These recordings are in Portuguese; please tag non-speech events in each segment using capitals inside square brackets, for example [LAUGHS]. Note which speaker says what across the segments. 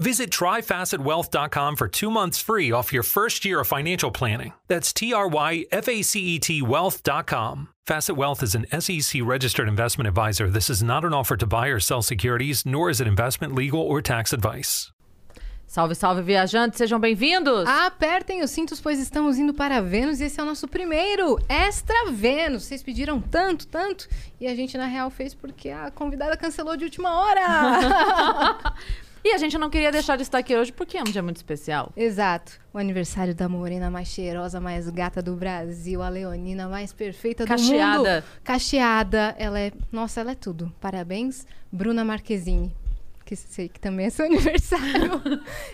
Speaker 1: Visit tryfacetwealth.com for two months free off your first year of financial planning. That's T R Y F A C E T wealth.com. Facet Wealth is an SEC registered investment advisor. This is not an offer to buy or sell securities, nor is it investment, legal, or tax advice.
Speaker 2: Salve, salve, viajantes, sejam bem-vindos!
Speaker 3: Apertem os cintos, pois estamos indo para Vênus e esse é o nosso primeiro Extra Vênus. Vocês pediram tanto, tanto, e a gente, na real, fez porque a convidada cancelou de última hora.
Speaker 2: [LAUGHS] E a gente não queria deixar de estar aqui hoje porque é um dia muito especial.
Speaker 3: Exato. O aniversário da morena mais cheirosa, mais gata do Brasil, a leonina mais perfeita do mundo.
Speaker 2: Cacheada.
Speaker 3: Cacheada. Ela é... Nossa, ela é tudo. Parabéns, Bruna Marquezine. Que sei que também é seu [LAUGHS] aniversário.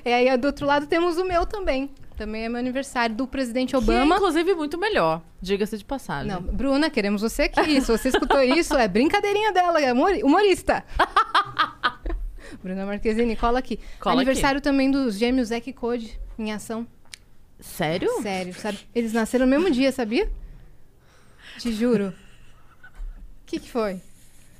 Speaker 3: e aí, do outro lado, temos o meu também. Também é meu aniversário do presidente
Speaker 2: Que é,
Speaker 3: Obama.
Speaker 2: inclusive, muito melhor, diga-se de passagem.
Speaker 3: Não, Bruna, queremos você aqui. Se você escutou isso, é brincadeirinha dela, é humor-
Speaker 2: [LAUGHS]
Speaker 3: humorista. Bruna Marquezine, cola aqui.
Speaker 2: Cola
Speaker 3: Aniversário também dos gêmeos Zack e Code em ação.
Speaker 2: Sério?
Speaker 3: Sério, sabe? Eles nasceram no mesmo dia, sabia? Te juro. O que, que foi?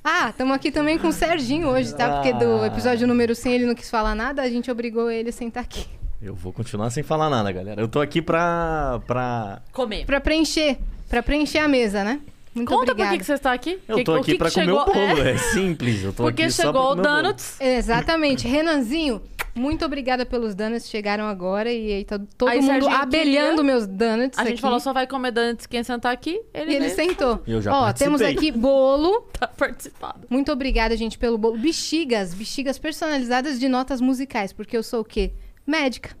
Speaker 3: Ah, estamos aqui também com o Serginho hoje, tá? Porque
Speaker 4: Ah.
Speaker 3: do episódio número 100 ele não quis falar nada, a gente obrigou ele a sentar aqui.
Speaker 4: Eu vou continuar sem falar nada, galera. Eu tô aqui pra. pra...
Speaker 2: Comer.
Speaker 3: Pra preencher, pra preencher a mesa, né? Muito
Speaker 2: Conta por
Speaker 3: obrigada.
Speaker 2: que, que você está aqui.
Speaker 4: Eu
Speaker 2: Que-
Speaker 4: tô
Speaker 2: o
Speaker 4: aqui
Speaker 2: que
Speaker 4: pra
Speaker 2: que
Speaker 4: comer
Speaker 2: chegou...
Speaker 4: o bolo.
Speaker 2: É.
Speaker 4: É simples. Eu tô
Speaker 2: Porque
Speaker 4: aqui só pra
Speaker 2: chegou o
Speaker 4: comer bolo.
Speaker 2: Donuts.
Speaker 3: Exatamente. Renanzinho, muito obrigada pelos donuts. Chegaram agora e aí tá todo
Speaker 2: Aí,
Speaker 3: mundo
Speaker 2: Serginho,
Speaker 3: abelhando
Speaker 2: queria-
Speaker 3: meus donuts.
Speaker 2: A gente
Speaker 3: aqui.
Speaker 2: falou só vai comer Donuts quem sentar aqui. Ele,
Speaker 3: E ele
Speaker 2: veio,
Speaker 3: sentou.
Speaker 4: Eu já
Speaker 3: Ó,
Speaker 4: participei.
Speaker 3: temos [LAUGHS]
Speaker 2: [LAUGHS]
Speaker 3: aqui bolo.
Speaker 2: tá participado.
Speaker 3: Muito obrigada, gente, pelo bolo. Bexigas, bexigas personalizadas de notas musicais, porque eu sou o quê? Médica.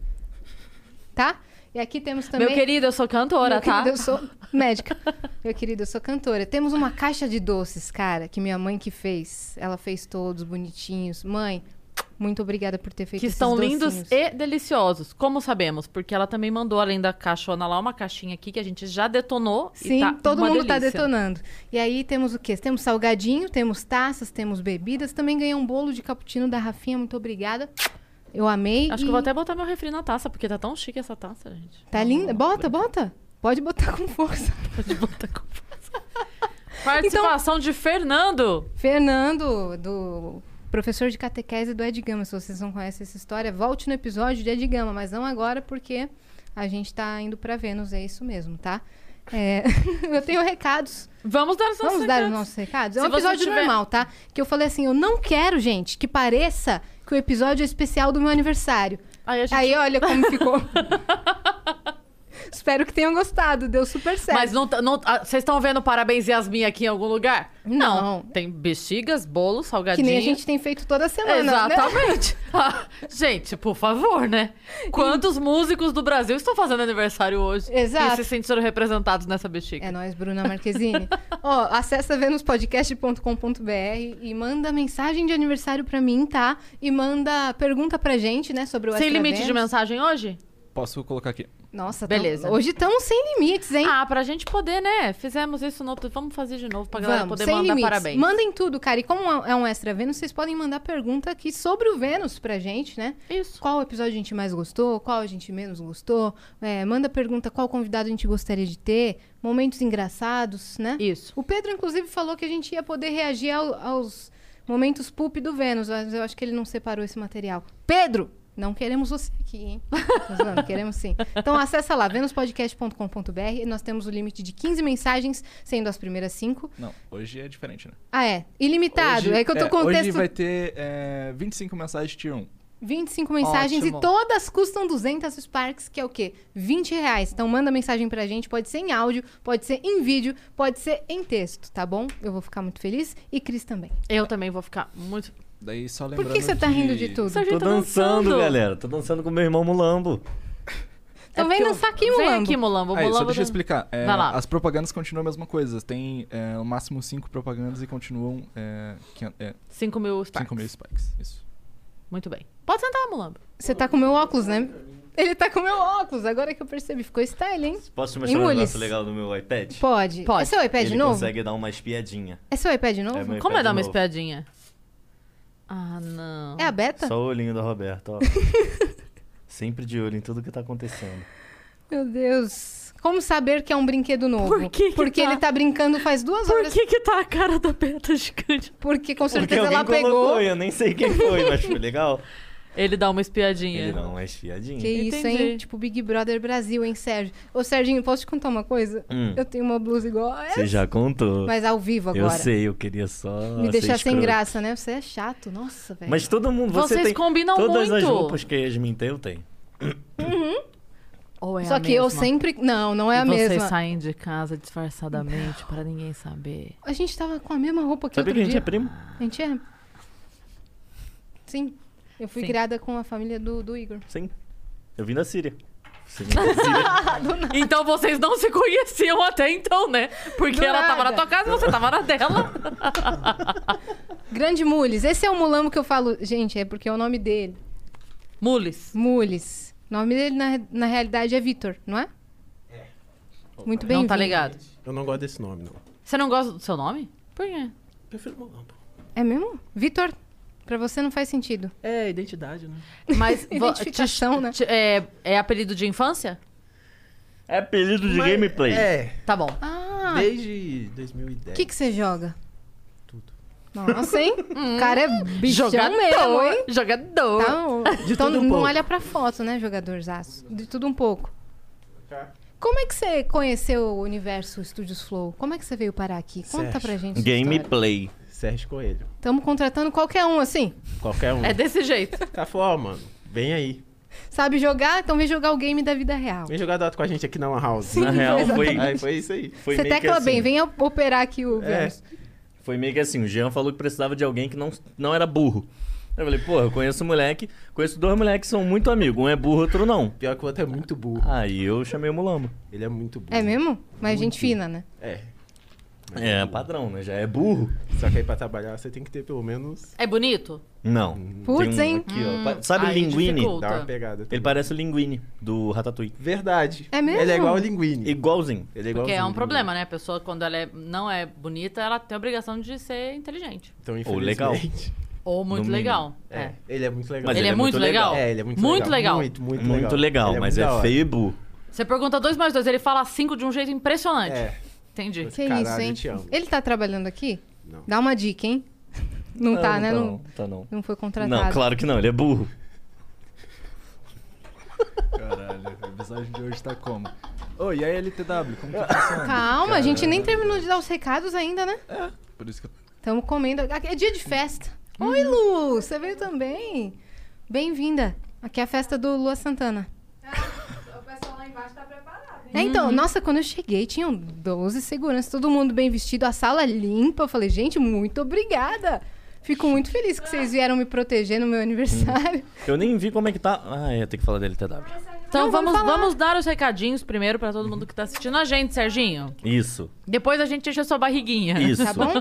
Speaker 3: Tá? E aqui temos também.
Speaker 2: Meu querido, eu sou cantora,
Speaker 3: Meu
Speaker 2: tá?
Speaker 3: querido, eu sou [LAUGHS] médica. Meu querido, eu sou cantora. Temos uma caixa de doces, cara, que minha mãe que fez. Ela fez todos bonitinhos. Mãe, muito obrigada por ter feito
Speaker 2: Que
Speaker 3: esses
Speaker 2: estão lindos
Speaker 3: docinhos.
Speaker 2: e deliciosos. Como sabemos? Porque ela também mandou, além da caixona lá, uma caixinha aqui que a gente já detonou.
Speaker 3: Sim,
Speaker 2: e tá
Speaker 3: todo
Speaker 2: uma
Speaker 3: mundo
Speaker 2: delícia.
Speaker 3: tá detonando. E aí temos o quê? Temos salgadinho, temos taças, temos bebidas. Também ganhei um bolo de cappuccino da Rafinha. Muito obrigada. Eu amei. e
Speaker 2: Acho que eu vou até botar meu refri na taça, porque tá tão chique essa taça, gente.
Speaker 3: Tá linda? Bota, bota. Pode botar com força.
Speaker 2: Pode botar com força.
Speaker 3: Então-
Speaker 2: Participação de Fernando.
Speaker 3: Fernando, do professor de catequese do Edgama. Se vocês não conhecem essa história, volte no episódio de Edgama, mas não agora, porque a gente tá indo pra Vênus, é isso mesmo, tá? É, [LAUGHS] eu tenho recados.
Speaker 2: Vamos dar os nossos
Speaker 3: Vamos dar os
Speaker 2: recados.
Speaker 3: nossos recados? É
Speaker 2: Se
Speaker 3: um
Speaker 2: você
Speaker 3: episódio
Speaker 2: tiver-
Speaker 3: normal, tá? Que eu falei assim, eu não quero, gente, que pareça que o episódio é especial do meu aniversário.
Speaker 2: Aí a gente-
Speaker 3: Aí olha como ficou. [LAUGHS] Espero que tenham gostado, deu super certo.
Speaker 2: Mas não, tá- não- ah, vocês estão vendo parabéns Yasmin aqui em algum lugar?
Speaker 3: Não.
Speaker 2: Tem bexigas, bolo,
Speaker 3: Que
Speaker 2: salgadinho.
Speaker 3: nem a gente tem feito toda semana, né?
Speaker 2: Exatamente. Ah, gente, por favor, né? Quantos músicos do Brasil estão fazendo aniversário hoje?
Speaker 3: Exato.
Speaker 2: E se sentiram representados nessa bexiga?
Speaker 3: É nós, Bruna
Speaker 2: [LAUGHS]
Speaker 3: Marquezine. [LAUGHS] Ó, acessa venuspodcast.com.br e manda mensagem de aniversário pra mim, tá? E manda pergunta pra gente, né, sobre o
Speaker 2: Sem
Speaker 3: Extra
Speaker 2: limite de
Speaker 3: Vênus.
Speaker 2: mensagem hoje?
Speaker 5: Posso colocar aqui.
Speaker 3: Nossa,
Speaker 2: Beleza.
Speaker 3: tamo- hoje estamos sem limites, hein?
Speaker 2: Ah, pra gente poder, né? Fizemos isso no outro. Vamos fazer de novo pra galera
Speaker 3: Vamos,
Speaker 2: poder
Speaker 3: sem
Speaker 2: mandar
Speaker 3: limites.
Speaker 2: parabéns.
Speaker 3: Mandem tudo, cara. E como é um extra Vênus, vocês podem mandar pergunta aqui sobre o Vênus pra gente, né?
Speaker 2: Isso.
Speaker 3: Qual episódio a gente mais gostou? Qual a gente menos gostou? É, manda pergunta qual convidado a gente gostaria de ter. Momentos engraçados, né?
Speaker 2: Isso.
Speaker 3: O Pedro, inclusive, falou que a gente ia poder reagir ao- aos momentos pulp do Vênus, mas eu acho que ele não separou esse material. Pedro! Não queremos você aqui, hein? Tô zoando, queremos sim. Então acessa lá, venuspodcast.com.br e nós temos o limite de 15 mensagens, sendo as primeiras 5.
Speaker 5: Não, hoje é diferente, né?
Speaker 3: Ah, é. Ilimitado.
Speaker 5: Hoje-
Speaker 3: é que eu tô
Speaker 5: é,
Speaker 3: com o
Speaker 5: Hoje
Speaker 3: texto.
Speaker 5: vai ter é, 25 mensagens tier 1.
Speaker 3: 25 mensagens
Speaker 2: Ótimo.
Speaker 3: e todas custam 200 Sparks, que é o quê? 20 reais. Então manda mensagem pra gente, pode ser em áudio, pode ser em vídeo, pode ser em texto, tá bom? Eu vou ficar muito feliz e Cris também.
Speaker 2: Eu também vou ficar muito.
Speaker 5: Daí só
Speaker 3: Por
Speaker 5: lembrando
Speaker 3: que você tá rindo de tudo?
Speaker 2: Sérgio
Speaker 4: Tô
Speaker 2: tá
Speaker 4: dançando,
Speaker 2: dançando.
Speaker 4: galera. Tô dançando com meu irmão Mulambo.
Speaker 3: Então vem
Speaker 2: É porque eu-
Speaker 3: dançar aqui,
Speaker 2: Vem
Speaker 3: Mulambo.
Speaker 2: aqui, Mulambo.
Speaker 5: Aí, só
Speaker 2: Mulambo
Speaker 5: deixa eu
Speaker 2: dan-
Speaker 5: explicar. É,
Speaker 2: Vai lá.
Speaker 5: As propagandas continuam a mesma coisa. Tem é, no máximo cinco propagandas e continuam é, 5 é,
Speaker 2: 5 mil sparks.
Speaker 5: cinco mil spikes. Isso.
Speaker 2: Muito bem. Pode sentar, Mulambo.
Speaker 3: Você tá com meu óculos, né? Ele tá com meu óculos, agora que eu percebi. Ficou style, hein?
Speaker 4: Posso te
Speaker 3: Em
Speaker 4: mostrar um
Speaker 3: Mules.
Speaker 4: negócio legal do meu iPad?
Speaker 3: Pode.
Speaker 2: Pode.
Speaker 3: É seu iPad
Speaker 4: Ele
Speaker 3: novo?
Speaker 4: consegue dar uma espiadinha.
Speaker 3: É seu iPad novo?
Speaker 4: É, meu
Speaker 2: Como é
Speaker 4: iPad
Speaker 2: dar uma
Speaker 4: novo.
Speaker 2: espiadinha? Ah, não.
Speaker 3: É a beta?
Speaker 4: Só o olhinho
Speaker 2: [LAUGHS]
Speaker 4: da Roberta, ó. Sempre de olho em tudo que tá acontecendo.
Speaker 3: Meu Deus. Como saber que é um brinquedo novo?
Speaker 2: Por que que
Speaker 3: Porque
Speaker 2: tá?
Speaker 3: ele tá brincando faz duas
Speaker 2: Por
Speaker 3: horas.
Speaker 2: que que tá a cara da beta gigante?
Speaker 3: Porque com
Speaker 4: Porque
Speaker 3: certeza
Speaker 4: alguém
Speaker 3: ela pegou.
Speaker 4: colocou, né? eu nem sei quem foi, mas foi legal.
Speaker 2: Ele dá uma espiadinha.
Speaker 4: Ele é dá uma espiadinha.
Speaker 3: Que isso,
Speaker 2: Entendi.
Speaker 3: hein? Tipo Big Brother Brasil, hein, Sérgio? Ô, Serginho, posso te contar uma coisa?
Speaker 4: Hum.
Speaker 3: Eu tenho uma blusa igual a essa,
Speaker 4: Você já contou.
Speaker 3: mas ao vivo
Speaker 4: eu
Speaker 3: agora.
Speaker 4: sei, eu queria só
Speaker 3: Me
Speaker 4: ser
Speaker 3: deixar sem
Speaker 4: escroto.
Speaker 3: graça, né? Você é chato, nossa, velho.
Speaker 4: Mas todo mundo, você
Speaker 2: Vocês
Speaker 4: tem
Speaker 2: combinam
Speaker 4: todas as
Speaker 2: muito.
Speaker 4: roupas que a Yasmin tem, eu tenho.
Speaker 2: Ou é
Speaker 3: Uhum. Só
Speaker 2: a
Speaker 3: que
Speaker 2: mesma?
Speaker 3: eu sempre. Não, não é a
Speaker 2: e vocês
Speaker 3: mesma.
Speaker 2: saem de casa disfarçadamente para ninguém saber.
Speaker 3: A gente tava com a mesma roupa que
Speaker 4: Sabia
Speaker 3: outro
Speaker 4: que a gente
Speaker 3: dia.
Speaker 4: é primo?
Speaker 3: A gente é. Sim. Eu fui
Speaker 2: Sim.
Speaker 3: criada com a família do, do Igor.
Speaker 4: Sim. Eu vim da Síria. Você vem
Speaker 6: [LAUGHS]
Speaker 4: da Síria.
Speaker 2: [LAUGHS] Então vocês não se conheciam até então, né? Porque
Speaker 3: Do
Speaker 2: ela tava na
Speaker 3: nada.
Speaker 2: tua casa e você tava na dela.
Speaker 3: Grande Mules. Esse é o Mulambo que eu falo. Gente, é porque é o nome dele.
Speaker 2: Mules.
Speaker 3: Mules. O nome dele, na, na realidade, é Vitor, não é? Muito bem.
Speaker 2: não tá ligado.
Speaker 6: Eu não gosto desse nome, não.
Speaker 2: Você não gosta do seu nome? Por quê?
Speaker 6: Prefiro Mulambo.
Speaker 3: É mesmo? Vitor, pra você não faz sentido.
Speaker 6: É, identidade, né?
Speaker 3: [LAUGHS]
Speaker 2: Mas vo-
Speaker 3: Identificação,
Speaker 2: te-
Speaker 3: né?
Speaker 2: te- é, é apelido de infância?
Speaker 4: É apelido de
Speaker 6: Mas-
Speaker 4: gameplay.
Speaker 6: É,
Speaker 2: Tá bom.
Speaker 3: Ah, o
Speaker 6: desde 2010.
Speaker 3: que que você joga?
Speaker 6: Tudo.
Speaker 3: Nossa, hein?
Speaker 2: Hum.
Speaker 3: o cara é bichão
Speaker 2: Jogador,
Speaker 3: mesmo, hein?
Speaker 2: Jogador.
Speaker 3: Tá?
Speaker 6: De
Speaker 3: então
Speaker 6: tudo um
Speaker 3: não
Speaker 6: pouco.
Speaker 3: olha pra foto, né, jogadorzaço? De tudo um pouco.
Speaker 4: Tá.
Speaker 3: Como é que você conheceu o universo Studios Flow? Como é que você veio parar aqui? Conta
Speaker 6: Sérgio.
Speaker 3: pra gente. essa história.
Speaker 4: Gameplay.
Speaker 6: Sérgio Coelho.
Speaker 3: Tamo contratando qualquer um, assim.
Speaker 6: Qualquer um.
Speaker 2: É desse jeito.
Speaker 6: Cara falou, ó, mano, vem aí.
Speaker 3: [LAUGHS] Sabe jogar? Então vem jogar o game da vida real.
Speaker 6: Vem jogar dado com a gente aqui na One House.
Speaker 3: Sim,
Speaker 4: Na real, foi,
Speaker 6: Aí foi isso aí.
Speaker 4: foi
Speaker 3: você
Speaker 4: meio que
Speaker 3: tecla
Speaker 4: assim.
Speaker 3: bem, vem operar aqui o
Speaker 6: É.
Speaker 3: Vênus.
Speaker 4: Foi meio que assim, o Jean falou que precisava de alguém que não, não era burro. Eu falei, porra, eu conheço um moleque, conheço dois moleques que são muito amigos, um é burro, outro não.
Speaker 6: Pior que o outro é muito burro.
Speaker 4: Aí eu chamei o Mulambo.
Speaker 6: Ele é muito burro.
Speaker 3: É. mesmo? Mas gente
Speaker 6: Muito.
Speaker 3: fina, né?
Speaker 6: É.
Speaker 4: É, padrão, né? Já é burro.
Speaker 6: Só que aí pra trabalhar você tem que ter pelo menos.
Speaker 2: É bonito?
Speaker 4: Não.
Speaker 3: Putz,
Speaker 4: Tem um
Speaker 3: hein?
Speaker 4: aqui, ó.
Speaker 2: Hum,
Speaker 4: Pa- Sabe
Speaker 2: aí
Speaker 4: Linguini?
Speaker 2: dificulta.
Speaker 6: Dá uma pegada.
Speaker 4: Ele
Speaker 6: também.
Speaker 4: parece o Linguini, do Ratatouille.
Speaker 6: Verdade.
Speaker 3: É mesmo?
Speaker 6: Ele é igual o Linguini.
Speaker 4: Igualzinho.
Speaker 6: Ele é igual
Speaker 2: Porque é um problema, né? A pessoa, quando ela é- não é bonita, ela tem a obrigação de ser inteligente.
Speaker 6: Então,
Speaker 4: Ou
Speaker 6: [LAUGHS]
Speaker 4: assim. legal.
Speaker 6: infelizmente,
Speaker 2: Ou muito
Speaker 4: mínimo.
Speaker 2: legal. É.
Speaker 6: É. Ele é muito legal.
Speaker 4: Mas
Speaker 2: ele, é, muito legal.
Speaker 6: É, ele é muito,
Speaker 2: muito
Speaker 6: legal.
Speaker 2: legal.
Speaker 6: Muito, muito,
Speaker 4: Muito legal,
Speaker 6: Ele
Speaker 4: mas
Speaker 6: muito da
Speaker 4: é
Speaker 6: hora.
Speaker 4: feio e burro.
Speaker 2: Você pergunta dois mais dois, ele fala cinco de um jeito impressionante.
Speaker 6: É.
Speaker 2: Entendi.
Speaker 3: Que
Speaker 6: Caralho,
Speaker 3: isso, hein?
Speaker 6: eu te amo.
Speaker 3: Ele tá trabalhando aqui?
Speaker 6: Não.
Speaker 3: Dá uma dica, hein? [LAUGHS] Não,
Speaker 2: Ah,
Speaker 3: tá, né?
Speaker 4: Não,
Speaker 3: Não,
Speaker 4: tá não.
Speaker 3: não foi contratado.
Speaker 4: Não, claro que não, ele é burro.
Speaker 5: Caralho, a mensagem de hoje tá como? Ô, e a LTW, como que funciona?
Speaker 3: Calma, a gente nem terminou de dar os recados ainda, né?
Speaker 4: É.
Speaker 5: Por isso que eu...
Speaker 3: Estamos comendo. Aqui É dia de festa. Oi, Lu! Você veio também? Bem-vinda. Aqui é a festa do Lua Santana. Ah, O pessoal lá embaixo tá preparado. É, então, nossa, quando eu cheguei, tinham 12 seguranças, todo mundo bem vestido, a sala limpa. Eu falei, gente, muito obrigada. Fico muito feliz que vocês vieram me proteger no meu aniversário.
Speaker 4: Eu nem vi como é que tá. Ah, eu tenho que falar dele, TW.
Speaker 2: Então
Speaker 3: Não, vamos
Speaker 2: vamos,
Speaker 3: falar.
Speaker 2: vamos dar os recadinhos primeiro pra todo mundo que tá assistindo a gente, Serginho.
Speaker 4: Isso,
Speaker 2: Depois a gente enche a sua barriguinha.
Speaker 4: isso.
Speaker 3: Tá bom?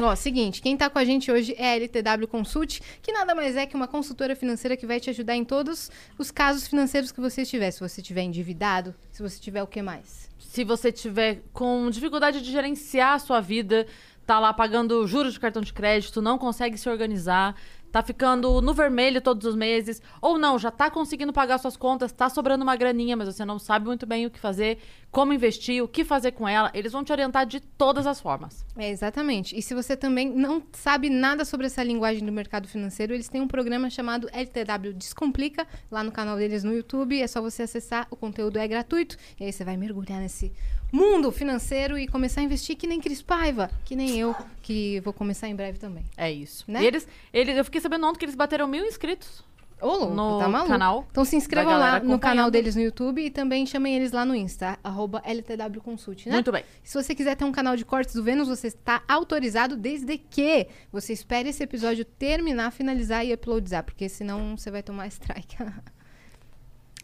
Speaker 3: Ó, seguinte, quem tá com a gente hoje é a LTW Consult, que nada mais é que uma consultora financeira que vai te ajudar em todos os casos financeiros que você tiver. Se você tiver endividado, se você tiver o que mais?
Speaker 2: Se você tiver com dificuldade de gerenciar a sua vida, tá lá pagando juros de cartão de crédito, não consegue se organizar, tá ficando no vermelho todos os meses, ou não, já tá conseguindo pagar suas contas, tá sobrando uma graninha, mas você não sabe muito bem o que fazer, como investir, o que fazer com ela, eles vão te orientar de todas as formas.
Speaker 3: É, exatamente. E se você também não sabe nada sobre essa linguagem do mercado financeiro, eles têm um programa chamado LTW Descomplica, lá no canal deles no YouTube. É só você acessar, o conteúdo é gratuito. E aí você vai mergulhar nesse mundo financeiro e começar a investir que nem Cris Paiva, que nem eu, que vou começar em breve também.
Speaker 2: É isso.
Speaker 3: Né?
Speaker 2: E eles, eles, eu fiquei sabendo ontem que eles bateram mil inscritos.
Speaker 3: Ô, louco,
Speaker 2: no
Speaker 3: tá maluco.
Speaker 2: canal.
Speaker 3: Então se inscrevam
Speaker 2: da
Speaker 3: lá
Speaker 2: galera
Speaker 3: no canal
Speaker 2: acompanhando.
Speaker 3: deles no YouTube e também chamem eles lá no Insta, arroba LTW Consult, né?
Speaker 2: Muito bem.
Speaker 3: Se você quiser ter um canal de cortes do Vênus, você está autorizado desde que você espere esse episódio terminar, finalizar e uploadizar, porque senão você vai tomar [LAUGHS] strike.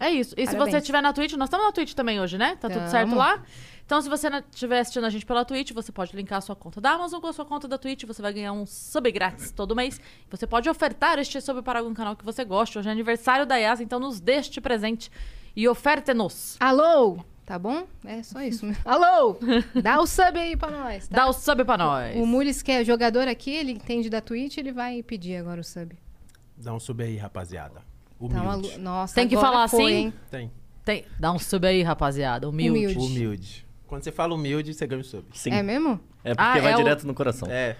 Speaker 2: É isso. E se
Speaker 3: Parabéns.
Speaker 2: você estiver na Twitch, nós estamos na Twitch também hoje, né? Tá tudo
Speaker 3: Tamo.
Speaker 2: certo lá? Então, se você estiver assistindo a gente pela Twitch, você pode linkar a sua conta da Amazon com a sua conta da Twitch. Você vai ganhar um sub grátis todo mês. Você pode ofertar este sub para algum canal que você gosta. Hoje é aniversário da Yas, então nos dê este presente e oferte-nos.
Speaker 3: Alô? Tá bom? É só isso.
Speaker 2: [LAUGHS]
Speaker 3: mesmo. Alô? [LAUGHS] Dá o sub aí pra nós, tá?
Speaker 2: Dá o sub pra nós.
Speaker 3: O Mules, que é jogador aqui, ele entende da Twitch, ele vai pedir agora o sub.
Speaker 6: Dá um sub aí, rapaziada.
Speaker 3: Tá uma
Speaker 6: Humilde.
Speaker 3: lu- Nossa,
Speaker 2: Tem que
Speaker 3: agora
Speaker 2: falar
Speaker 3: foi,
Speaker 2: assim?
Speaker 3: hein?
Speaker 6: Tem.
Speaker 2: Tem- Dá um sub aí, rapaziada. Humilde.
Speaker 3: Humilde.
Speaker 6: Humilde. Quando você fala humilde, você ganha um sub.
Speaker 4: Sim.
Speaker 3: É
Speaker 4: É,
Speaker 3: mesmo?
Speaker 4: porque
Speaker 2: Ah,
Speaker 4: vai
Speaker 2: é o-
Speaker 4: direto no coração. É,
Speaker 6: É.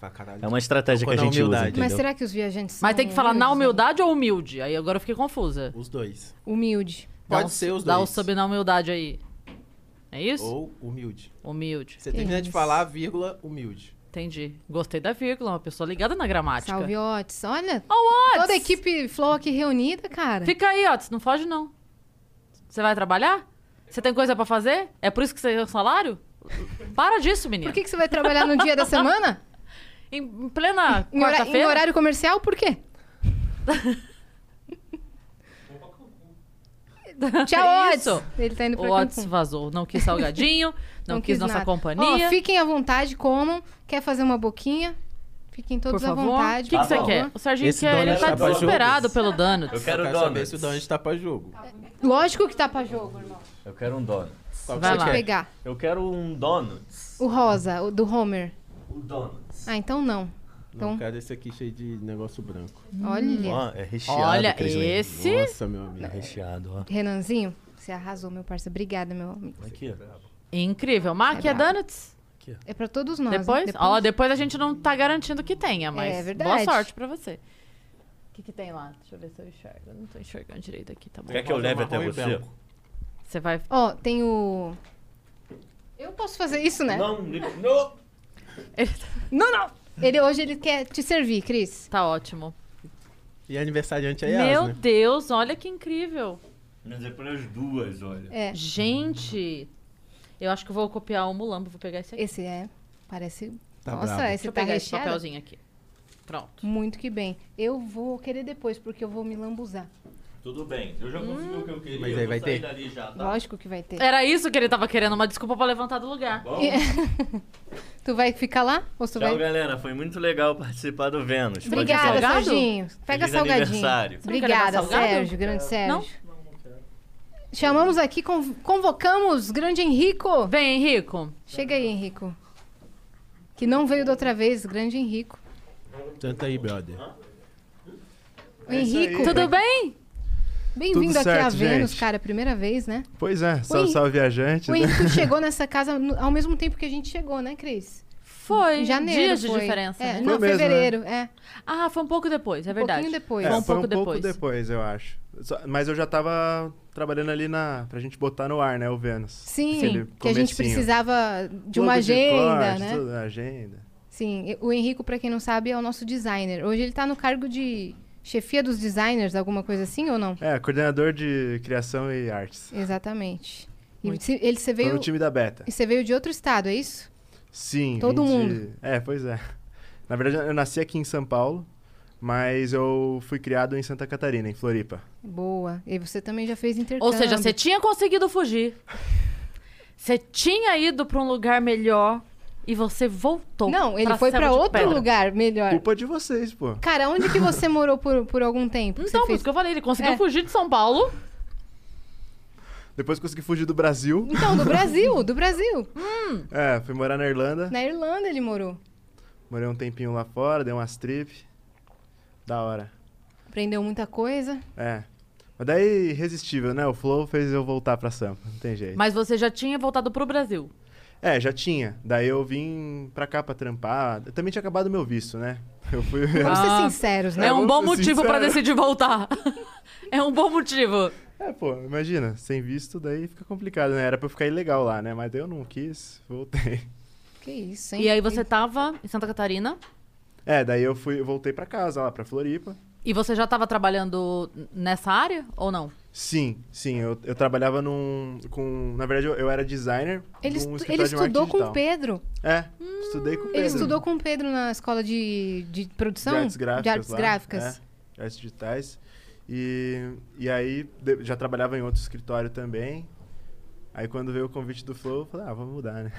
Speaker 6: Fala, caralho.
Speaker 4: uma estratégia que a
Speaker 6: Quando a
Speaker 4: gente usa,
Speaker 6: humildade.
Speaker 4: entendeu?
Speaker 3: Mas será que os viajantes
Speaker 2: Mas
Speaker 3: são
Speaker 2: tem que falar na
Speaker 3: humildes?
Speaker 2: humildade ou humilde? Aí agora eu fiquei confusa.
Speaker 6: Os dois.
Speaker 3: Humilde.
Speaker 2: Dá
Speaker 6: Pode
Speaker 2: um-
Speaker 6: ser os
Speaker 2: Dá o
Speaker 6: dois.
Speaker 2: sub na humildade aí. É isso?
Speaker 6: Ou humilde.
Speaker 2: Humilde.
Speaker 6: Você termina de
Speaker 3: Isso.
Speaker 6: falar, vírgula, humilde.
Speaker 2: Entendi. Gostei da vírgula, uma pessoa ligada na gramática.
Speaker 3: Salve, Otis. Olha,
Speaker 2: Ó, Otis!
Speaker 3: toda a equipe Flow aqui reunida, cara.
Speaker 2: Fica aí, Otis, não foge não. Você vai trabalhar? Você tem coisa pra fazer? É por isso que você tem o salário? Para disso, menino.
Speaker 3: Por que, que você vai trabalhar no dia da semana?
Speaker 2: [LAUGHS] Em- Em
Speaker 3: Em,
Speaker 2: plena
Speaker 3: hora- em
Speaker 2: Ah, quarta-feira?
Speaker 3: horário comercial, por
Speaker 2: [LAUGHS]
Speaker 3: quê? Tchau, Otis.
Speaker 2: É Isso.
Speaker 3: Ele tá indo pra
Speaker 2: O Otis
Speaker 3: Cancún.
Speaker 2: vazou. Não
Speaker 3: [LAUGHS]
Speaker 2: quis salgadinho, não, quis, nossa
Speaker 3: nada.
Speaker 2: companhia.
Speaker 3: Ó, fiquem à vontade, comam. Quer fazer uma boquinha? Fiquem
Speaker 2: Por
Speaker 3: todos à
Speaker 2: favor. O
Speaker 3: vontade.
Speaker 2: que que você
Speaker 3: por
Speaker 2: quer?
Speaker 3: favor.
Speaker 2: O Serginho
Speaker 6: Esse
Speaker 2: quer,
Speaker 6: dono
Speaker 2: ele
Speaker 6: é
Speaker 2: tá
Speaker 6: chapa
Speaker 2: desesperado
Speaker 6: Jones.
Speaker 2: pelo dano.
Speaker 4: Eu quero um
Speaker 6: Eu quero saber
Speaker 4: donuts.
Speaker 6: se o Donald tá pra jogo.
Speaker 3: Lógico que tá pra jogo, irmão.
Speaker 4: Eu quero um dono.
Speaker 6: Qual que
Speaker 2: Vai
Speaker 6: você
Speaker 2: lá.
Speaker 6: quer?
Speaker 3: Pegar.
Speaker 4: Eu quero um dono.
Speaker 3: O rosa, o do Homer.
Speaker 4: O dono.
Speaker 3: Ah, então não.
Speaker 6: Não
Speaker 3: Então-
Speaker 6: quero esse aqui cheio de negócio branco.
Speaker 3: Olha.
Speaker 4: Ó, é recheado.
Speaker 2: Olha,
Speaker 4: Cris Lima.
Speaker 2: esse...
Speaker 6: Nossa, meu amigo.
Speaker 4: É recheado, ó.
Speaker 3: Renanzinho, você arrasou, meu parceiro. Obrigada, meu amigo.
Speaker 4: Aqui, ó.
Speaker 2: Incrível. Mark,
Speaker 3: É
Speaker 2: é
Speaker 3: brabo.
Speaker 2: donuts?
Speaker 3: É pra todos nós. né?
Speaker 2: Depois? Ó, depois a gente não tá garantindo que tenha, mas
Speaker 3: É verdade.
Speaker 2: boa sorte pra você. O que, que tem lá? Deixa eu ver se eu enxergo. Eu Não tô enxergando direito aqui, tá bom?
Speaker 4: Quer que eu leve
Speaker 3: um
Speaker 4: até você?
Speaker 2: Você vai.
Speaker 3: Ó, tem o... Eu posso fazer isso, né?
Speaker 4: Não, não.
Speaker 2: Ele
Speaker 3: [LAUGHS] não. não. Ele, hoje ele quer te servir, Cris.
Speaker 2: tá ótimo.
Speaker 6: E aniversariante é
Speaker 2: Meu
Speaker 6: Yas, né?
Speaker 2: Deus, olha que incrível.
Speaker 4: Mas é para as duas, olha.
Speaker 3: É.
Speaker 2: Gente, eu acho que eu vou copiar o Mulambo, vou pegar esse aqui.
Speaker 3: Esse é... Parece...
Speaker 6: Tá
Speaker 3: Nossa,
Speaker 6: bravo.
Speaker 3: esse
Speaker 2: Deixa eu
Speaker 3: tá
Speaker 2: pegar esse
Speaker 3: recheado.
Speaker 2: papelzinho aqui. Pronto.
Speaker 3: Muito que bem. Eu vou querer depois, porque eu vou me lambuzar.
Speaker 4: Tudo bem. Eu já consegui o que eu queria.
Speaker 6: Mas
Speaker 4: eu
Speaker 6: aí
Speaker 4: vou
Speaker 6: vai ter?
Speaker 4: sair dali já, tá?
Speaker 3: Hum. Lógico que vai ter. É.
Speaker 2: Era isso que ele tava querendo, uma desculpa pra levantar do lugar.
Speaker 4: Tá Bom,
Speaker 3: [LAUGHS] Tu vai ficar lá? Ou tu
Speaker 4: tchau,
Speaker 3: vai...
Speaker 4: galera. Foi muito legal participar do Vênus. Pode
Speaker 3: Obrigada,
Speaker 4: ser.
Speaker 2: Salgado?
Speaker 3: Serginho. Pega
Speaker 4: Feliz
Speaker 3: salgadinho.
Speaker 4: aniversário.
Speaker 2: Você não quer levar
Speaker 3: Obrigada,
Speaker 2: salgado?
Speaker 3: Sérgio, grande Sérgio.
Speaker 2: Não?
Speaker 3: Chamamos aqui, conv- convocamos grande Henrico.
Speaker 2: Vem, Henrico.
Speaker 3: Chega aí, Henrico. Que não veio da outra vez, grande Henrico.
Speaker 6: Tenta aí, brother.
Speaker 3: O Henrico,
Speaker 2: Tudo bem?
Speaker 3: bem-vindo
Speaker 7: É Tudo
Speaker 3: aqui à
Speaker 7: certo,
Speaker 3: Vênus,
Speaker 7: gente.
Speaker 3: cara, primeira vez, né?
Speaker 7: Pois é, salve,
Speaker 3: Henrique-
Speaker 7: salve viajante.
Speaker 3: O
Speaker 7: né? [LAUGHS]
Speaker 3: Henrico chegou nessa casa no- ao mesmo tempo que a gente chegou, né, Cris?
Speaker 2: Foi.
Speaker 3: Em janeiro.
Speaker 2: Dias de
Speaker 3: foi.
Speaker 2: diferença.
Speaker 3: É,
Speaker 2: né?
Speaker 3: não,
Speaker 7: Foi mesmo,
Speaker 3: fevereiro, é.
Speaker 2: Ah, foi um pouco depois, é verdade.
Speaker 3: pouquinho depois.
Speaker 7: É,
Speaker 2: Foi um
Speaker 7: foi um
Speaker 2: pouco
Speaker 7: pouco
Speaker 2: depois.
Speaker 7: depois, eu acho. Só- Mas eu já tava trabalhando ali na pra gente botar no ar, né, o Vênus.
Speaker 3: Sim,
Speaker 7: Aquele
Speaker 3: que a gente
Speaker 7: comecinho.
Speaker 3: precisava de uma
Speaker 7: Tudo
Speaker 3: agenda,
Speaker 7: corte,
Speaker 3: né?
Speaker 7: Tudo, agenda.
Speaker 3: Sim, o Henrico, pra quem não sabe, é o nosso designer. Hoje ele tá no cargo de chefia dos designers, alguma coisa assim ou não?
Speaker 7: É, coordenador de criação e artes.
Speaker 3: Exatamente. E se- ele você
Speaker 7: Tô
Speaker 3: veio,
Speaker 7: no time da Beta.
Speaker 3: e você veio de outro estado, é isso?
Speaker 7: Sim.
Speaker 3: Todo
Speaker 7: vim de-
Speaker 3: mundo.
Speaker 7: É, pois é. Na verdade, eu nasci aqui em São Paulo, mas eu fui criado em Santa Catarina, em Floripa.
Speaker 3: Boa. E você também já fez intercâmbio.
Speaker 2: Ou seja, você tinha conseguido fugir. Você tinha ido pra um lugar melhor e você voltou.
Speaker 3: Não, ele
Speaker 2: pra
Speaker 3: foi
Speaker 2: Serra
Speaker 3: pra
Speaker 2: de
Speaker 3: outro
Speaker 2: Pedra.
Speaker 3: lugar melhor.
Speaker 7: Culpa de vocês, pô.
Speaker 3: Cara, onde que
Speaker 2: [LAUGHS]
Speaker 3: você morou por, por algum tempo? que
Speaker 2: Então,
Speaker 3: você
Speaker 2: por
Speaker 3: fez...
Speaker 2: isso que eu falei, ele conseguiu
Speaker 3: É.
Speaker 2: fugir de São Paulo.
Speaker 7: Depois consegui fugir do Brasil.
Speaker 3: Então, do
Speaker 2: [LAUGHS]
Speaker 3: Brasil, do Brasil.
Speaker 7: [LAUGHS] É, fui morar na Irlanda.
Speaker 3: Na Irlanda ele morou.
Speaker 7: Morei um tempinho lá fora, dei umas trip. Da hora.
Speaker 3: Aprendeu muita coisa.
Speaker 7: É. Mas daí, irresistível, né? O Flow fez eu voltar pra Sampa. Não tem jeito.
Speaker 2: Mas você já tinha voltado pro Brasil.
Speaker 7: É, já tinha. Daí eu vim pra cá pra trampar. Eu também tinha acabado meu visto, né? Eu fui.
Speaker 3: Vamos
Speaker 7: [LAUGHS]
Speaker 2: Ah.
Speaker 3: ser sinceros, né?
Speaker 2: é um
Speaker 7: vamos
Speaker 2: bom
Speaker 7: ser
Speaker 2: motivo pra
Speaker 7: sinceros.
Speaker 2: decidir voltar. é um bom motivo.
Speaker 7: é, pô, imagina. Sem visto, daí fica complicado, né? Era pra eu ficar ilegal lá, né? Mas daí eu não quis, voltei. [LAUGHS]
Speaker 3: Que isso, hein?
Speaker 2: E aí você tava em Santa Catarina
Speaker 7: É, daí eu fui, voltei pra casa, lá pra Floripa.
Speaker 2: E você já estava trabalhando nessa área ou não?
Speaker 7: Sim, sim. Eu, eu trabalhava num. Com, na verdade, eu, eu era designer.
Speaker 3: Ele,
Speaker 7: num
Speaker 3: estu-
Speaker 7: escritório
Speaker 3: ele
Speaker 7: de um marketing
Speaker 3: estudou com o
Speaker 7: digital.
Speaker 3: Pedro.
Speaker 7: É, estudei com o Pedro.
Speaker 3: Hum, Ele estudou com o Pedro na escola de, de produção?
Speaker 7: de artes gráficas.
Speaker 3: De artes
Speaker 7: lá,
Speaker 3: gráficas.
Speaker 7: é, artes digitais. E, e aí de- já trabalhava em outro escritório também. Aí quando veio o convite do Flow, eu falei, ah, vamos mudar,
Speaker 3: [LAUGHS]
Speaker 7: né?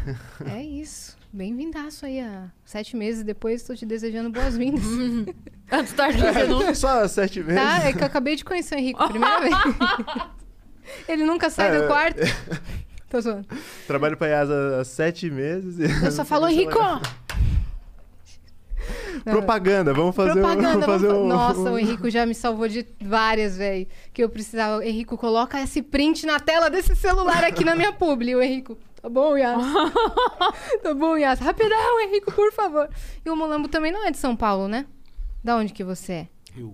Speaker 3: É isso. Bem-vindaço aí. Há sete meses depois, estou te desejando boas-vindas.
Speaker 2: [LAUGHS] Antes tarde do que
Speaker 7: [LAUGHS]
Speaker 2: nunca.
Speaker 7: É, Só sete meses.
Speaker 3: tá? É que eu acabei de conhecer o Henrique, primeira
Speaker 7: [LAUGHS]
Speaker 3: vez. Ele nunca sai
Speaker 7: É,
Speaker 3: do
Speaker 7: eu- [LAUGHS]
Speaker 3: quarto. Tô zoando.
Speaker 7: Trabalho pra IASA há sete meses. e-
Speaker 3: Eu só falo, Henrico! Não.
Speaker 7: [LAUGHS] Propaganda, vamos fazer
Speaker 3: propaganda.
Speaker 7: um, vamos fazer
Speaker 3: vamos
Speaker 7: um,
Speaker 3: fa- Nossa, o Henrico já me salvou de várias, velho. Que eu precisava. Henrico, coloca esse print na tela desse celular aqui na minha publi. O Henrico, tá bom,
Speaker 7: [LAUGHS]
Speaker 3: Yas? tá bom, Yas. Rapidão, Henrico, por favor. E o Mulambo também não é de São Paulo, né? Da onde que você é?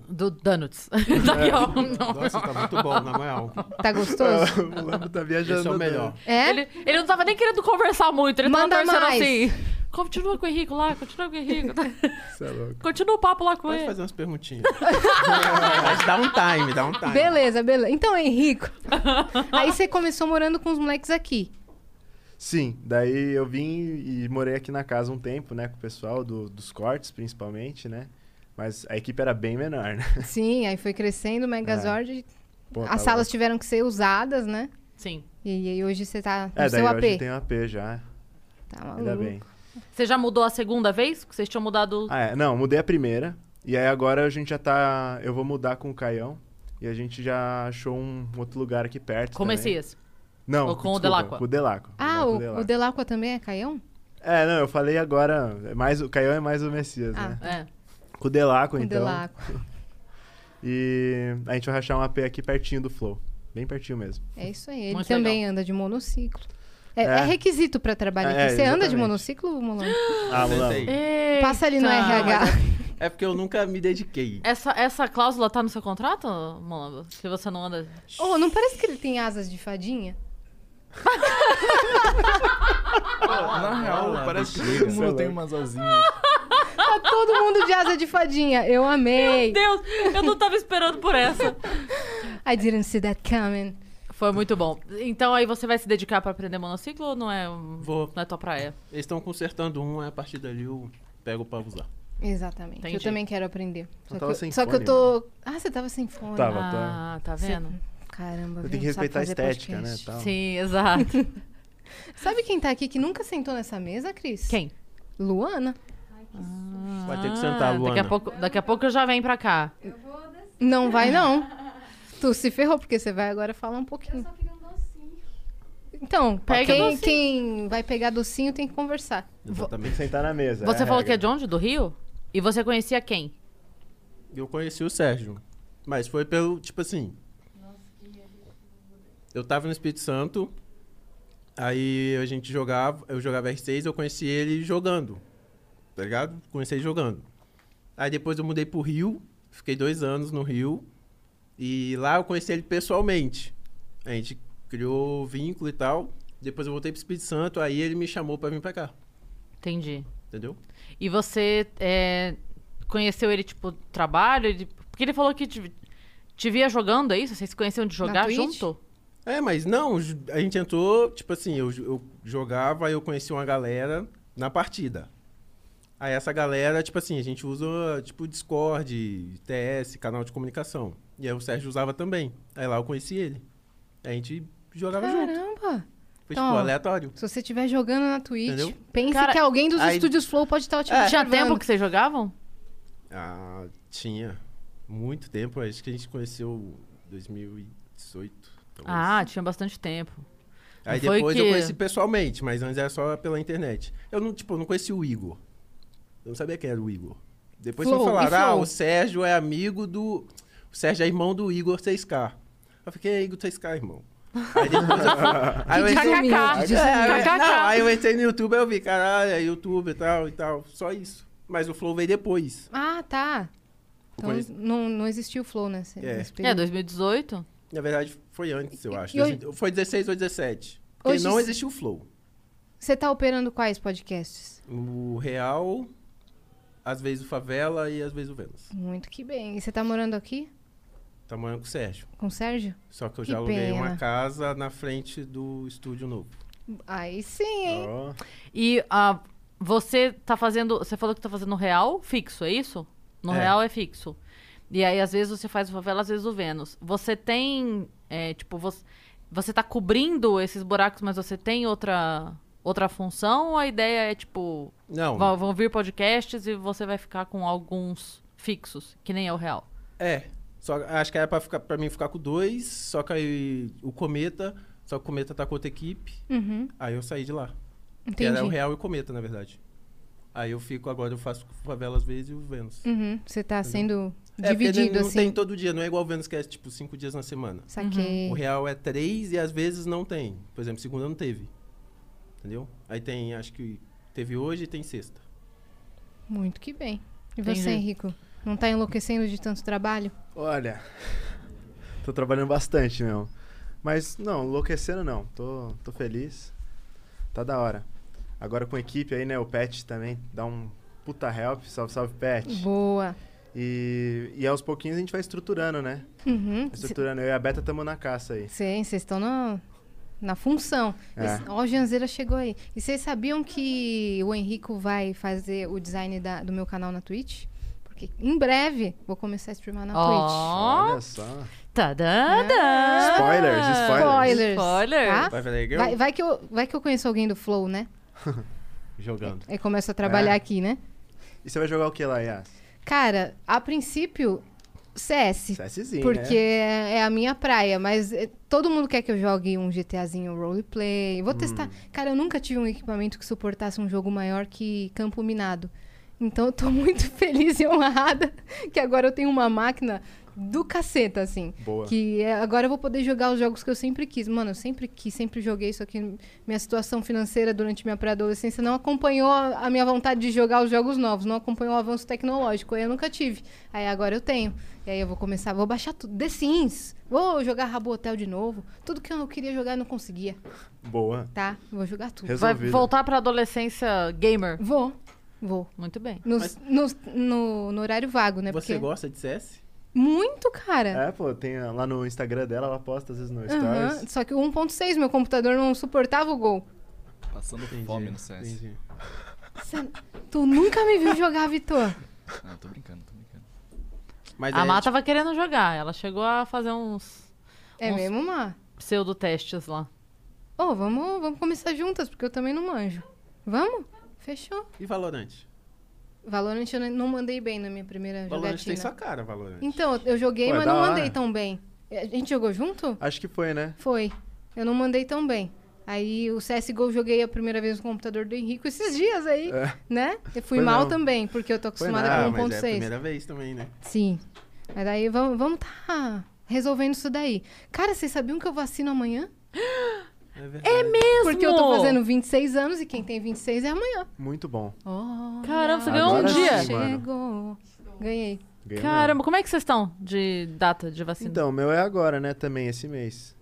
Speaker 2: Do Donuts. Daqui a um, [LAUGHS] não.
Speaker 6: Nossa, tá muito bom, na moral.
Speaker 3: Tá gostoso?
Speaker 7: [LAUGHS] o Lambo tá
Speaker 6: Esse
Speaker 7: viajando.
Speaker 6: é o melhor.
Speaker 3: É?
Speaker 2: Ele, ele não tava nem querendo conversar muito, ele
Speaker 3: Manda
Speaker 2: tava torcendo
Speaker 3: mais.
Speaker 2: assim. Continua com o Henrique lá, continua
Speaker 3: [LAUGHS]
Speaker 2: com o Henrique.
Speaker 7: Isso é louco.
Speaker 2: Continua o papo lá com
Speaker 6: Pode
Speaker 2: ele.
Speaker 6: fazer umas perguntinhas. Mas dá um time, dá um time.
Speaker 3: Beleza, beleza. Então,
Speaker 2: [LAUGHS]
Speaker 3: Henrico. aí você começou morando com os moleques aqui.
Speaker 7: Sim, daí eu vim e morei aqui na casa um tempo, né? Com o pessoal do- dos cortes, principalmente, né? Mas a equipe era bem menor,
Speaker 3: [LAUGHS]
Speaker 7: né?
Speaker 3: Sim, aí foi crescendo o Megazord.
Speaker 7: Pô, tá
Speaker 3: As salas tiveram que ser usadas, né?
Speaker 2: Sim.
Speaker 3: E aí hoje você tá no
Speaker 7: É, daí
Speaker 3: seu AP.
Speaker 7: hoje tem um AP já,
Speaker 3: Tá maluco.
Speaker 7: ainda bem.
Speaker 2: Você já mudou a segunda vez? Que vocês tinham mudado.
Speaker 7: Ah, é, não, mudei a primeira. E aí agora a gente já tá... Eu vou mudar com o Caião. E a gente já achou um outro lugar aqui perto
Speaker 2: Como é
Speaker 7: também.
Speaker 2: Messias?
Speaker 7: Não,
Speaker 2: Ou com o
Speaker 7: desculpa,
Speaker 2: Delacqua?
Speaker 7: com o Delaco.
Speaker 3: Ah, o, o Delacqua também é caião?
Speaker 7: É, não, eu falei agora... É mais, o Caião é mais o Messias,
Speaker 3: Ah.
Speaker 7: né?
Speaker 2: É.
Speaker 7: Com o Delaco,
Speaker 3: O
Speaker 7: então.
Speaker 3: Delacqua.
Speaker 7: [LAUGHS] E a gente vai rachar um AP aqui pertinho do Flow. Bem pertinho mesmo.
Speaker 3: É isso aí. Ele
Speaker 2: Muito
Speaker 3: também anda de monociclo. É,
Speaker 7: É.
Speaker 3: é requisito pra trabalhar
Speaker 7: É,
Speaker 3: aqui. Você anda de
Speaker 7: exatamente.
Speaker 3: monociclo, Molão?
Speaker 7: [GASPS] Ah,
Speaker 6: Senta
Speaker 7: Mulambo.
Speaker 6: aí.
Speaker 3: Passa ali no
Speaker 2: Eita.
Speaker 3: RH.
Speaker 6: É porque eu nunca me dediquei.
Speaker 2: Essa, essa cláusula tá no seu contrato, Molambo? Que você não anda.
Speaker 3: Oh, não parece que ele tem asas de fadinha?
Speaker 5: Na real, parece que
Speaker 6: bexiga,
Speaker 5: todo
Speaker 7: sei lá.
Speaker 5: mundo tem umas asinhas.
Speaker 3: Tá todo mundo de asa de fadinha. Eu amei.
Speaker 2: Deus, eu não tava esperando por essa.
Speaker 3: I didn't see that coming.
Speaker 2: Foi muito bom. Então aí você vai se dedicar pra aprender monociclo ou não é, um-
Speaker 6: Vou.
Speaker 2: não é tua praia?
Speaker 6: Eles estão consertando um, aí a partir dali eu pego pra usar.
Speaker 3: Exatamente. Eu
Speaker 2: Entendi.
Speaker 3: também quero aprender. Só,
Speaker 7: Eu
Speaker 3: que
Speaker 7: tava
Speaker 3: eu,
Speaker 7: sem
Speaker 3: só que eu
Speaker 7: fone,
Speaker 3: tô. Ah, você tava sem fone.
Speaker 7: Tava.
Speaker 2: Ah, tá
Speaker 3: Você-
Speaker 2: vendo?
Speaker 3: Caramba,
Speaker 7: Eu
Speaker 3: viu?
Speaker 7: tenho que
Speaker 3: Não sabe
Speaker 7: respeitar a
Speaker 3: fazer
Speaker 7: estética, né?
Speaker 3: podcast.
Speaker 7: Tal.
Speaker 2: Sim, exato.
Speaker 3: [LAUGHS] Sabe quem tá aqui que nunca sentou nessa mesa, Cris?
Speaker 2: Quem?
Speaker 3: Luana.
Speaker 6: Vai ter que
Speaker 2: Ah,
Speaker 6: sentar,
Speaker 2: Daqui a,
Speaker 6: Luana.
Speaker 2: pouco, daqui a pouco eu já venho pra cá.
Speaker 3: Não vai, não. tu se ferrou, porque você vai agora falar um pouquinho. Então, pra
Speaker 2: Pega
Speaker 3: quem,
Speaker 2: docinho.
Speaker 3: quem vai pegar docinho tem que conversar.
Speaker 7: Tem que
Speaker 6: Exatamente.
Speaker 7: sentar na mesa.
Speaker 2: Você
Speaker 7: a
Speaker 2: falou que é de
Speaker 7: regra.
Speaker 2: onde? Do Rio? E você conhecia quem?
Speaker 6: Eu conheci o Sérgio. Mas foi pelo, tipo assim. Eu tava no Espírito Santo. Aí a gente jogava, eu jogava R6, eu conheci ele jogando. Tá ligado? Conheci ele jogando. Aí depois eu mudei pro Rio, fiquei dois anos no Rio. E lá eu conheci ele pessoalmente. A gente criou vínculo e tal. Depois eu voltei pro Espírito Santo, aí ele me chamou pra vir pra cá.
Speaker 2: Entendi.
Speaker 6: Entendeu?
Speaker 2: E você é, conheceu ele, tipo, trabalho? Ele- porque ele falou que te, te via jogando, é isso? Vocês se conheciam de jogar
Speaker 3: Twitch?
Speaker 2: junto?
Speaker 6: É, mas não, ju- a gente entrou, tipo assim, eu, eu jogava, eu conheci uma galera na partida. Aí essa galera, tipo assim, a gente usa, tipo, Discord, TS, canal de comunicação. E aí o Sérgio usava também. Aí lá eu conheci ele. Aí a gente jogava junto.
Speaker 3: Caramba!
Speaker 6: Foi,
Speaker 3: Então,
Speaker 6: tipo, aleatório.
Speaker 3: Se você estiver jogando na Twitch,
Speaker 6: Entendeu?
Speaker 3: pense
Speaker 2: Cara,
Speaker 3: que alguém dos
Speaker 6: aí-
Speaker 3: estúdios Flow pode estar te
Speaker 6: É.
Speaker 2: Tinha
Speaker 3: observando.
Speaker 2: tempo que vocês jogavam?
Speaker 6: Ah, tinha muito tempo. Acho que a gente conheceu em 2018. talvez.
Speaker 2: Ah, tinha bastante tempo.
Speaker 6: Aí
Speaker 2: Foi
Speaker 6: depois
Speaker 2: que-
Speaker 6: eu conheci pessoalmente, mas antes era só pela internet. Eu não, tipo, eu não conheci o Igor. Eu não sabia quem era o Igor. Depois
Speaker 3: Flow,
Speaker 6: me
Speaker 3: e
Speaker 6: falaram, ah,
Speaker 3: Flow?
Speaker 6: o Sérgio é amigo do... O Sérgio é irmão do Igor 6K. Eu fiquei, é Igor 6K, irmão. Aí depois
Speaker 3: [LAUGHS]
Speaker 6: eu... aí eu entrei-
Speaker 3: desumilde,
Speaker 6: É,
Speaker 2: KKK.
Speaker 6: aí eu- Não, aí
Speaker 2: KKK.
Speaker 6: eu entrei no YouTube, aí eu vi, caralho, é YouTube e tal e tal. Só isso. Mas o Flow veio depois.
Speaker 3: Ah, tá. Então
Speaker 6: Conheci-
Speaker 3: não, não existiu o Flow né? nesse,
Speaker 6: É.
Speaker 3: nesse
Speaker 2: É,
Speaker 3: período.
Speaker 2: 2018.
Speaker 6: Na verdade, foi antes, eu acho.
Speaker 3: E hoje-
Speaker 6: Foi 16 ou 17. Porque
Speaker 3: Hoje-
Speaker 6: não existiu o Flow.
Speaker 3: Você tá operando quais podcasts?
Speaker 6: O Real às vezes o Favela e às vezes o Vênus.
Speaker 3: Muito que bem. E você tá morando aqui?
Speaker 6: Tá morando com o Sérgio.
Speaker 3: Com o Sérgio?
Speaker 6: Só que eu
Speaker 3: Que
Speaker 6: já aluguei
Speaker 3: pena.
Speaker 6: uma casa na frente do estúdio novo.
Speaker 3: Aí sim, hein?
Speaker 7: Ó,
Speaker 2: E ah, você tá fazendo. Você falou que tá fazendo real fixo, é isso? No
Speaker 6: É.
Speaker 2: real é fixo. E aí, às vezes, você faz o favela, às vezes o Vênus. Você tem. é, tipo, você, você tá cobrindo esses buracos, mas você tem outra. Outra função ou a ideia é tipo.
Speaker 6: Não.
Speaker 2: vão- vão vir podcasts e você vai ficar com alguns fixos, que nem é o real.
Speaker 6: É. Só, acho que era pra, ficar, pra mim ficar com dois, só que aí o Cometa. Só que o Cometa tá com outra equipe.
Speaker 3: Uhum.
Speaker 6: Aí eu saí de lá. Que
Speaker 3: Entendi.
Speaker 6: era o Real e o Cometa, na verdade. Aí eu fico agora, eu faço com o Favela às vezes e o Vênus.
Speaker 3: Uhum. Você tá sendo
Speaker 6: É, porque
Speaker 3: dividido,
Speaker 6: não, não
Speaker 3: assim.
Speaker 6: tem todo dia, não é igual o Vênus que é tipo cinco dias na semana.
Speaker 3: Saquei.
Speaker 6: O real é três e às vezes não tem. Por exemplo, segunda não teve. Entendeu? Aí tem, acho que teve hoje e tem sexta.
Speaker 3: Muito que bem. E
Speaker 2: Entendi.
Speaker 3: você, Henrico? Não tá enlouquecendo de tanto trabalho?
Speaker 7: Olha, [LAUGHS] tô trabalhando bastante mesmo. Mas não, enlouquecendo não. Tô, tô feliz. Tá da hora. Agora com a equipe aí, né? O Pet também dá um puta help. Salve, salve, Pet.
Speaker 3: Boa.
Speaker 7: E, e aos pouquinhos a gente vai estruturando, né?
Speaker 3: Uhum.
Speaker 7: Estruturando. Eu e a Beta estamos na caça aí. [LAUGHS]
Speaker 3: Sim, vocês estão na, na função.
Speaker 7: É.
Speaker 3: Esse- Ó, o Janzeira chegou aí. E vocês sabiam que o Henrico vai fazer o design da- do meu canal na Twitch? Porque em breve vou começar a streamar na Twitch.
Speaker 2: Ó,
Speaker 7: Olha só.
Speaker 2: tá dando.
Speaker 7: É. Spoilers,
Speaker 3: Spoilers.
Speaker 7: spoilers.
Speaker 2: Spoilers.
Speaker 3: tá?
Speaker 6: Vai, Valley Girl?
Speaker 3: Vai, vai que eu, vai que eu conheço alguém do Flow, né?
Speaker 6: Jogando.
Speaker 3: Aí começo a trabalhar
Speaker 7: É.
Speaker 3: aqui, né?
Speaker 7: E você vai jogar o que lá, Yas?
Speaker 3: Cara, a princípio, CS.
Speaker 7: CSzinho,
Speaker 3: Porque
Speaker 7: né?
Speaker 3: é é a minha praia, mas eh, todo mundo quer que eu jogue um GTAzinho roleplay.
Speaker 7: Hum.
Speaker 3: Vou testar. Cara, eu nunca tive um equipamento que suportasse um jogo maior que Campo Minado. Então eu tô [LAUGHS] muito feliz e honrada que agora eu tenho uma máquina do caceta, assim.
Speaker 7: Boa.
Speaker 3: Que é- agora eu vou poder jogar os jogos que eu sempre quis. Mano, eu sempre quis, sempre joguei isso aqui. Minha situação financeira durante minha pré-adolescência não acompanhou a a minha vontade de jogar os jogos novos, não acompanhou o avanço tecnológico. Aí eu nunca tive. Aí agora eu tenho. E aí eu vou começar, vou baixar tudo. The Sims, vou jogar Rabo Hotel de novo. Tudo que eu queria jogar eu não conseguia,
Speaker 7: Boa.
Speaker 3: tá? Vou jogar tudo.
Speaker 2: Vai
Speaker 6: né?
Speaker 7: Resolvido.
Speaker 2: voltar pra adolescência gamer.
Speaker 3: Vou, vou.
Speaker 2: Muito bem.
Speaker 3: Nos- nos- no, no horário vago, né?
Speaker 6: Você
Speaker 3: Porque-
Speaker 6: gosta de CS?
Speaker 3: Muito, cara.
Speaker 7: É, pô, tem a- lá no Instagram dela, ela posta às vezes no
Speaker 3: Aham,
Speaker 7: Stories.
Speaker 3: Só que o 1.6, meu computador não suportava o gol.
Speaker 5: Passando fome no CS.
Speaker 6: Entendi.
Speaker 3: Cê- Tu nunca me viu jogar, Vitor.
Speaker 5: Não, tô brincando, tô brincando.
Speaker 6: Mas
Speaker 7: é,
Speaker 5: é
Speaker 2: A
Speaker 6: aí,
Speaker 2: Má
Speaker 7: tipo,
Speaker 2: tava querendo jogar. Ela chegou a fazer uns
Speaker 3: É
Speaker 2: Uns-
Speaker 3: mesmo, Má?
Speaker 2: pseudo-testes lá.
Speaker 3: Ô, vamos, vamos começar juntas, porque eu também não manjo. Vamos? Fechou.
Speaker 6: tipo, E Valorant?
Speaker 3: Valorant eu não mandei bem na minha primeira
Speaker 6: Valorant tem
Speaker 3: jogatina.
Speaker 6: sua cara, Valorant.
Speaker 3: Então, eu joguei,
Speaker 7: Pô, é
Speaker 3: mas
Speaker 7: da
Speaker 3: não
Speaker 7: hora.
Speaker 3: mandei tão bem. A gente jogou junto?
Speaker 7: Acho que foi, né?
Speaker 3: Foi. Eu não mandei tão bem. Aí o CSGO eu joguei a primeira vez no computador do Henrico esses dias aí,
Speaker 7: É.
Speaker 3: né? Eu fui
Speaker 7: Foi
Speaker 3: mal
Speaker 7: não.
Speaker 3: também, porque eu tô
Speaker 7: Foi
Speaker 3: acostumada
Speaker 6: ah,
Speaker 3: com
Speaker 6: mas é a
Speaker 3: 1.6.
Speaker 6: primeira vez também, né?
Speaker 3: Sim. Mas aí vamos, vamos tá resolvendo isso daí. Cara, vocês sabiam que eu vacino [GASPS] amanhã?
Speaker 6: É, verdade.
Speaker 2: Mesmo?
Speaker 3: Porque eu tô fazendo 26 anos e quem tem 26 é amanhã.
Speaker 7: Muito bom.
Speaker 2: Caramba, você ganhou um
Speaker 7: Agora
Speaker 2: dia.
Speaker 7: sim.
Speaker 3: Chegou. Ganhei.
Speaker 7: Ganhou mesmo.
Speaker 2: Caramba, como é que vocês estão de data de vacina?
Speaker 7: Então, o meu é agora, né? Também, esse mês.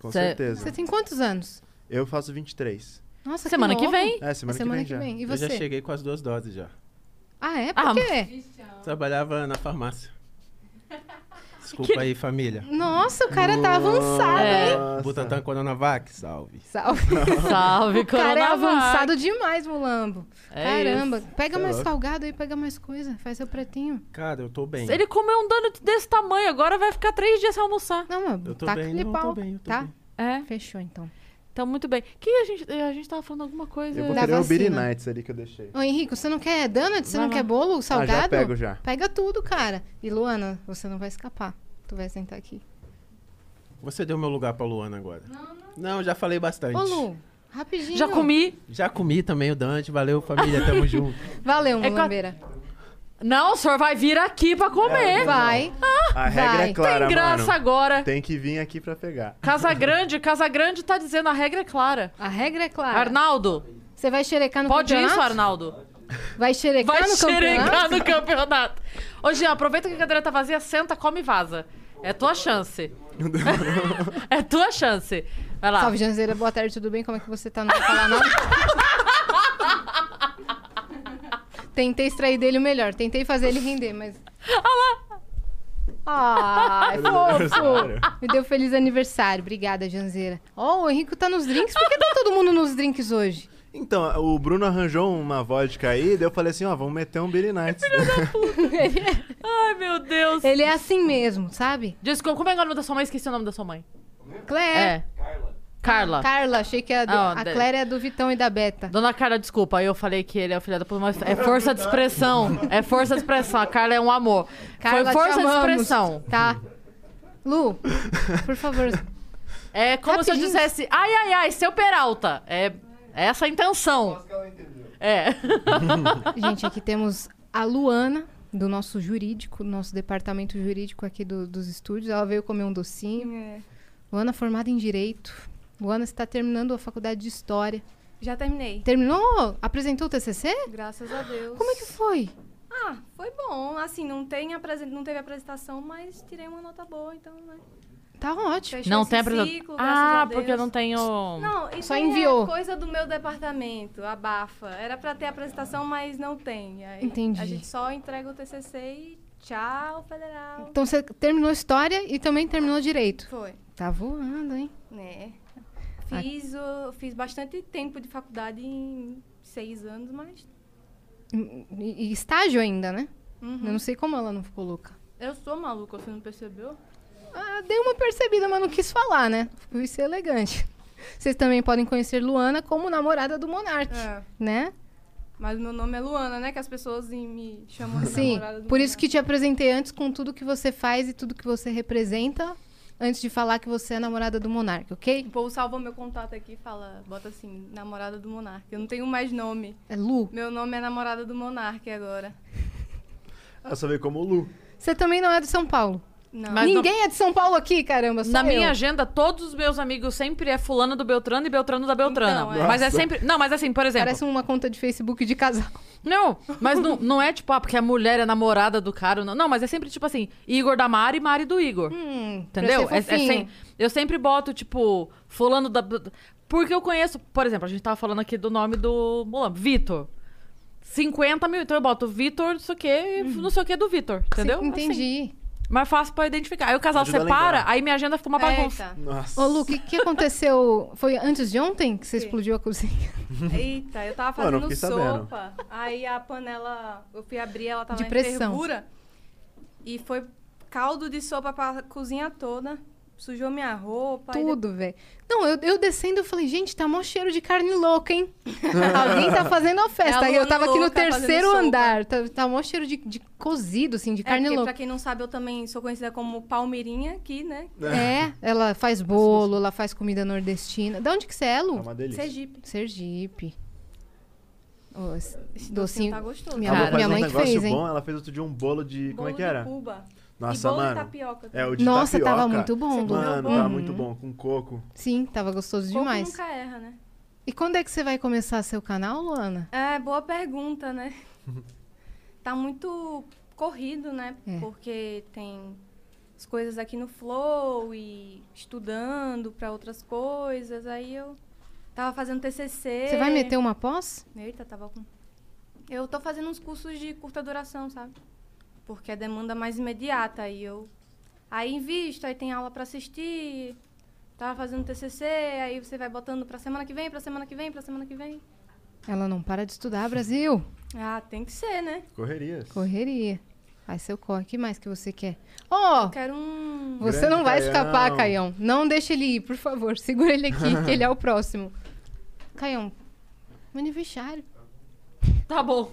Speaker 7: Com
Speaker 2: Assim. Cê-
Speaker 7: certeza.
Speaker 3: Você tem quantos anos?
Speaker 7: Eu faço 23.
Speaker 3: Nossa,
Speaker 2: Semana que
Speaker 3: novo.
Speaker 2: vem.
Speaker 7: É,
Speaker 3: É
Speaker 7: semana,
Speaker 3: Semana
Speaker 7: que vem, já.
Speaker 3: E
Speaker 6: Eu já
Speaker 3: você?
Speaker 6: cheguei com as duas doses já.
Speaker 3: Ah, é? Por
Speaker 2: Ah,
Speaker 3: quê?
Speaker 6: Trabalhava na farmácia. Desculpa aí, família.
Speaker 3: Nossa, o cara tá avançado, hein?
Speaker 7: Nossa.
Speaker 6: Butantan Coronavac, salve.
Speaker 3: Salve. [LAUGHS]
Speaker 2: Salve,
Speaker 3: O cara é
Speaker 2: Coronavac.
Speaker 3: avançado demais, Mulambo.
Speaker 2: É
Speaker 3: Caramba. Pega
Speaker 7: Tá
Speaker 3: mais
Speaker 7: louco.
Speaker 3: salgado aí, pega mais coisa. Faz seu pretinho.
Speaker 6: Cara, eu tô bem.
Speaker 2: isso. Ele comeu um donut desse tamanho, agora vai ficar três dias sem almoçar.
Speaker 3: Não, mano,
Speaker 6: Eu tô bem,
Speaker 3: taca-lhe
Speaker 6: não, eu
Speaker 3: pau.
Speaker 6: tô bem, eu tô
Speaker 3: tá?
Speaker 6: bem.
Speaker 2: É,
Speaker 3: Fechou, então.
Speaker 2: então muito bem. Que a gente, eh, a gente tava falando alguma coisa.
Speaker 7: Eu vou
Speaker 3: Da
Speaker 7: querer o Beanie
Speaker 3: vacina.
Speaker 7: Nights ali que eu deixei.
Speaker 3: Ô, Henrico, você não quer donut? Você
Speaker 2: Vai
Speaker 3: não
Speaker 2: lá.
Speaker 3: quer bolo salgado?
Speaker 7: Ah, já pego já.
Speaker 3: Pega tudo, cara. E Luana, você não vai escapar. Tu vai sentar aqui.
Speaker 6: Você deu meu lugar pra Luana agora. Não, não. Não, já falei bastante.
Speaker 3: Ô, Lu, rapidinho.
Speaker 2: Já comi.
Speaker 6: Já comi também o Dante. Valeu,
Speaker 3: [LAUGHS]
Speaker 6: família. Tamo junto.
Speaker 3: Valeu,
Speaker 2: É
Speaker 3: Mulambeira.
Speaker 2: Não, o senhor vai vir aqui pra comer.
Speaker 3: Vai.
Speaker 7: É,
Speaker 3: Ah,
Speaker 7: A regra
Speaker 3: vai.
Speaker 7: é clara,
Speaker 2: Ah, Tem graça
Speaker 7: mano.
Speaker 2: agora.
Speaker 7: Tem que vir aqui pra pegar.
Speaker 2: Casa Grande, Casa Grande tá dizendo, a regra é clara.
Speaker 3: A regra é clara.
Speaker 2: Arnaldo,
Speaker 3: Você vai xerecar no
Speaker 2: pode
Speaker 3: campeonato?
Speaker 2: isso, Arnaldo?
Speaker 3: Vai xerecar
Speaker 2: Vai
Speaker 3: no
Speaker 2: xerecar
Speaker 3: campeonato?
Speaker 2: no campeonato. Ô, Jean, aproveita que a cadeira tá vazia, senta, come e vaza. É tua chance. é tua chance. Vai lá.
Speaker 3: Salve, Janzeira. Boa tarde, tudo bem? Como é que você tá? Não vai falar nada? Tentei extrair dele o melhor. Tentei fazer ele render, mas. Ai, fofo! Me deu feliz aniversário. Obrigada, Janzeira. Ó, o Henrico tá nos drinks. Por que tá todo mundo nos drinks hoje?
Speaker 7: Então, o Bruno arranjou uma vodka aí, daí eu falei assim, ó, vamos meter um Billy
Speaker 2: [LAUGHS]
Speaker 7: Nights. [LAUGHS]
Speaker 2: Ai, meu Deus.
Speaker 3: Ele é assim mesmo, sabe?
Speaker 2: Desculpa, como é o nome da sua mãe? Esqueci o nome da sua mãe.
Speaker 3: Claire.
Speaker 2: É. Carla. Carla.
Speaker 3: Carla, achei que a, do,
Speaker 2: Ah,
Speaker 3: a
Speaker 2: da-
Speaker 3: Claire é do Vitão e da Beta.
Speaker 2: Dona Carla, desculpa, eu falei que ele é o filho da puta, mas é força de expressão. É força de expressão. A Carla é um amor.
Speaker 3: Carla,
Speaker 2: Foi força
Speaker 3: te
Speaker 2: de
Speaker 3: amamos.
Speaker 2: expressão.
Speaker 3: Tá. Lu, por favor.
Speaker 2: É como se eu
Speaker 3: Rapidinho.
Speaker 2: dissesse, ai, ai, ai, seu Peralta. É, é essa a intenção. É.
Speaker 3: [LAUGHS] Gente, aqui temos a Luana, do nosso jurídico, do nosso departamento jurídico aqui do- dos estúdios. Ela veio comer um docinho.
Speaker 8: É,
Speaker 3: Luana, formada em Direito. Luana está terminando a faculdade de História.
Speaker 8: já terminei.
Speaker 3: Terminou? Apresentou o TCC?
Speaker 8: Graças a Deus.
Speaker 3: Como é que foi?
Speaker 8: Ah, foi bom. Assim, não, tem apresen- não teve apresentação, mas tirei uma nota boa, então, né?
Speaker 3: Tá ótimo.
Speaker 8: Fechou
Speaker 2: não
Speaker 8: esse
Speaker 2: tem apresenta-
Speaker 8: ciclo, graças a
Speaker 2: Ah,
Speaker 8: Deus.
Speaker 2: porque eu não tenho.
Speaker 8: Não, isso
Speaker 3: Só
Speaker 8: aí
Speaker 3: enviou.
Speaker 8: é coisa do meu departamento, abafa. Era pra ter apresentação, mas não tem. Aí
Speaker 3: Entendi.
Speaker 8: A gente só entrega o TCC e tchau, federal.
Speaker 3: Então você terminou História e também terminou Direito.
Speaker 8: Foi,
Speaker 3: Tá voando, hein?
Speaker 8: né? Fiz, o- fiz bastante tempo de faculdade em seis anos, mas
Speaker 3: E, e estágio ainda, né?
Speaker 8: Uhum.
Speaker 3: Eu não sei como ela não ficou louca.
Speaker 8: eu sou maluca, você não percebeu?
Speaker 3: Ah, dei uma percebida, mas não quis falar, né? Fui ser elegante. Vocês também podem conhecer Luana como namorada do Monark,
Speaker 8: É.
Speaker 3: né?
Speaker 8: Mas meu nome é Luana, né? Que as pessoas em- me chamam de
Speaker 3: Sim,
Speaker 8: namorada do
Speaker 3: por isso
Speaker 8: Monark.
Speaker 3: que te apresentei antes com tudo que você faz e tudo que você representa, antes de falar que você é namorada do Monark, ok?
Speaker 8: O povo salva meu contato aqui e fala, bota assim, namorada do monarca. Eu não tenho mais nome.
Speaker 3: É Lu.
Speaker 8: Meu nome é namorada do monarca agora.
Speaker 7: Eu só veio como o Lu.
Speaker 3: Você também não é de São Paulo.
Speaker 8: Não.
Speaker 2: Mas não-
Speaker 3: Ninguém é de São Paulo aqui, caramba, só
Speaker 2: Na
Speaker 3: eu.
Speaker 2: minha agenda, todos os meus amigos sempre é fulano do Beltrano e Beltrano da Beltrana.
Speaker 8: Então, é.
Speaker 2: Mas é sempre. Não, mas assim, por exemplo.
Speaker 3: Parece uma conta de Facebook de casal.
Speaker 2: Não, mas não, não é tipo, ah, porque a mulher é namorada do cara. Não, não mas é sempre tipo assim, Igor da Mari, Mari do Igor.
Speaker 3: Hum, pra
Speaker 2: Entendeu? É,
Speaker 3: ser fofinho.
Speaker 2: sem- eu sempre boto, tipo, fulano da. Porque eu conheço, por exemplo, a gente tava falando aqui do nome do Mulan, Vitor. 50 mil, então eu boto Vitor, não sei o quê, não sei o quê do Vitor, entendeu?
Speaker 3: Hum. Sim,
Speaker 2: Assim,
Speaker 3: entendi.
Speaker 2: mais fácil pra identificar. Aí o casal
Speaker 7: Ajuda a
Speaker 2: separa,
Speaker 7: lembrar.
Speaker 2: aí minha agenda fica [LAUGHS]
Speaker 3: É,
Speaker 2: uma bagunça.
Speaker 3: então.
Speaker 8: Eita.
Speaker 7: Nossa.
Speaker 3: Ô, Lu, o que, que aconteceu? Foi antes de ontem que você explodiu a cozinha?
Speaker 8: Eita, eu tava
Speaker 7: Mano, eu
Speaker 8: fazendo
Speaker 7: fiquei sabendo.
Speaker 8: sopa. Aí a panela, eu fui abrir, ela tava
Speaker 3: De
Speaker 8: em
Speaker 3: pressão.
Speaker 8: fervura. E foi caldo de sopa pra cozinha toda. Sujou minha roupa. aí
Speaker 3: Tudo, velho. Não, eu, eu descendo, eu falei, gente, tá mó cheiro de carne louca, hein? [LAUGHS] Alguém tá fazendo a
Speaker 8: É
Speaker 3: festa.
Speaker 8: a
Speaker 3: E eu
Speaker 8: Luana
Speaker 3: tava aqui no
Speaker 8: louca fazendo
Speaker 3: terceiro
Speaker 8: sopa.
Speaker 3: andar. Tá, tá mó cheiro de, de cozido, assim, de
Speaker 8: É,
Speaker 3: carne
Speaker 8: porque, pra
Speaker 3: louca.
Speaker 8: quem não sabe, eu também sou conhecida como Palmeirinha aqui, né?
Speaker 3: É, ela faz bolo, ela faz comida nordestina. Da onde que você é,
Speaker 7: É
Speaker 3: Lu?
Speaker 7: uma delícia.
Speaker 8: Sergipe.
Speaker 3: Sergipe. Ô, esse
Speaker 8: Esse
Speaker 3: docinho.
Speaker 8: tá gostoso.
Speaker 3: Minha
Speaker 7: Ela
Speaker 3: mãe-
Speaker 7: faz
Speaker 3: minha
Speaker 7: um
Speaker 3: mãe que
Speaker 7: negócio
Speaker 3: fez, hein?
Speaker 7: bom, ela fez outro dia um bolo de... como
Speaker 8: Bolo
Speaker 7: é que
Speaker 8: de
Speaker 7: era?
Speaker 8: Cuba.
Speaker 7: Nossa,
Speaker 8: e bolo
Speaker 7: mano.
Speaker 8: de tapioca.
Speaker 7: É, o de
Speaker 3: Nossa,
Speaker 7: tapioca. Hum.
Speaker 3: tava muito bom, Lu.
Speaker 7: Mano, tava
Speaker 3: Uhum.
Speaker 7: muito bom, com coco.
Speaker 3: Sim, tava gostoso
Speaker 8: Coco
Speaker 3: demais.
Speaker 8: nunca erra, né?
Speaker 3: E quando é que você vai começar seu canal, Luana?
Speaker 8: É, boa pergunta, né? tá muito corrido, né?
Speaker 3: É.
Speaker 8: Porque tem as coisas aqui no Flow e estudando pra outras coisas. Aí eu tava fazendo TCC.
Speaker 3: Você vai meter uma pós?
Speaker 8: É. Eita, tava com... Eu tô fazendo uns cursos de curta duração, sabe? Porque é demanda mais imediata. Aí eu... Aí invisto, aí tem aula pra assistir. Tava fazendo TCC, aí você vai botando pra semana que vem, pra semana que vem, pra semana que vem.
Speaker 3: Ela não para de estudar, Brasil.
Speaker 8: Ah, tem que ser, né?
Speaker 7: Correrias.
Speaker 3: Correria. Vai seu corre. O que mais que você quer? Ó,
Speaker 8: Quero um.
Speaker 3: você
Speaker 7: Grande
Speaker 3: não vai
Speaker 7: Caião.
Speaker 3: escapar, Caião. Não deixa ele ir, por favor. [LAUGHS] Segura ele aqui, que ele é o próximo. Caião, meu aniversário.
Speaker 2: Tá bom.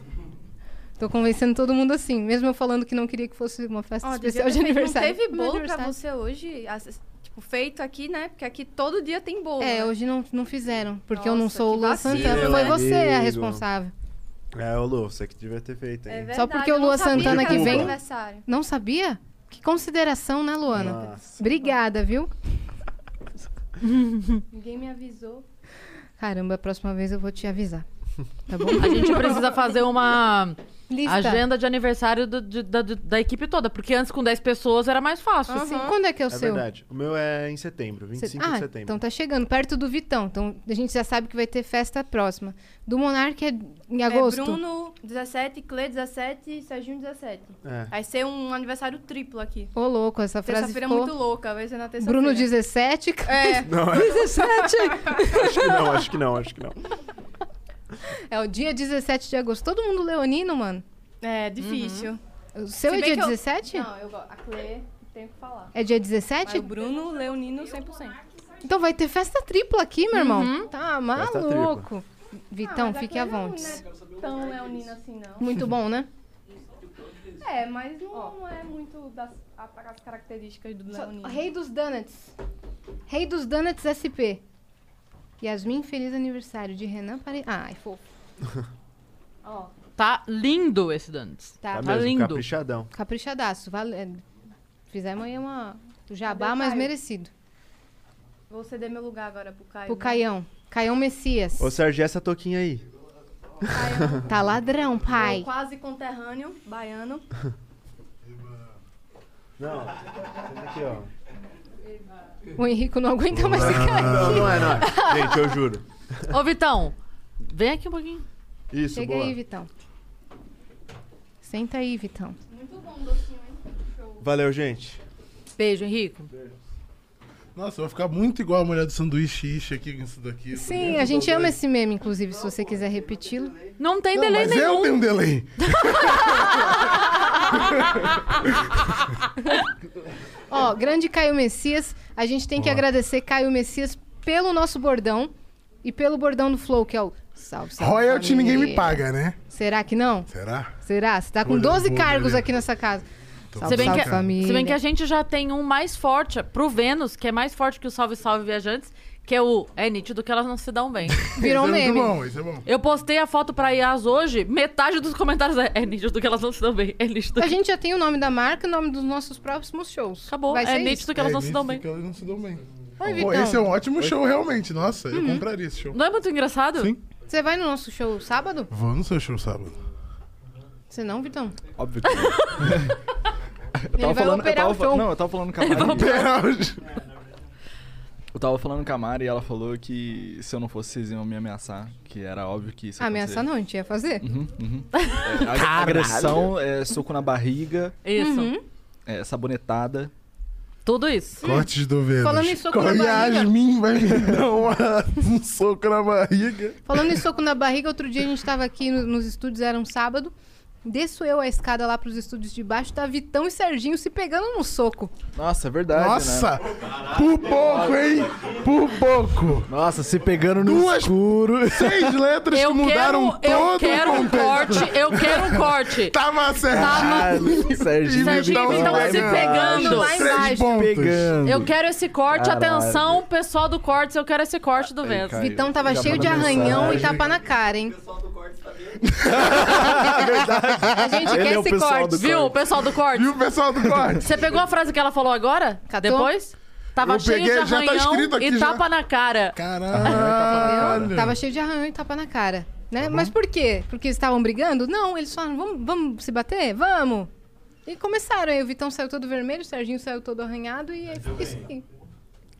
Speaker 3: Tô convencendo todo mundo assim, mesmo eu falando que não queria que fosse uma festa
Speaker 8: Ó, devia
Speaker 3: especial
Speaker 8: ter
Speaker 3: de
Speaker 8: feito-
Speaker 3: aniversário.
Speaker 8: Não teve
Speaker 3: Meu
Speaker 8: bolo pra
Speaker 3: aniversário.
Speaker 8: você hoje? As- Tipo, feito aqui, né? Porque aqui todo dia tem bolo.
Speaker 3: É,
Speaker 8: né?
Speaker 3: hoje não, não fizeram, porque eu
Speaker 8: Nossa,
Speaker 3: não sou o
Speaker 8: que
Speaker 3: Lua
Speaker 8: vacilo,
Speaker 3: Santana.
Speaker 7: né?
Speaker 3: Tá Foi você a
Speaker 7: Amigo.
Speaker 3: responsável.
Speaker 7: É, ô Lu, você que devia ter feito,
Speaker 8: É
Speaker 7: hein?
Speaker 8: verdade,
Speaker 3: Só porque
Speaker 8: eu
Speaker 3: o
Speaker 8: não
Speaker 3: Lua
Speaker 8: sabia
Speaker 3: Santana
Speaker 8: era um
Speaker 7: que
Speaker 8: seu
Speaker 7: vem-
Speaker 8: aniversário.
Speaker 3: Não sabia? Que consideração, né, Luana?
Speaker 7: Nossa.
Speaker 3: Obrigada, viu? [LAUGHS] Hum.
Speaker 8: Ninguém me avisou.
Speaker 3: Caramba, a próxima vez eu vou te avisar. Tá bom?
Speaker 2: A gente precisa fazer uma.
Speaker 3: Lista.
Speaker 2: Agenda de aniversário do- de- da, do- da equipe toda, porque antes com 10 pessoas era mais fácil.
Speaker 3: Assim, Quando é que é o
Speaker 7: É
Speaker 3: seu?
Speaker 7: verdade. O meu é em setembro, 25
Speaker 3: ah,
Speaker 7: de setembro. [LAUGHS]
Speaker 3: então tá chegando, perto do Vitão. Então a gente já sabe que vai ter festa próxima. Do Monark é em agosto.
Speaker 8: É Bruno 17, Clê 17 e Serginho 17.
Speaker 7: É.
Speaker 8: Vai ser um aniversário triplo aqui.
Speaker 3: Ô, louco, essa frase
Speaker 8: Terça-feira é
Speaker 3: ficou...
Speaker 8: muito louca, vai ser na terça-feira.
Speaker 3: Bruno 17, [LAUGHS]
Speaker 8: É,
Speaker 7: Não, é-
Speaker 3: 17.
Speaker 7: acho que não, acho que não, acho que não.
Speaker 3: é o dia 17 de agosto. Todo mundo leonino, mano.
Speaker 8: é difícil.
Speaker 3: O seu
Speaker 8: Se
Speaker 3: é
Speaker 8: bem
Speaker 3: dia
Speaker 8: que eu-
Speaker 3: 17?
Speaker 8: Não, eu gosto. A Clê, tenho que falar.
Speaker 3: É dia
Speaker 8: Mas
Speaker 3: 17?
Speaker 8: o Bruno, Leonino, 100%.
Speaker 3: Então vai ter festa tripla aqui, meu irmão. Tá maluco. Vitão,
Speaker 8: Ah, mas a
Speaker 3: fique
Speaker 8: Clê
Speaker 3: à
Speaker 8: não
Speaker 3: vontade.
Speaker 8: é tão leonina assim, não.
Speaker 3: Muito bom, né?
Speaker 8: [LAUGHS] É, mas não, não é muito das a- as características do
Speaker 3: Só-
Speaker 8: leonino.
Speaker 3: Rei dos Donuts. Rei dos Donuts SP. Yasmin, feliz aniversário de Renan Pare... Ai, [LAUGHS] fofo.
Speaker 8: Ó,
Speaker 2: Tá lindo esse Dantes.
Speaker 3: Tá,
Speaker 7: Tá mesmo,
Speaker 2: lindo.
Speaker 7: caprichadão.
Speaker 3: caprichadaço. Valendo. Fizemos aí uma... do Jabá,
Speaker 8: Cadê o
Speaker 3: mas
Speaker 8: Caio?
Speaker 3: merecido.
Speaker 8: vou ceder meu lugar agora pro Caio.
Speaker 3: Pro Caião. Caião Messias.
Speaker 7: Ô, Sérgio, essa touquinha aí.
Speaker 8: Caio,
Speaker 3: Tá ladrão, pai.
Speaker 8: meu quase conterrâneo, baiano.
Speaker 7: Não, aqui, ó.
Speaker 3: O Henrico não aguenta mais ficar
Speaker 7: Não,
Speaker 3: aqui.
Speaker 7: não é, não
Speaker 2: [LAUGHS]
Speaker 7: é. Gente, eu juro.
Speaker 2: Ô, Vitão, vem aqui um pouquinho.
Speaker 7: Isso,
Speaker 3: Chega
Speaker 7: boa.
Speaker 3: aí, Vitão. Senta aí, Vitão.
Speaker 8: Muito bom o docinho, hein?
Speaker 7: Valeu, gente.
Speaker 2: Beijo, Henrico.
Speaker 9: Nossa, eu vou ficar muito igual a mulher do sanduíche ishi aqui com isso daqui.
Speaker 3: Sim, a gente ama esse meme, inclusive, se você quiser repeti-lo.
Speaker 2: Não tem
Speaker 9: Não,
Speaker 2: delay
Speaker 9: mas eu
Speaker 2: nenhum.
Speaker 9: tenho um delay.
Speaker 3: Ó, grande Caio Messias, a gente tem que agradecer Caio Messias pelo nosso bordão e pelo bordão do Flow, que é o salve, salve.
Speaker 9: Royalty
Speaker 3: família.
Speaker 9: ninguém me paga, né?
Speaker 3: Será que não?
Speaker 9: Será?
Speaker 3: Será? Você tá com
Speaker 9: Olha,
Speaker 3: 12
Speaker 9: vou
Speaker 3: cargos
Speaker 9: ver.
Speaker 3: aqui nessa casa. Salve,
Speaker 2: Se bem,
Speaker 3: salve,
Speaker 2: que,
Speaker 3: família.
Speaker 2: se bem que a gente já tem um mais forte pro Vênus, que é mais forte que o Salve Salve Viajantes, que é o É nítido que elas não se dão bem.
Speaker 3: [LAUGHS] Virou
Speaker 9: Isso
Speaker 3: meme.
Speaker 9: É muito bom, isso é bom.
Speaker 2: Eu postei a foto pra Ias hoje, metade dos comentários é, é nítido que elas não se dão bem. É nítido.
Speaker 3: A gente já tem o nome da marca e o nome dos nossos próximos shows.
Speaker 2: Acabou.
Speaker 3: Vai
Speaker 2: É
Speaker 3: ser
Speaker 2: nítido
Speaker 3: isso.
Speaker 2: que elas
Speaker 9: É,
Speaker 2: não se dão
Speaker 9: nisso
Speaker 2: bem.
Speaker 9: que elas não se dão bem.
Speaker 3: Oi,
Speaker 9: Pô,
Speaker 3: Vitão.
Speaker 9: esse é um ótimo show, realmente. Nossa,
Speaker 2: Uhum.
Speaker 9: eu compraria esse show.
Speaker 2: Não é muito engraçado?
Speaker 9: Sim.
Speaker 3: Você vai no nosso show sábado?
Speaker 9: Vou no seu show sábado.
Speaker 3: Você não, Vitão?
Speaker 5: Óbvio
Speaker 3: [LAUGHS]
Speaker 5: que não. tipo- Eu
Speaker 3: Ele vai
Speaker 5: tava falando, eu
Speaker 3: operar
Speaker 5: tava,
Speaker 3: o
Speaker 5: fa-
Speaker 3: show.
Speaker 5: não, eu tava
Speaker 3: [LAUGHS]
Speaker 5: falando com a Mari. [LAUGHS] Eu tava falando com a Mari e ela falou que se eu não fosse, vocês iam me ameaçar. Que era óbvio que isso ia
Speaker 3: Ameaça não, a gente ia fazer.
Speaker 5: acontecer. Uhum,
Speaker 3: [LAUGHS]
Speaker 5: uhum. É, ag- agressão, é, soco na barriga,
Speaker 2: Isso.
Speaker 3: Uhum.
Speaker 5: é, sabonetada.
Speaker 2: Tudo isso.
Speaker 9: Cortes do Vênus.
Speaker 3: Falando em soco na
Speaker 9: Com
Speaker 3: barriga.
Speaker 9: Yasmin vai me dar uma- um [LAUGHS] soco na barriga.
Speaker 3: Falando em soco na barriga, outro dia a gente tava aqui no- nos estúdios, era um sábado. Desço eu a escada lá pros estúdios de baixo, tá Vitão e Serginho se pegando no soco.
Speaker 5: Nossa, é verdade, né?
Speaker 9: Nossa, por pouco, hein? Por pouco.
Speaker 5: Nossa, se pegando no
Speaker 9: Duas-
Speaker 5: escuro.
Speaker 9: Seis letras
Speaker 2: Eu
Speaker 9: que mudaram
Speaker 2: quero, eu
Speaker 9: todo
Speaker 2: quero
Speaker 9: o
Speaker 2: um
Speaker 9: contexto. Tá
Speaker 2: corte, eu quero
Speaker 9: [LAUGHS]
Speaker 2: um corte. Tá
Speaker 9: Tava certo.
Speaker 5: Ah, Serginho,
Speaker 2: Serginho,
Speaker 9: Vitão
Speaker 2: então
Speaker 9: vai
Speaker 2: se
Speaker 9: me- um
Speaker 2: pegando.
Speaker 3: Lá
Speaker 9: Três
Speaker 3: embaixo.
Speaker 9: pontos.
Speaker 5: pegando.
Speaker 2: Eu quero esse corte,
Speaker 5: Caralho.
Speaker 2: atenção, pessoal do corte, eu quero esse corte do Vênus.
Speaker 5: cara.
Speaker 3: Vitão tava
Speaker 5: Já
Speaker 3: cheio de
Speaker 5: manda
Speaker 3: arranhão e
Speaker 5: mensagem.
Speaker 3: tapa na cara, hein? A gente
Speaker 5: Ele
Speaker 3: quer
Speaker 5: é o
Speaker 3: esse
Speaker 5: pessoal
Speaker 3: corte.
Speaker 5: do
Speaker 2: Viu, pessoal do corte?
Speaker 9: Viu, pessoal do corte?
Speaker 2: Você pegou a frase que ela falou agora?
Speaker 3: Catou?
Speaker 2: Depois? Tava
Speaker 9: Eu
Speaker 2: cheio
Speaker 9: peguei,
Speaker 2: de
Speaker 9: já tá
Speaker 2: arranhão
Speaker 9: escrito aqui
Speaker 2: e
Speaker 9: já.
Speaker 2: tapa na cara.
Speaker 9: Ah, Caralho. Tá
Speaker 3: Tava cheio de arranhão e tapa na cara. Né? Mas por quê? Porque eles estavam brigando? Não, eles falaram, vamos, vamos se bater? Vamos! E começaram, aí o Vitão saiu todo vermelho, o Serginho saiu todo arranhado e aí isso aqui.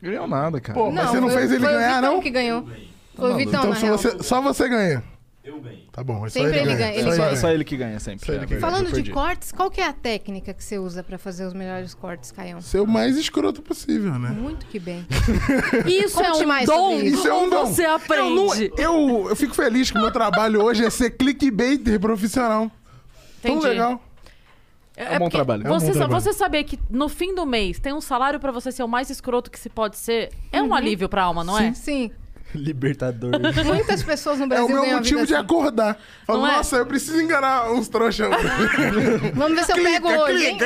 Speaker 5: Ganhou nada, cara.
Speaker 9: Pô, mas você não
Speaker 3: foi-
Speaker 9: fez ele
Speaker 3: foi
Speaker 9: ganhar,
Speaker 3: o Vitão
Speaker 9: Ah, não?
Speaker 3: que ganhou. Foi o
Speaker 5: maluco.
Speaker 3: Vitão,
Speaker 9: Então
Speaker 3: na
Speaker 9: se
Speaker 3: real.
Speaker 9: você, só você ganha. Eu ganho. Tá bom, é só
Speaker 3: Sempre
Speaker 9: ele
Speaker 3: ele
Speaker 9: ganha.
Speaker 3: ganha,
Speaker 9: Só
Speaker 3: ele
Speaker 5: só,
Speaker 3: ganha.
Speaker 5: só ele que ganha sempre.
Speaker 9: Só ele que
Speaker 5: é,
Speaker 9: ganha.
Speaker 3: Falando de
Speaker 5: perdi.
Speaker 3: cortes, qual que é a técnica que você usa pra fazer os melhores cortes, Caião?
Speaker 9: Ser o mais escroto possível, né?
Speaker 3: Muito que bem.
Speaker 2: Isso é
Speaker 3: Conte
Speaker 2: um
Speaker 3: mais
Speaker 2: dom.
Speaker 3: sobre
Speaker 9: Isso é um
Speaker 2: ou
Speaker 9: dom.
Speaker 2: Você
Speaker 9: Eu, não-
Speaker 2: aprende.
Speaker 9: eu, eu fico feliz que o meu trabalho hoje é ser clickbaiter profissional.
Speaker 2: Entendi.
Speaker 9: Tão legal.
Speaker 5: É um bom
Speaker 2: porque
Speaker 5: trabalho.
Speaker 9: É um bom
Speaker 2: Você, sa-
Speaker 9: trabalho.
Speaker 2: você saber que no fim do mês tem um salário pra você ser o mais escroto que se pode ser é um alívio pra alma, não é?
Speaker 3: Sim,
Speaker 5: Libertador.
Speaker 3: [LAUGHS] muitas pessoas no
Speaker 9: É
Speaker 3: Brasil
Speaker 9: o meu
Speaker 3: ganham a vida
Speaker 9: motivo de
Speaker 3: assim.
Speaker 9: acordar. Falo,
Speaker 2: Não é?
Speaker 9: nossa, eu preciso enganar uns trouxas.
Speaker 3: [LAUGHS] Vamos ver se eu pego hoje, hein?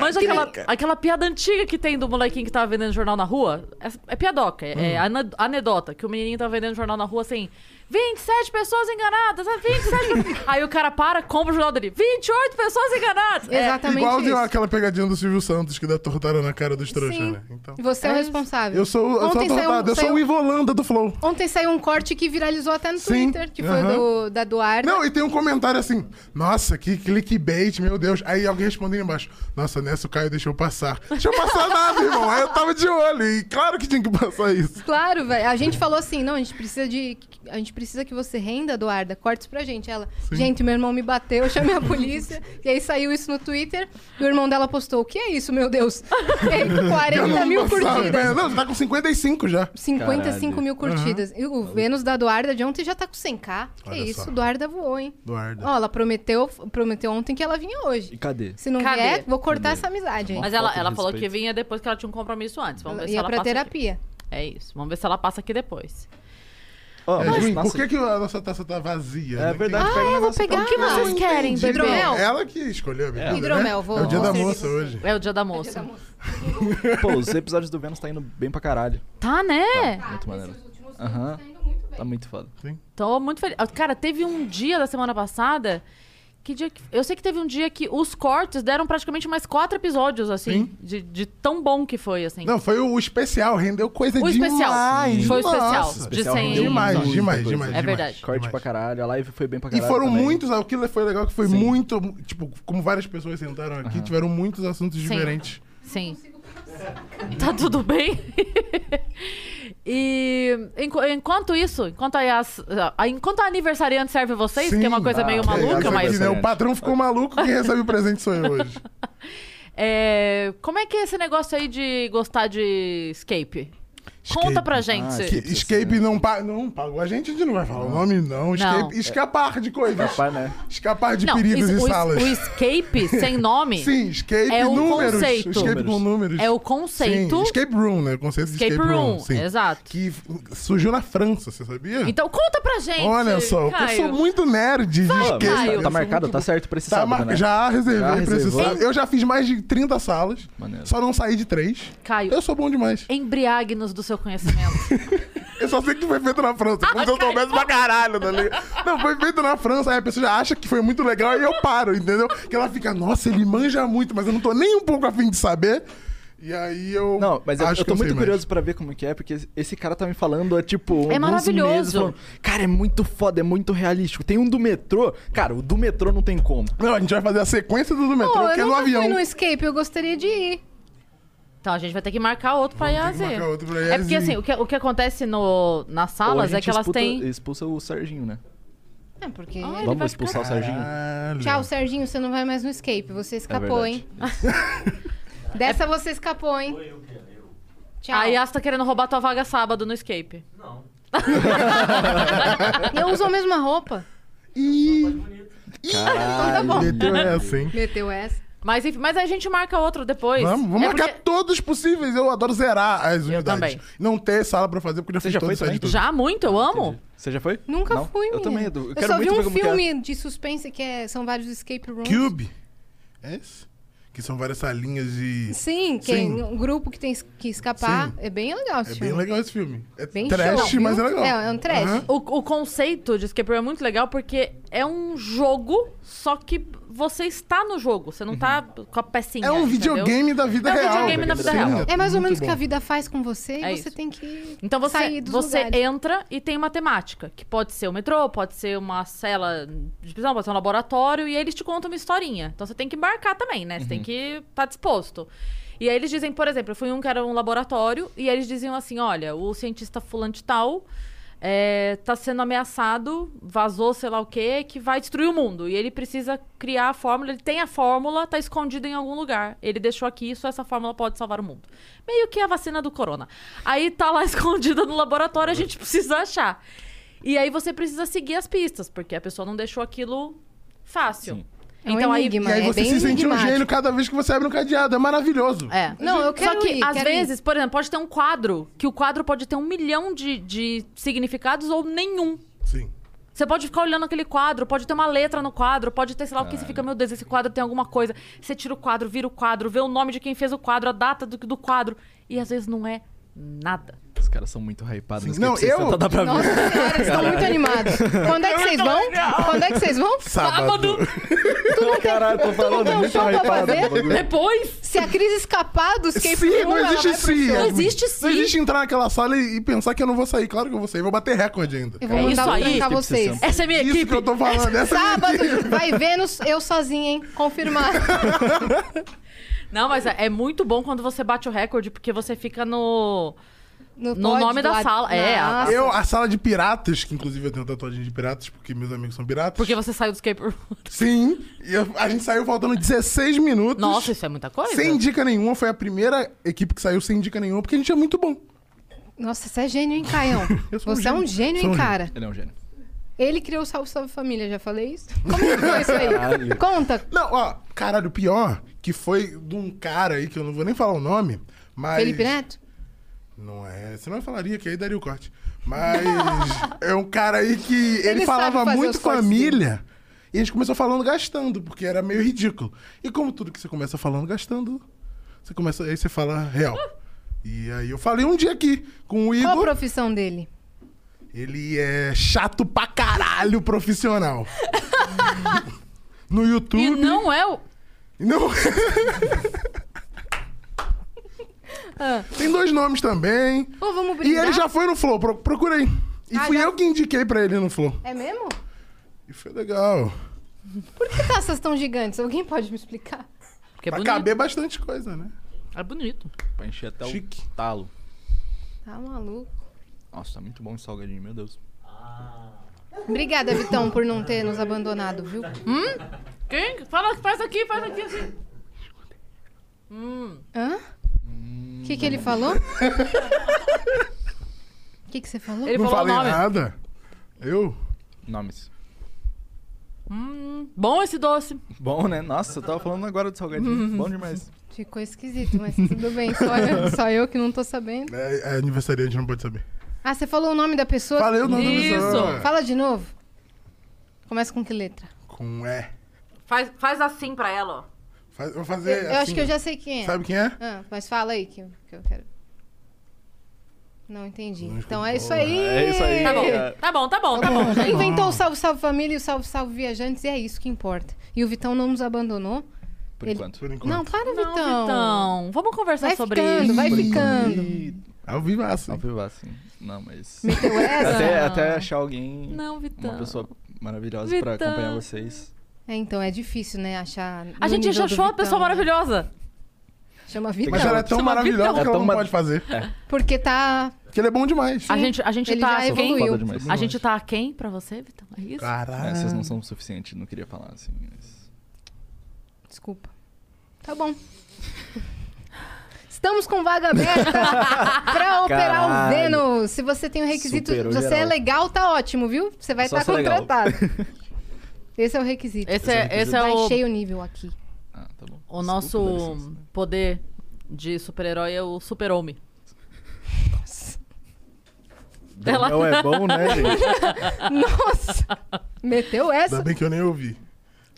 Speaker 2: Mas aquela, aquela piada antiga que tem do molequinho que tava vendendo jornal na rua, é, é piadoca, é,
Speaker 9: Hum.
Speaker 2: é ane- anedota, que o menininho tava vendendo jornal na rua assim, 27 pessoas enganadas, ah, 27
Speaker 3: [LAUGHS]
Speaker 2: pessoas. Aí o cara para, compra o jornal dele, 28 pessoas enganadas. É,
Speaker 3: Exatamente
Speaker 9: Igual
Speaker 3: isso.
Speaker 9: deu aquela pegadinha do Silvio Santos que dá tortada na cara dos trouxas,
Speaker 3: Sim.
Speaker 9: né? Então.
Speaker 3: Você é o responsável.
Speaker 9: Eu sou, eu sou a
Speaker 3: Ontem saiu-
Speaker 9: tortada, eu sou
Speaker 3: saiu-
Speaker 9: o Ivolanda do Flow. tal.
Speaker 3: Ontem saiu um corte que viralizou até no
Speaker 9: Sim,
Speaker 3: Twitter, que foi
Speaker 9: aham.
Speaker 3: do, da Duarte.
Speaker 9: Não, e tem um comentário assim, nossa, que clickbait, meu Deus. Aí alguém respondendo embaixo, nossa, nessa o Caio deixou passar. Deixou passar nada, irmão. Aí eu tava de olho, e claro que tinha que passar isso.
Speaker 3: Claro, velho. A gente falou assim, não, a gente precisa de. A gente precisa que você renda, Eduarda. Cortes pra gente. Ela, gente, meu irmão me bateu, [LAUGHS] eu chamei a polícia. e aí saiu isso no Twitter. E o irmão dela postou: o que é isso, meu Deus? [LAUGHS] E aí,
Speaker 9: [LAUGHS] Eu
Speaker 3: 40
Speaker 9: não
Speaker 3: mil
Speaker 9: passava, né?
Speaker 3: curtidas.
Speaker 9: Não, tá com 55 já.
Speaker 3: 55 mil
Speaker 9: Caralho.
Speaker 3: curtidas. E o Vênus da Eduarda de ontem já tá com 100k. Que
Speaker 9: Olha
Speaker 3: isso,
Speaker 9: só.
Speaker 3: Eduarda voou, hein?
Speaker 9: Eduarda.
Speaker 3: Ó, ela prometeu, prometeu ontem que ela vinha hoje.
Speaker 5: E cadê?
Speaker 3: Se não
Speaker 2: Cadê?
Speaker 3: vier, vou cortar essa amizade, hein?
Speaker 2: Mas
Speaker 5: falta
Speaker 2: ela,
Speaker 5: de
Speaker 2: ela falou que
Speaker 5: respeito.
Speaker 2: vinha depois que ela tinha um compromisso antes. Vamos ver se
Speaker 3: Ia
Speaker 2: ela
Speaker 3: pra
Speaker 2: passa aqui.
Speaker 3: terapia.
Speaker 2: É isso. Vamos ver se ela passa aqui depois.
Speaker 5: Ó,
Speaker 9: É,
Speaker 5: mas
Speaker 9: Juim,
Speaker 5: nossa,
Speaker 9: por que, que a nossa taça tá vazia?
Speaker 5: É
Speaker 9: né?
Speaker 5: verdade, pega um
Speaker 3: Eu vou
Speaker 5: negócio
Speaker 3: pegar.
Speaker 5: pra-
Speaker 3: O que
Speaker 2: vocês querem,
Speaker 9: Quem-
Speaker 2: bebê?
Speaker 3: Hidromel?
Speaker 9: É Ela que escolheu a bebida, né?
Speaker 3: Hidromel, vou-
Speaker 9: É o dia
Speaker 3: vou
Speaker 9: da
Speaker 3: servir
Speaker 9: moça
Speaker 3: você.
Speaker 9: hoje.
Speaker 2: É o dia da moça.
Speaker 5: Pô, os episódios do Vênus tá indo bem pra caralho.
Speaker 2: Tá, né?
Speaker 5: Muito maneiro. Aham. Tá muito foda.
Speaker 2: Tô muito feliz. Ah, Cara, teve um dia da semana passada. Que dia que... Eu sei que teve um dia que os cortes deram praticamente mais quatro episódios, assim. De, de tão bom que foi, assim.
Speaker 9: Não, foi o especial, rendeu coisa
Speaker 2: o
Speaker 9: demais.
Speaker 2: especial. foi o especial.
Speaker 9: Nossa.
Speaker 2: De
Speaker 5: Especial
Speaker 2: 100.
Speaker 5: rendeu
Speaker 9: Demais,
Speaker 5: Muita
Speaker 9: demais,
Speaker 5: coisa.
Speaker 9: demais.
Speaker 2: É verdade.
Speaker 5: Corte
Speaker 9: demais.
Speaker 5: pra caralho, a live foi bem pra
Speaker 9: E
Speaker 5: caralho.
Speaker 9: foram
Speaker 5: também.
Speaker 9: muitos, aquilo foi legal que foi
Speaker 5: Sim.
Speaker 9: muito, tipo, como várias pessoas sentaram aqui, tiveram muitos assuntos
Speaker 2: Sim.
Speaker 9: diferentes.
Speaker 2: Sim. Tá tudo bem? [LAUGHS] e enqu- enquanto isso, enquanto a, Yas, a- enquanto a aniversariante serve vocês,
Speaker 9: Sim.
Speaker 2: que é uma coisa
Speaker 5: Ah,
Speaker 2: meio
Speaker 5: que
Speaker 9: É,
Speaker 5: legal,
Speaker 2: maluca,
Speaker 9: isso
Speaker 2: mas.
Speaker 9: aqui, né? O patrão ficou maluco,
Speaker 2: [LAUGHS]
Speaker 9: quem recebe o presente sou eu hoje.
Speaker 2: é, como é que é esse negócio aí de gostar de escape? Conta
Speaker 5: Ah,
Speaker 2: pra gente.
Speaker 9: Que Ah, escape não, pa não pagou a gente, a gente não vai falar o nome, não. Escape,
Speaker 2: Não. É.
Speaker 9: Escapar de coisas.
Speaker 5: Rapaz, né?
Speaker 9: Escapar de
Speaker 2: Não,
Speaker 9: perigos
Speaker 2: isso-
Speaker 9: e
Speaker 2: o, es-
Speaker 9: salas.
Speaker 2: o
Speaker 9: [LAUGHS]
Speaker 2: escape sem nome
Speaker 9: Sim, escape
Speaker 2: é o
Speaker 9: números.
Speaker 2: conceito.
Speaker 9: Escape com números.
Speaker 2: é o
Speaker 9: Sim,
Speaker 2: conceito
Speaker 9: escape room, né? O conceito de
Speaker 2: escape room.
Speaker 9: sim.
Speaker 2: Exato.
Speaker 9: Que f- surgiu na França, você sabia?
Speaker 2: Então conta pra gente.
Speaker 9: Olha só,
Speaker 2: Caio.
Speaker 9: eu sou muito nerd de
Speaker 5: Pô,
Speaker 9: escape.
Speaker 5: mas
Speaker 2: Caio.
Speaker 5: tá, tá marcado, tá certo pra esse
Speaker 9: Tá,
Speaker 5: sábado,
Speaker 9: mar-
Speaker 5: né?
Speaker 9: Já reservei
Speaker 5: Já
Speaker 9: pra esse
Speaker 5: reservou?
Speaker 9: sábado. Eu já fiz mais de 30 salas,
Speaker 5: Maneiro.
Speaker 9: só não saí de três.
Speaker 2: Caio,
Speaker 9: Eu sou bom demais.
Speaker 2: embriague-nos do seu
Speaker 9: [LAUGHS]
Speaker 2: conhecimento.
Speaker 9: Eu só sei que foi feito na França, como se eu soubesse pra caralho, tá ligado? Não, foi feito na França, aí a pessoa já acha que foi muito legal e eu paro, entendeu? Que ela fica, nossa, ele manja muito, mas eu não tô nem um pouco afim de saber. E aí eu.
Speaker 5: Não, mas eu, eu tô
Speaker 9: eu sei
Speaker 5: muito
Speaker 9: mais.
Speaker 5: curioso pra ver como que é, porque esse cara tá me falando há, tipo,
Speaker 2: É
Speaker 5: alguns
Speaker 2: maravilhoso.
Speaker 5: meses falando, cara, é muito foda, é muito realístico. Tem um do metrô. Cara, o do metrô não tem como.
Speaker 9: Não, a gente vai fazer a sequência do metrô,
Speaker 3: Pô,
Speaker 9: que é
Speaker 3: eu
Speaker 9: no
Speaker 3: nunca
Speaker 9: avião.
Speaker 3: fui no escape, eu gostaria de ir.
Speaker 2: Então a gente vai ter que marcar outro pra Yazi.
Speaker 9: marcar outro pra
Speaker 2: É porque
Speaker 9: Yazi.
Speaker 2: assim, o que, o que acontece no, nas
Speaker 5: Ou a
Speaker 2: salas é
Speaker 5: gente
Speaker 2: que elas
Speaker 5: expulsa-
Speaker 2: têm.
Speaker 5: Expulsa o Serginho, né?
Speaker 3: É, porque...
Speaker 2: Ah, Ele vai
Speaker 5: Vamos expulsar o Serginho?
Speaker 9: Caralho.
Speaker 3: Tchau, Serginho, você não vai mais no escape. Você escapou,
Speaker 5: É verdade.
Speaker 3: hein? [LAUGHS] Dessa você escapou, hein? Tchau.
Speaker 2: A Yas tá querendo roubar tua vaga sábado no escape. [LAUGHS]
Speaker 3: Eu uso a mesma roupa.
Speaker 9: Meteu essa, hein?
Speaker 3: Meteu essa.
Speaker 2: Mas enfim, mas a gente marca outro depois.
Speaker 9: Vamos, vamos
Speaker 2: É porque-
Speaker 9: marcar todos possíveis. Eu adoro zerar as unidades.
Speaker 2: também.
Speaker 9: Não ter sala pra fazer, porque eu já
Speaker 5: Você
Speaker 9: fiz
Speaker 5: já
Speaker 9: todas
Speaker 5: foi
Speaker 9: essas
Speaker 5: também?
Speaker 9: tudo.
Speaker 2: Já muito, eu amo.
Speaker 5: Entendi. Você já foi?
Speaker 3: Nunca
Speaker 5: Não?
Speaker 3: fui,
Speaker 5: Eu
Speaker 3: menina.
Speaker 5: também, Edu. Eu,
Speaker 3: Eu
Speaker 5: quero
Speaker 3: só vi
Speaker 5: muito ver
Speaker 3: um
Speaker 5: como que é.
Speaker 3: filme de suspense que é- são vários escape rooms.
Speaker 9: Cube. É esse? Que são várias salinhas de.
Speaker 3: Sim, que é
Speaker 9: Sim.
Speaker 3: um grupo que tem que escapar.
Speaker 9: Sim.
Speaker 3: É bem legal esse
Speaker 9: É bem
Speaker 3: filme.
Speaker 9: legal esse filme. É
Speaker 3: Bem
Speaker 9: trash,
Speaker 3: show, viu?
Speaker 9: mas é legal.
Speaker 3: É, é um trash.
Speaker 9: Aham.
Speaker 2: O, o conceito de escape room é muito legal porque é um jogo, só que você está no jogo. Você não tá com a pecinha.
Speaker 9: É um
Speaker 2: entendeu?
Speaker 9: videogame da vida
Speaker 2: É um
Speaker 9: real.
Speaker 2: videogame da vida
Speaker 9: Sim,
Speaker 2: real.
Speaker 3: É mais ou
Speaker 9: muito
Speaker 3: menos o que
Speaker 9: bom.
Speaker 3: a vida faz com você
Speaker 2: É
Speaker 3: e você
Speaker 2: isso.
Speaker 3: tem que
Speaker 2: Então você,
Speaker 3: sair dos
Speaker 2: você
Speaker 3: lugares.
Speaker 2: entra e tem uma temática, que pode ser o metrô, pode ser uma cela de prisão, pode ser um laboratório, e aí eles te contam uma historinha. Então você tem que embarcar também, né? Você tem que estar disposto. E aí eles dizem, por exemplo, eu fui em um que era um laboratório, e aí eles diziam assim: olha, o cientista fulano de tal é, tá sendo ameaçado, vazou sei lá o quê, que vai destruir o mundo. E ele precisa criar a fórmula, ele tem a fórmula, tá escondido em algum lugar. Ele deixou aqui isso, essa fórmula pode salvar o mundo. Meio que a vacina do corona. Aí tá lá [LAUGHS] escondida no laboratório, a gente precisa achar. E aí você precisa seguir as pistas, porque a pessoa não deixou aquilo fácil. Então,
Speaker 3: É um
Speaker 2: aí
Speaker 3: enigma.
Speaker 9: E Então, aí
Speaker 3: É
Speaker 9: você
Speaker 3: bem
Speaker 9: se sente um
Speaker 3: enigmático.
Speaker 9: gênio cada vez que você abre um cadeado. É maravilhoso.
Speaker 2: é.
Speaker 3: Não, eu quero
Speaker 2: Só que,
Speaker 3: ir,
Speaker 2: às
Speaker 3: quero ir.
Speaker 2: vezes, por exemplo, pode ter um quadro, que o quadro pode ter um milhão de, de significados ou nenhum.
Speaker 9: Sim.
Speaker 2: Você pode ficar olhando aquele quadro, pode ter uma letra no quadro, pode ter, sei lá, o que você fica, meu Deus, esse quadro tem alguma coisa. Você tira o quadro, vira o quadro, vê o nome de quem fez o quadro, a data do, do quadro. E às vezes não é nada.
Speaker 5: os caras são muito hypados.
Speaker 9: Sim,
Speaker 5: Mas
Speaker 9: não,
Speaker 5: que vocês
Speaker 9: eu-
Speaker 5: tentam dar pra
Speaker 3: Nossa
Speaker 5: ver.
Speaker 3: senhora, eles estão muito animados. Quando é que vocês vão? Quando é que vocês vão?
Speaker 9: [LAUGHS] Tá Sábado.
Speaker 5: Caralho, tô
Speaker 3: não
Speaker 5: falando,
Speaker 3: tem
Speaker 5: é
Speaker 3: um
Speaker 9: tá
Speaker 5: muito
Speaker 3: show pra
Speaker 5: hypado.
Speaker 3: fazer?
Speaker 2: Depois?
Speaker 3: Se a crise escapar dos Cape
Speaker 9: Sim,
Speaker 3: Room,
Speaker 9: não
Speaker 3: ela
Speaker 9: existe
Speaker 3: vai pro
Speaker 9: sim.
Speaker 3: show.
Speaker 2: Não existe sim.
Speaker 9: Não existe entrar naquela sala e, e pensar que eu não vou sair. Claro que eu vou sair, vou bater recorde ainda.
Speaker 3: Eu vou
Speaker 2: É
Speaker 3: mandar
Speaker 2: isso
Speaker 3: vou
Speaker 2: aí.
Speaker 3: trancar
Speaker 5: Que
Speaker 3: vocês.
Speaker 5: obsessão.
Speaker 2: Essa é minha
Speaker 9: Isso
Speaker 2: equipe.
Speaker 9: que eu tô falando. Essa é a minha
Speaker 3: Sábado,
Speaker 9: equipe.
Speaker 3: vai Vênus, eu sozinha, hein? Confirmado.
Speaker 2: [LAUGHS] Não, mas é é muito bom quando você bate o recorde, porque você fica no.
Speaker 3: No,
Speaker 2: No
Speaker 3: pódio do
Speaker 2: nome da
Speaker 3: lado.
Speaker 2: sala, é, a-
Speaker 3: Nossa.
Speaker 9: Eu, a sala de piratas, que inclusive eu tenho tatuagem de piratas, porque meus amigos são piratas.
Speaker 2: Porque você saiu do escape room. [LAUGHS]
Speaker 9: Sim. E eu- a gente saiu faltando 16 minutos.
Speaker 2: Nossa, isso é muita coisa.
Speaker 9: Sem dica nenhuma, foi a primeira equipe que saiu sem dica nenhuma, porque a gente é muito bom.
Speaker 3: Nossa, você é gênio, hein, Caião?
Speaker 9: [LAUGHS] Eu sou um
Speaker 3: Você é um gênio,
Speaker 9: Sou um
Speaker 3: hein,
Speaker 9: gênio.
Speaker 3: cara?
Speaker 5: Ele é um gênio.
Speaker 3: Ele criou o Salve Salve Família, já falei isso? Como que foi isso aí? Conta.
Speaker 9: Não, ó, caralho, o pior que foi de um cara aí, que eu não vou nem falar o nome, mas.
Speaker 3: Felipe Neto?
Speaker 9: Não é, você não falaria que aí daria o corte.
Speaker 3: [LAUGHS]
Speaker 9: Mas é um cara aí que ele,
Speaker 3: Ele sabe
Speaker 9: falava
Speaker 3: fazer
Speaker 9: muito
Speaker 3: os cortes
Speaker 9: família. E a gente começou falando gastando, porque era meio ridículo. E como tudo que você começa falando gastando, você começa aí você fala real. E aí eu falei um dia aqui com o
Speaker 3: Qual a
Speaker 9: Igor,
Speaker 3: profissão dele?
Speaker 9: ele é chato pra caralho profissional. no YouTube.
Speaker 2: E não é o.
Speaker 9: Não.
Speaker 3: [LAUGHS] Ah.
Speaker 9: Tem dois nomes também.
Speaker 3: Pô, vamos
Speaker 9: E
Speaker 3: brindar?
Speaker 9: ele já foi no Flow, pro- procura aí. E
Speaker 3: Ah,
Speaker 9: fui
Speaker 3: já-
Speaker 9: eu que indiquei pra ele no Flow.
Speaker 3: É mesmo?
Speaker 9: E foi legal.
Speaker 3: Por que taças tão gigantes? Alguém pode me explicar?
Speaker 2: Porque é
Speaker 9: pra
Speaker 2: bonito.
Speaker 9: caber bastante coisa, né?
Speaker 2: É bonito.
Speaker 5: Pra encher até
Speaker 9: Chique.
Speaker 5: o talo.
Speaker 3: Tá maluco.
Speaker 5: Nossa, tá muito bom esse salgadinho, meu Deus.
Speaker 3: Obrigada, Vitão, por não ter nos abandonado, viu? Hum?
Speaker 2: Quem? Fala, faz aqui, faz aqui assim. Hum.
Speaker 3: Hã?
Speaker 9: Hum.
Speaker 3: O que, que ele
Speaker 9: [LAUGHS]
Speaker 3: falou? O que, que você falou?
Speaker 2: Ele
Speaker 9: não
Speaker 2: falou o
Speaker 9: falei
Speaker 2: nome.
Speaker 9: nada. Eu?
Speaker 5: Nomes.
Speaker 2: Hum, bom esse doce.
Speaker 5: Bom, né? Nossa, eu tava falando agora do
Speaker 9: é
Speaker 5: salgadinho.
Speaker 2: Uhum.
Speaker 5: bom demais.
Speaker 3: Uhum. Ficou esquisito, mas tudo bem. Só eu, só eu que não tô sabendo.
Speaker 9: É, é aniversariante, não pode saber.
Speaker 3: Ah, você falou o nome da pessoa?
Speaker 9: Falei o nome
Speaker 2: Isso.
Speaker 9: da pessoa.
Speaker 3: Fala de novo. Começa com que letra?
Speaker 9: Com E.
Speaker 2: Faz, faz assim pra ela, ó.
Speaker 9: Faz- vou
Speaker 3: Eu,
Speaker 9: fazer.
Speaker 3: eu
Speaker 9: assim.
Speaker 3: acho que eu já sei quem é.
Speaker 9: Sabe quem é?
Speaker 3: Ah, mas fala aí que, que eu quero. Não entendi.
Speaker 9: Não
Speaker 3: então é
Speaker 9: escutou.
Speaker 3: isso aí.
Speaker 5: É isso aí.
Speaker 2: Tá
Speaker 5: É.
Speaker 2: bom, tá bom, tá bom, tá bom.
Speaker 3: Ele Inventou o Salve Salve Família e o Salve Salve Viajantes e é isso que importa. E o Vitão não nos abandonou.
Speaker 5: Por
Speaker 3: Ele-
Speaker 5: enquanto.
Speaker 9: Por enquanto.
Speaker 3: Não, para,
Speaker 2: Não,
Speaker 3: Vitão.
Speaker 2: Vitão, vamos conversar
Speaker 3: Vai
Speaker 2: sobre
Speaker 3: ficando,
Speaker 2: isso.
Speaker 3: vai ficando.
Speaker 5: E...
Speaker 9: Ao vivo assim.
Speaker 5: Ao vivo, assim. Não, mas.
Speaker 3: Meteu essa?
Speaker 5: Até, até achar alguém.
Speaker 2: Não, Vitão.
Speaker 5: Uma pessoa maravilhosa pra
Speaker 2: Vitão.
Speaker 5: acompanhar vocês.
Speaker 3: É, então, é difícil, né, achar...
Speaker 2: A
Speaker 3: no
Speaker 2: gente
Speaker 3: nível
Speaker 2: já
Speaker 3: do
Speaker 2: achou a
Speaker 3: Vitão,
Speaker 2: pessoa
Speaker 3: né?
Speaker 2: maravilhosa.
Speaker 3: Chama
Speaker 9: Mas
Speaker 3: Vitão.
Speaker 9: ela é tão
Speaker 2: Chama
Speaker 9: maravilhosa
Speaker 2: Vitão.
Speaker 9: que ela
Speaker 5: É
Speaker 9: não
Speaker 5: tão ma-
Speaker 9: pode fazer.
Speaker 3: Porque tá...
Speaker 9: Porque ele é bom demais.
Speaker 2: A gente, a gente
Speaker 3: Ele
Speaker 2: tá
Speaker 3: já
Speaker 2: a quem?
Speaker 3: evoluiu.
Speaker 5: Foda demais.
Speaker 2: A gente tá a quem pra você, Vitão? É isso?
Speaker 9: Caralho.
Speaker 5: É, vocês não são o suficiente, não queria falar assim, mas.
Speaker 3: Desculpa. Tá bom. Estamos com vaga
Speaker 5: [LAUGHS]
Speaker 3: aberta pra operar o
Speaker 5: Caralho.
Speaker 3: Vênus. Se você tem o requisito,
Speaker 5: Superou
Speaker 3: você é
Speaker 5: geral.
Speaker 3: legal, tá ótimo, viu? Você vai
Speaker 5: Só
Speaker 3: estar
Speaker 5: ser legal. [LAUGHS]
Speaker 3: contratado. Esse é o requisito.
Speaker 2: Esse é, esse é
Speaker 3: Baixei
Speaker 2: o,
Speaker 3: o nível aqui.
Speaker 5: Ah, tá bom.
Speaker 2: o
Speaker 5: Desculpa, dá
Speaker 2: nosso
Speaker 5: licença, né?
Speaker 2: poder de super-herói, é o super-homem. Ela-
Speaker 5: Daniel é bom, né, gente?
Speaker 3: [LAUGHS] Nossa! Meteu essa?
Speaker 9: Ainda bem que eu nem ouvi.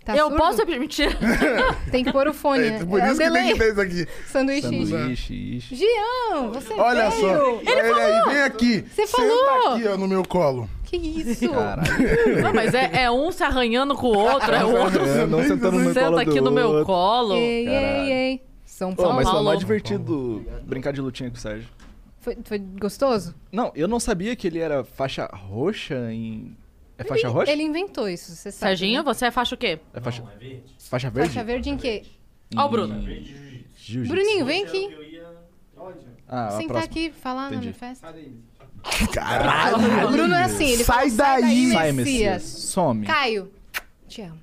Speaker 3: Tá
Speaker 2: eu
Speaker 3: surdo?
Speaker 2: posso mentir?
Speaker 3: [LAUGHS] Tem que pôr o fone, né?
Speaker 9: É, por
Speaker 3: É o
Speaker 9: isso que tem
Speaker 3: delay.
Speaker 9: que ter isso aqui.
Speaker 3: Sanduíche.
Speaker 5: Sanduíche, ixi.
Speaker 3: Jean, você é
Speaker 9: Olha
Speaker 3: veio.
Speaker 9: só. Ele, aí, vem aqui.
Speaker 3: Você
Speaker 9: Senta
Speaker 3: falou.
Speaker 9: aqui, ó, no meu colo.
Speaker 3: Que isso?
Speaker 5: Caralho,
Speaker 2: Não, mas é, é um se arranhando com o outro, é o
Speaker 5: [LAUGHS]
Speaker 2: outro
Speaker 5: é, [LAUGHS] não sentando no meu colo
Speaker 2: senta aqui
Speaker 5: do
Speaker 2: no meu
Speaker 5: outro.
Speaker 2: colo.
Speaker 3: Ei,
Speaker 5: Caralho.
Speaker 3: ei, ei. São
Speaker 5: Pô,
Speaker 3: Paulo.
Speaker 5: mas foi
Speaker 2: Paulo.
Speaker 5: mais divertido brincar de lutinha com o Sérgio.
Speaker 3: Foi, foi gostoso?
Speaker 5: Não, eu não sabia que ele era faixa roxa em. É faixa
Speaker 3: ele,
Speaker 5: roxa?
Speaker 3: Ele inventou isso, você sabe.
Speaker 2: Serginho,
Speaker 3: né?
Speaker 2: você é faixa o quê?
Speaker 5: É faixa... faixa É verde?
Speaker 3: Faixa verde em quê?
Speaker 2: Ó o Bruno.
Speaker 10: Hum.
Speaker 5: Jiu
Speaker 3: Bruninho, vem aqui.
Speaker 5: Ah, a
Speaker 3: Sentar
Speaker 5: próxima.
Speaker 3: aqui, falar na
Speaker 5: Entendi.
Speaker 3: manifesta.
Speaker 9: Caralho.
Speaker 3: O Bruno é assim, ele fala,
Speaker 9: Sai
Speaker 3: sai daí,
Speaker 9: daí,
Speaker 5: Sai,
Speaker 3: Messias.
Speaker 5: Messias. Some.
Speaker 3: Caio, te amo.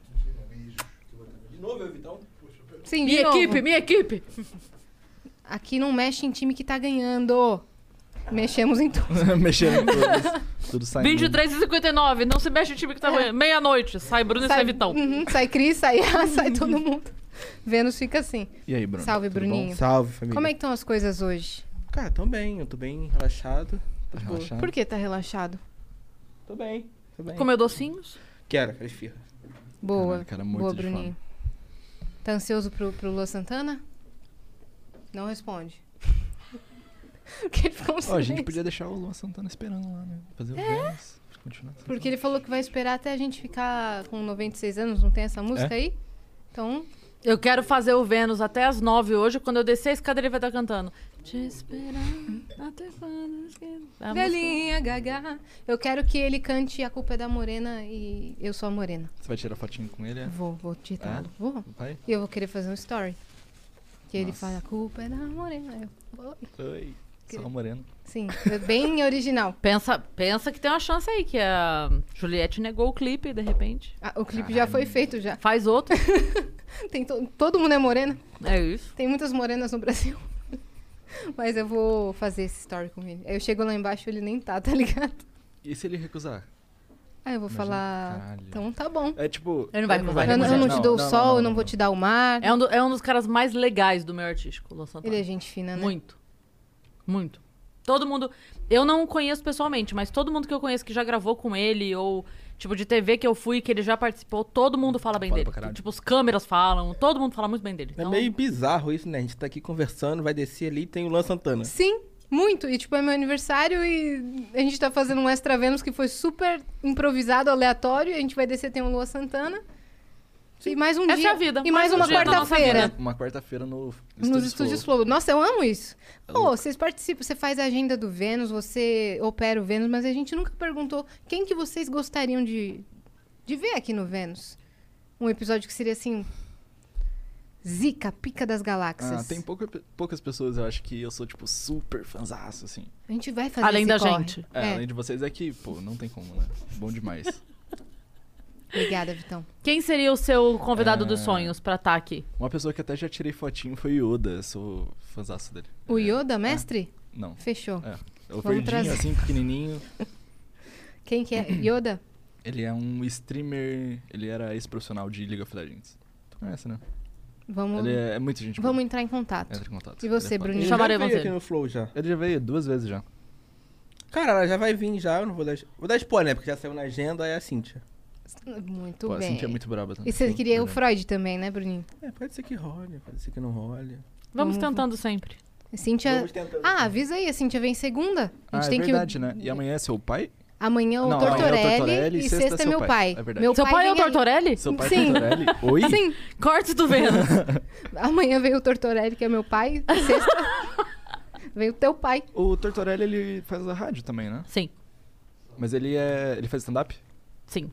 Speaker 3: Sim, de
Speaker 2: Minha
Speaker 3: novo.
Speaker 2: equipe, minha equipe.
Speaker 3: Aqui não mexe em time que tá ganhando. Mexemos em tudo.
Speaker 5: [LAUGHS] Mexendo em
Speaker 2: [LAUGHS]
Speaker 5: todos. Tudo saindo.
Speaker 2: 23 e 59, não se mexe o time que tá ganhando. Meia-noite, sai Bruno e sai Vitão.
Speaker 3: Uhum, É. sai Cris, sai A, [LAUGHS] sai todo mundo. Vênus fica assim.
Speaker 5: E aí, Bruno?
Speaker 3: Salve,
Speaker 5: tudo
Speaker 3: Bruninho.
Speaker 10: Salve, família.
Speaker 3: Como é que estão as coisas hoje?
Speaker 10: Cara, tô bem, eu tô bem relaxado.
Speaker 5: Bom? Tá relaxado?
Speaker 3: Por que tá relaxado?
Speaker 10: Tô bem, tô bem.
Speaker 2: Comeu docinhos?
Speaker 10: Quero, quero esfirra.
Speaker 5: Caralho,
Speaker 3: Boa.
Speaker 5: cara, é muito
Speaker 3: Boa,
Speaker 5: de
Speaker 3: Bruninho. Tá ansioso pro, pro Lua Santana? Não responde. [LAUGHS] Porque ele ficou um
Speaker 5: Ó, a gente
Speaker 3: [LAUGHS] silêncio.
Speaker 5: podia deixar o Luan Santana esperando lá, né? Fazer o
Speaker 3: É.
Speaker 5: Vênus. Continuar.
Speaker 3: Porque ele falou que vai esperar até a gente ficar com 96 anos, não tem essa música
Speaker 5: É?
Speaker 3: aí? Então.
Speaker 2: Eu quero fazer o Vênus até as nove hoje. Quando eu descer a escada, ele vai estar cantando. Te esperar até quando... A
Speaker 3: Velhinha, gaga. Ah, Eu quero que ele cante A Culpa é da Morena e Eu Sou a Morena.
Speaker 5: Você vai tirar fotinho com ele? É?
Speaker 3: Vou, vou tirá-lo.
Speaker 5: É?
Speaker 3: Vou.
Speaker 5: Vai?
Speaker 3: E eu vou querer fazer um story. Que ele
Speaker 5: Nossa.
Speaker 3: fala, a culpa é da morena. Eu vou.
Speaker 5: Oi. Só a morena.
Speaker 3: Sim, é bem original.
Speaker 2: Pensa, pensa que tem uma chance aí, que a Juliette negou o clipe, de repente.
Speaker 3: Ah, o clipe já foi feito já.
Speaker 2: Faz outro.
Speaker 3: [LAUGHS] Tem to- Todo mundo é morena.
Speaker 2: É isso.
Speaker 3: Tem muitas morenas no Brasil. [LAUGHS] Mas eu vou fazer esse story com ele. Aí Eu chego lá embaixo ele nem tá, tá ligado?
Speaker 5: E se ele recusar?
Speaker 3: Aí eu vou
Speaker 5: Imagina,
Speaker 2: um
Speaker 3: falar.
Speaker 5: caralho.
Speaker 3: Então tá bom.
Speaker 5: É tipo.
Speaker 2: Ele não vai recusar,
Speaker 3: Eu, não- eu não te dou o sol, eu não
Speaker 5: não.
Speaker 3: vou te dar o mar.
Speaker 2: É um, do- é um dos caras mais legais do meio artístico, o Luan Santana.
Speaker 3: Ele é gente fina, né?
Speaker 2: Muito. Muito. Todo mundo. Eu não o conheço pessoalmente, mas todo mundo que eu conheço que já gravou com ele, ou tipo de TV que eu fui, que ele já participou, todo mundo fala bem
Speaker 5: Fala pra
Speaker 2: dele.
Speaker 5: caralho.
Speaker 2: Tipo, os câmeras falam, todo mundo fala muito bem dele.
Speaker 10: É
Speaker 2: Então,
Speaker 10: meio bizarro isso, né? A gente tá aqui conversando, vai descer ali e tem o Luan Santana.
Speaker 3: Sim, muito. E tipo, é meu aniversário e a gente tá fazendo um Extra Vênus que foi super improvisado, aleatório. E a gente vai descer, tem o Lua Santana. E mais um
Speaker 2: Essa
Speaker 3: dia.
Speaker 2: é a vida.
Speaker 3: E mais,
Speaker 2: Mais um
Speaker 3: uma
Speaker 2: dia da nossa
Speaker 3: quarta-feira.
Speaker 2: vida.
Speaker 5: Uma quarta-feira no.
Speaker 3: Nos estúdios Flow. Nossa, eu amo isso. Pô, vocês participam, você faz a agenda do Vênus, você opera o Vênus, mas a gente nunca perguntou quem que vocês gostariam de, de ver aqui no Vênus. Um episódio que seria assim. Zica, pica das galáxias.
Speaker 5: Ah, tem pouca- poucas pessoas, eu acho que eu sou, tipo, super fanzaço, assim.
Speaker 3: A gente vai fazer
Speaker 2: Além
Speaker 3: esse
Speaker 2: da
Speaker 3: corre.
Speaker 2: gente.
Speaker 5: É,
Speaker 3: É.
Speaker 5: além de vocês é que, pô, não tem como, né? Bom demais.
Speaker 3: [LAUGHS] Obrigada, Vitão.
Speaker 2: quem seria o seu convidado
Speaker 5: É.
Speaker 2: dos sonhos pra estar aqui?
Speaker 5: Uma pessoa que até já tirei fotinho foi o Yoda, eu sou fãzaço dele.
Speaker 3: O Yoda, mestre?
Speaker 5: É. Não.
Speaker 3: Fechou.
Speaker 5: É. É o
Speaker 3: Vamos
Speaker 5: verdinho,
Speaker 3: trazer.
Speaker 5: assim,
Speaker 3: [LAUGHS]
Speaker 5: pequenininho.
Speaker 3: Quem que é?
Speaker 5: [COUGHS]
Speaker 3: Yoda?
Speaker 5: Ele é um streamer, ele era ex-profissional de League of Legends. Tu conhece, né?
Speaker 3: Vamos,
Speaker 5: Ele é, é muito gente boa.
Speaker 3: vamos entrar em contato.
Speaker 5: Entra em contato.
Speaker 3: E
Speaker 5: Ele
Speaker 3: você,
Speaker 5: é foda.
Speaker 3: Bruninho?
Speaker 10: Ele já
Speaker 2: Chamaram
Speaker 10: veio
Speaker 2: você.
Speaker 10: aqui no Flow já.
Speaker 5: Ele já veio duas vezes já.
Speaker 10: Cara, ela já vai vir já, eu não vou dar... Vou dar spoiler, né? Porque já saiu na agenda, é a Cintia.
Speaker 3: Muito
Speaker 5: Pô, a
Speaker 3: bem.
Speaker 5: Cintia é muito braba também.
Speaker 3: E você queria o
Speaker 5: Verdade.
Speaker 3: Freud também, né, Bruninho?
Speaker 10: É, pode ser que role, pode ser que não role.
Speaker 3: Vamos-
Speaker 2: Vamos tentando sempre.
Speaker 3: Cíntia.
Speaker 10: Vamos tentando.
Speaker 3: Ah, avisa aí, a Cíntia vem segunda. A
Speaker 5: Ah,
Speaker 3: gente
Speaker 5: é
Speaker 3: tem
Speaker 5: verdade,
Speaker 3: que.
Speaker 5: né? E amanhã é seu pai?
Speaker 3: Amanhã o
Speaker 5: Não, amanhã é o
Speaker 3: Tortorelli,
Speaker 5: Tortorelli
Speaker 3: e sexta, é
Speaker 5: seu
Speaker 3: meu
Speaker 5: pai.
Speaker 3: pai.
Speaker 5: É verdade.
Speaker 3: Meu
Speaker 2: Seu pai é o
Speaker 3: vem aí.
Speaker 2: Tortorelli?
Speaker 5: Seu pai
Speaker 3: Sim.
Speaker 5: Tortorelli? Oi?
Speaker 3: Sim,
Speaker 2: Corte do Vênus.
Speaker 3: [LAUGHS] amanhã vem o Tortorelli, que é meu pai. e Sexta [LAUGHS] vem o teu pai.
Speaker 5: [LAUGHS] O Tortorelli, ele faz a rádio também, né?
Speaker 2: sim,
Speaker 5: Mas ele é... Ele faz stand-up?
Speaker 2: sim.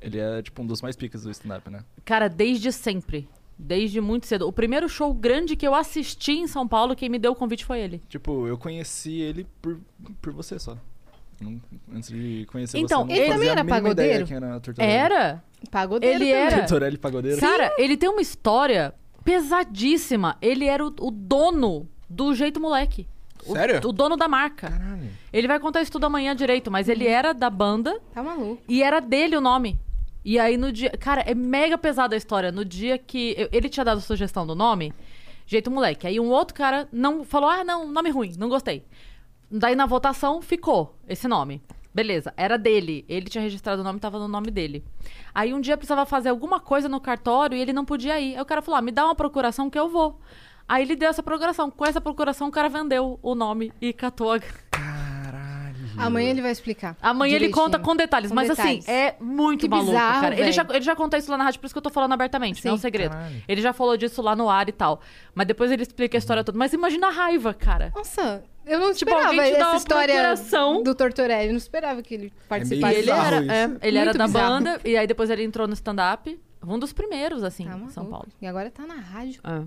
Speaker 5: Ele é, tipo, um dos mais picas do stand-up, né?
Speaker 2: Cara, desde sempre. Desde muito cedo. O primeiro show grande que eu assisti em São Paulo, quem me deu o convite foi ele.
Speaker 5: Tipo, eu conheci ele por, por você só. Não- antes de conhecer
Speaker 2: Então,
Speaker 5: você, eu não fazia
Speaker 2: ele
Speaker 3: também
Speaker 5: a
Speaker 3: era
Speaker 5: mínima
Speaker 3: pagodeiro?
Speaker 5: ideia quem era Tortorelli.
Speaker 2: Era?
Speaker 3: Pagodeiro
Speaker 2: Ele
Speaker 3: também.
Speaker 2: era-
Speaker 5: Tortorelli pagodeiro?
Speaker 2: Cara, ele tem uma história pesadíssima. Ele era o, o dono do Jeito Moleque. O-
Speaker 10: Sério?
Speaker 2: O, dono da marca.
Speaker 5: Caralho.
Speaker 2: Ele vai contar isso tudo amanhã direito, mas ele era da banda
Speaker 3: Tá maluco.
Speaker 2: e era dele o nome. E aí no dia. Cara, é mega pesada a história. No dia que. eu- ele tinha dado a sugestão do nome, Jeito Moleque. Aí um outro cara não falou: ah, não, nome ruim, não gostei. Daí na votação ficou esse nome. Beleza, era dele. Ele tinha registrado o nome, tava no nome dele. Aí um dia precisava fazer alguma coisa no cartório e ele não podia ir. Aí o cara falou: ah, me dá uma procuração que eu vou. Aí ele deu essa procuração. Com essa procuração, o cara vendeu o nome e catou a
Speaker 3: Amanhã ele vai explicar.
Speaker 2: Amanhã ele
Speaker 3: direitinho.
Speaker 2: conta com detalhes,
Speaker 3: Com
Speaker 2: mas
Speaker 3: detalhes.
Speaker 2: assim, é muito
Speaker 3: Que
Speaker 2: maluco,
Speaker 3: bizarro,
Speaker 2: cara. Ele
Speaker 3: velho.
Speaker 2: já, ele já conta isso lá na rádio, por isso que eu tô falando abertamente, não é um
Speaker 3: Sim.
Speaker 2: segredo. Ele já falou disso lá no ar e tal. Mas depois ele explica a
Speaker 3: Uhum.
Speaker 2: história toda. Mas imagina a raiva, cara.
Speaker 3: Nossa, Ah, eu não
Speaker 2: Tipo,
Speaker 3: esperava
Speaker 2: alguém te dá
Speaker 3: essa
Speaker 2: uma
Speaker 3: história
Speaker 2: procuração.
Speaker 3: do Tortorelli. Eu não esperava que
Speaker 5: É
Speaker 3: ele
Speaker 10: meio
Speaker 3: participasse.
Speaker 2: E ele
Speaker 10: bizarro
Speaker 2: era,
Speaker 10: isso.
Speaker 2: é, ele era
Speaker 3: Muito
Speaker 2: da
Speaker 3: bizarro.
Speaker 2: banda, e aí depois ele entrou no stand-up. Um dos primeiros, assim,
Speaker 3: Tá
Speaker 2: em
Speaker 3: maluco.
Speaker 2: São Paulo.
Speaker 3: E agora tá na rádio.
Speaker 2: É.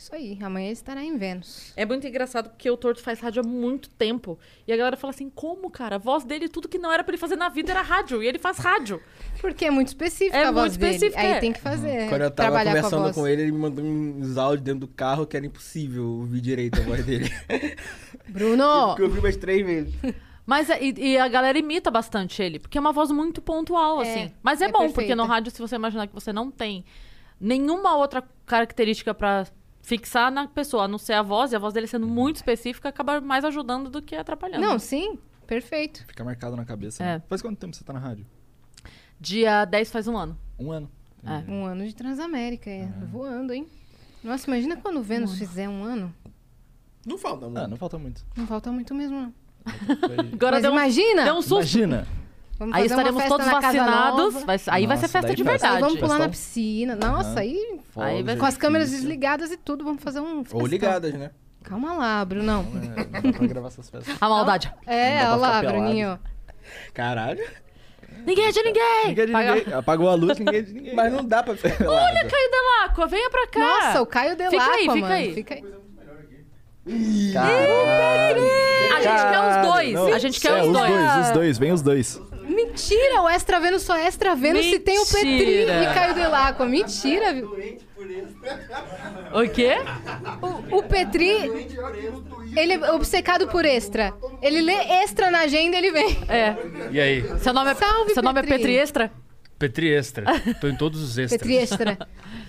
Speaker 3: Isso aí, amanhã ele estará em Vênus.
Speaker 2: É muito engraçado porque o Torto faz rádio há muito tempo. E a galera fala assim: como, cara? A voz dele, tudo que não era pra ele fazer na vida era rádio. E ele faz rádio.
Speaker 3: Porque é muito específico
Speaker 2: É
Speaker 3: a voz
Speaker 2: muito
Speaker 3: dele.
Speaker 2: específico,
Speaker 3: Aí
Speaker 2: é.
Speaker 3: tem que fazer.
Speaker 10: Quando eu tava
Speaker 3: trabalhar com a
Speaker 10: conversando
Speaker 3: voz.
Speaker 10: com, ele, ele me mandou uns
Speaker 5: um
Speaker 10: áudios dentro do carro que era impossível ouvir direito a voz dele.
Speaker 3: Bruno!
Speaker 10: Porque [LAUGHS] eu ouvi umas três vezes.
Speaker 2: Mas é- e, e a galera imita bastante ele, porque é uma voz muito pontual,
Speaker 3: É,
Speaker 2: assim. Mas é,
Speaker 3: é
Speaker 2: bom,
Speaker 3: perfeita.
Speaker 2: porque no rádio, se você imaginar que você não tem nenhuma outra característica pra fixar na pessoa, a não ser a voz, e a voz dele sendo muito específica, acaba mais ajudando do que atrapalhando.
Speaker 3: Não, sim, perfeito.
Speaker 5: Fica marcado na cabeça.
Speaker 2: É.
Speaker 5: né? Faz quanto tempo você tá na rádio?
Speaker 2: Dia 10 faz um ano.
Speaker 5: Um ano.
Speaker 2: É. Uhum.
Speaker 3: Um ano de Transamérica, é. voando, hein? Nossa, imagina quando o Vênus fizer um ano.
Speaker 10: Não falta muito.
Speaker 5: Ah, não falta
Speaker 2: [LAUGHS]
Speaker 5: muito.
Speaker 3: Não falta muito mesmo, não.
Speaker 2: Agora
Speaker 3: Mas
Speaker 2: deu um-
Speaker 3: imagina!
Speaker 2: deu um susto.
Speaker 5: Imagina.
Speaker 3: Vamos
Speaker 2: Aí
Speaker 3: fazer uma
Speaker 2: estaremos
Speaker 3: festa
Speaker 2: todos
Speaker 3: na casa
Speaker 2: vacinados.
Speaker 3: nova.
Speaker 2: Vai ser- aí vai ser
Speaker 5: Nossa,
Speaker 2: festa
Speaker 5: daí
Speaker 2: de
Speaker 5: festa.
Speaker 2: verdade.
Speaker 3: Aí vamos pular na
Speaker 5: Questão.
Speaker 3: piscina. Nossa, aí.
Speaker 2: Aí vai-
Speaker 3: Com as câmeras desligadas e tudo, vamos fazer um.
Speaker 10: Ou ligadas,
Speaker 2: [LAUGHS]
Speaker 10: né?
Speaker 3: Calma
Speaker 10: [LAUGHS]
Speaker 3: lá, Brunão.
Speaker 5: É, não dá pra gravar essas festas.
Speaker 2: A maldade.
Speaker 10: Não
Speaker 3: É,
Speaker 10: dá
Speaker 3: olha
Speaker 10: pra
Speaker 3: lá,
Speaker 10: ficar pelado.
Speaker 3: Bruninho.
Speaker 2: Ah.
Speaker 10: Caralho.
Speaker 2: Ninguém é de ninguém!
Speaker 5: Ninguém é de
Speaker 2: Paga-
Speaker 5: ninguém. Apagou a
Speaker 2: [LAUGHS]
Speaker 5: luz, ninguém é de ninguém.
Speaker 10: Mas não dá pra ficar pelado.
Speaker 2: Olha, Caio Delacqua, venha pra cá!
Speaker 3: Nossa, o Caio Delacqua,
Speaker 2: Fica aí, fica
Speaker 3: mano.
Speaker 2: aí. A
Speaker 5: A
Speaker 2: gente quer os dois. a gente
Speaker 11: é,
Speaker 2: quer os dois.
Speaker 5: Os dois, os dois, vem os dois.
Speaker 3: Mentira, o Extra Vênus só é Extra Vênus se tem o Petri
Speaker 2: Mentira.
Speaker 3: e Caio Delacqua. Mentira, viu?
Speaker 2: O quê?
Speaker 3: O, o Petri, ele é obcecado por Extra. Ele lê Extra na agenda ele vem.
Speaker 2: É.
Speaker 11: E aí?
Speaker 2: Seu nome é,
Speaker 3: Salve,
Speaker 2: seu nome é
Speaker 3: Petri.
Speaker 2: Petri Extra?
Speaker 11: Petri Extra. Tô em todos os extras.
Speaker 3: Petri é Extra.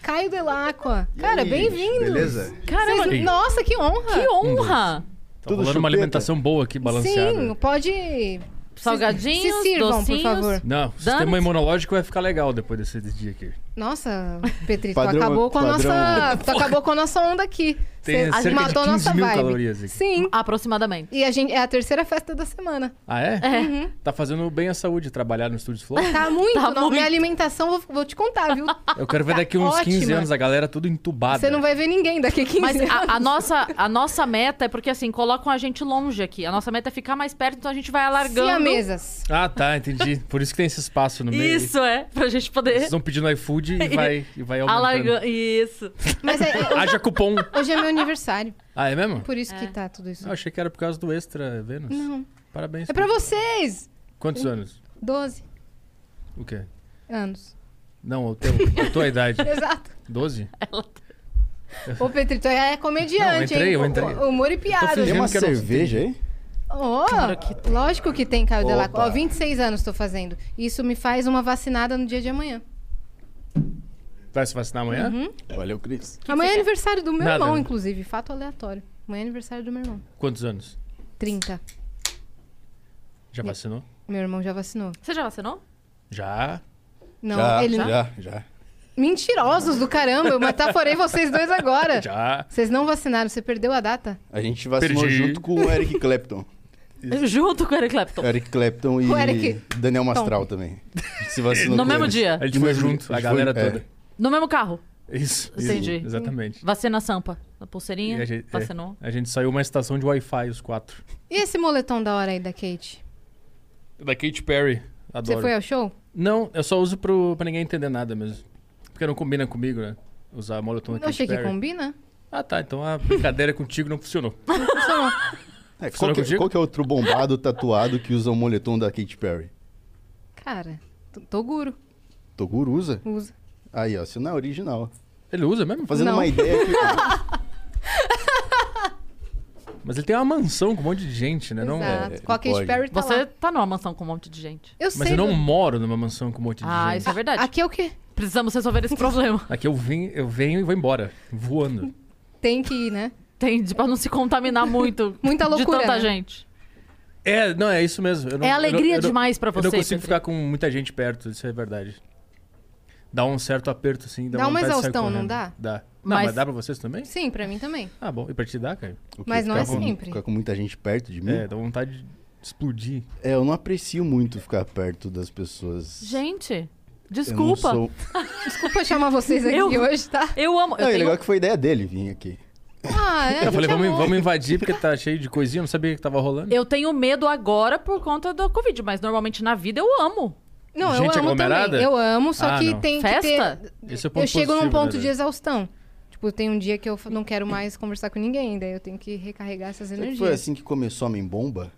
Speaker 3: Caio Delacqua. Cara, bem-vindo.
Speaker 7: Beleza?
Speaker 2: Caramba,
Speaker 3: Vocês- Nossa, que honra.
Speaker 2: que honra!
Speaker 11: Tô
Speaker 7: Tudo
Speaker 11: rolando
Speaker 7: chupeta?
Speaker 11: uma alimentação boa aqui, balanceada.
Speaker 3: Sim, pode
Speaker 2: Salgadinhos,
Speaker 3: se sirvam,
Speaker 2: docinhos.
Speaker 3: por favor.
Speaker 11: Não, o sistema imunológico vai ficar legal depois desse dia aqui.
Speaker 3: Nossa, Petri,
Speaker 7: Padrão-
Speaker 3: tu acabou com a
Speaker 7: padrão-
Speaker 3: nossa, tu acabou com a nossa onda aqui.
Speaker 11: Tem
Speaker 3: Você
Speaker 11: cerca de
Speaker 3: matou a
Speaker 11: 15
Speaker 3: nossa
Speaker 11: mil
Speaker 3: vibe.
Speaker 11: calorias aqui.
Speaker 3: Sim.
Speaker 2: Aproximadamente.
Speaker 3: E a gente é a terceira festa da semana.
Speaker 11: Ah, é?
Speaker 2: É.
Speaker 7: Uhum.
Speaker 11: Tá fazendo bem à saúde trabalhar no Estúdio Flow?
Speaker 3: Tá muito,
Speaker 2: Tá
Speaker 3: não,
Speaker 2: muito.
Speaker 3: minha alimentação vou, vou te contar, viu?
Speaker 11: Eu quero ver
Speaker 3: Tá
Speaker 2: [LAUGHS]
Speaker 11: daqui um uns 15
Speaker 3: ótima.
Speaker 11: anos a galera tudo entubada.
Speaker 3: Você não vai ver ninguém daqui a 15
Speaker 2: Mas
Speaker 3: anos.
Speaker 2: a, a nossa, a nossa meta é porque, assim, colocam a gente longe aqui. A nossa meta é ficar mais perto, então a gente vai alargando.
Speaker 3: Siamesas.
Speaker 11: Ah, tá, entendi. Por isso que tem esse espaço no meio.
Speaker 2: Isso, é. Pra gente poder
Speaker 11: Vocês vão pedindo
Speaker 3: [LAUGHS]
Speaker 11: iFood e vai, e vai aumentando.
Speaker 2: alargando. Isso.
Speaker 3: Mas é- é-
Speaker 11: Haja cupom.
Speaker 3: hoje é meu aniversário,
Speaker 11: Ah, é mesmo?
Speaker 3: por isso que tá tudo isso.
Speaker 11: Ah, achei que era por causa do Extra Vênus.
Speaker 3: Não.
Speaker 11: Parabéns.
Speaker 3: É pra vocês. Hum.
Speaker 11: Quantos anos?
Speaker 3: 12
Speaker 11: O quê?
Speaker 3: anos.
Speaker 11: Não, o teu, a tua
Speaker 3: [LAUGHS]
Speaker 11: idade.
Speaker 3: Exato.
Speaker 11: 12?
Speaker 3: Ô, Petri, tu é comediante,
Speaker 11: Não, eu entrei,
Speaker 3: hein?
Speaker 11: eu entrei.
Speaker 3: Humor e piada.
Speaker 11: fingindo.
Speaker 7: Tem uma
Speaker 11: que eu não sei.
Speaker 7: cerveja aí?
Speaker 3: Ó, lógico que tem Caio Delacqua. Ó, 26 anos tô fazendo. Isso me faz uma vacinada no dia de amanhã.
Speaker 11: Vai se vacinar amanhã?
Speaker 5: Valeu, Cris.
Speaker 3: Uhum. amanhã é aniversário do meu
Speaker 11: Nada,
Speaker 3: irmão,
Speaker 11: né?
Speaker 3: inclusive. Fato aleatório. Amanhã é aniversário do meu irmão.
Speaker 11: Quantos anos?
Speaker 3: 30.
Speaker 11: Já vacinou?
Speaker 3: Meu irmão já vacinou.
Speaker 2: Você já vacinou?
Speaker 11: Já.
Speaker 3: Não,
Speaker 5: já,
Speaker 3: ele não.
Speaker 5: já, já.
Speaker 3: Mentirosos do caramba. Eu metaforei vocês dois agora.
Speaker 11: Já.
Speaker 3: Vocês não vacinaram. Você perdeu a data?
Speaker 12: A gente vacinou
Speaker 11: Perdi.
Speaker 12: junto com o Eric Clapton.
Speaker 2: [LAUGHS] Junto com o Eric Clapton.
Speaker 12: Eric Clapton
Speaker 3: O
Speaker 12: e
Speaker 3: Eric
Speaker 12: Daniel Mastral também. A gente se vacinou
Speaker 2: No
Speaker 12: com
Speaker 2: mesmo
Speaker 12: eles.
Speaker 2: dia.
Speaker 11: A gente
Speaker 12: No
Speaker 11: foi
Speaker 12: mesmo dia.
Speaker 11: junto, a
Speaker 12: gente
Speaker 11: galera
Speaker 12: foi- é.
Speaker 11: toda.
Speaker 2: No mesmo carro.
Speaker 11: Isso. isso,
Speaker 2: Entendi.
Speaker 11: Exatamente.
Speaker 2: Vacina sampa. Na
Speaker 11: E
Speaker 2: pulseirinha,
Speaker 11: a gente- é.
Speaker 2: vacinou.
Speaker 11: A gente saiu uma estação de Wi-Fi, os quatro.
Speaker 3: E esse moletom da hora aí da Kate?
Speaker 11: Da Katy Perry. Adoro.
Speaker 3: Você foi ao show?
Speaker 11: Não, eu só uso pro, pra ninguém entender nada mesmo. Porque não combina comigo, né? Usar moletom da
Speaker 3: Eu
Speaker 11: Katy
Speaker 3: achei que
Speaker 12: [LAUGHS]
Speaker 11: Perry.
Speaker 3: combina.
Speaker 11: Ah, tá. Então a brincadeira [LAUGHS] contigo não funcionou.
Speaker 12: É, qual,
Speaker 11: Funcionou
Speaker 12: que,
Speaker 11: contigo?
Speaker 12: qual que é outro bombado tatuado que usa o moletom da Katy Perry?
Speaker 3: Cara, t- Toguro
Speaker 12: Toguro usa?
Speaker 3: usa.
Speaker 12: Aí, ó, isso não é original.
Speaker 11: Ele usa mesmo?
Speaker 12: Fazendo
Speaker 3: Não.
Speaker 12: uma ideia
Speaker 3: [LAUGHS]
Speaker 12: que.
Speaker 11: Mas ele tem uma mansão com um monte de gente, né? Não,
Speaker 3: Exato.
Speaker 12: É,
Speaker 3: Com a Kate
Speaker 12: pode.
Speaker 3: Perry tá
Speaker 2: Você
Speaker 3: lá.
Speaker 2: tá numa mansão com um monte de gente.
Speaker 3: Eu
Speaker 11: Mas
Speaker 3: sei.
Speaker 11: eu não
Speaker 3: do-
Speaker 11: moro numa mansão com um monte de
Speaker 2: né? Ah,
Speaker 11: gente.
Speaker 2: isso é verdade.
Speaker 3: Aqui é o quê?
Speaker 2: Precisamos resolver esse problema.
Speaker 11: [LAUGHS] Aqui eu, vim, eu venho e vou embora, voando.
Speaker 3: Tem que ir, né?
Speaker 2: Entende? Pra não se contaminar muito
Speaker 3: Muita loucura,
Speaker 2: de tanta
Speaker 3: né?
Speaker 2: gente.
Speaker 11: É, não, é isso mesmo. Eu não-
Speaker 2: é
Speaker 11: eu não-
Speaker 2: alegria
Speaker 11: eu não-
Speaker 2: demais pra
Speaker 11: Eu
Speaker 2: você.
Speaker 11: não consigo
Speaker 2: Petri.
Speaker 11: ficar com muita gente perto, isso é verdade. Dá um certo aperto, assim. Dá,
Speaker 3: Dá uma
Speaker 11: vontade de sair
Speaker 3: exaustão, não
Speaker 11: correndo.
Speaker 3: dá?
Speaker 11: Dá. Não,
Speaker 2: Mas-
Speaker 11: mas... dá pra vocês também?
Speaker 3: Sim, pra mim também.
Speaker 11: Ah, bom. E pra te dar, Caio?
Speaker 12: O quê?
Speaker 3: Mas não é
Speaker 12: Ficar com-
Speaker 3: sempre.
Speaker 12: Ficar com muita gente perto de mim?
Speaker 11: É, dá vontade de explodir.
Speaker 12: É, eu não aprecio muito ficar perto das pessoas.
Speaker 2: Gente,
Speaker 12: Eu não
Speaker 2: desculpa. Eu,
Speaker 12: sou-
Speaker 3: Desculpa chamar vocês aqui
Speaker 2: [LAUGHS] Eu-
Speaker 3: hoje, tá?
Speaker 2: amo. Eu
Speaker 12: Não, é
Speaker 2: tenho...
Speaker 12: legal que foi ideia dele vir aqui.
Speaker 3: Ah, é.
Speaker 11: eu falei, vamos,
Speaker 3: amou.
Speaker 11: vamos invadir porque tá cheio de coisinha, eu não sabia que tava rolando.
Speaker 2: eu tenho medo agora por conta da Covid, mas normalmente na vida eu amo.
Speaker 3: Não,
Speaker 11: Gente
Speaker 3: eu amo
Speaker 11: aglomerada?
Speaker 3: também. Eu amo, só
Speaker 11: Ah,
Speaker 3: que
Speaker 11: não.
Speaker 3: tem que
Speaker 2: Festa?
Speaker 3: ter...
Speaker 11: Esse é o ponto
Speaker 3: Eu chego num
Speaker 11: positivo,
Speaker 3: ponto
Speaker 11: né,
Speaker 3: de
Speaker 11: velho?
Speaker 3: exaustão. Tipo, tem um dia que eu f- não quero mais conversar com ninguém, daí eu tenho que recarregar essas
Speaker 12: Será que foi
Speaker 3: energias.
Speaker 12: assim que começou Homem Bomba?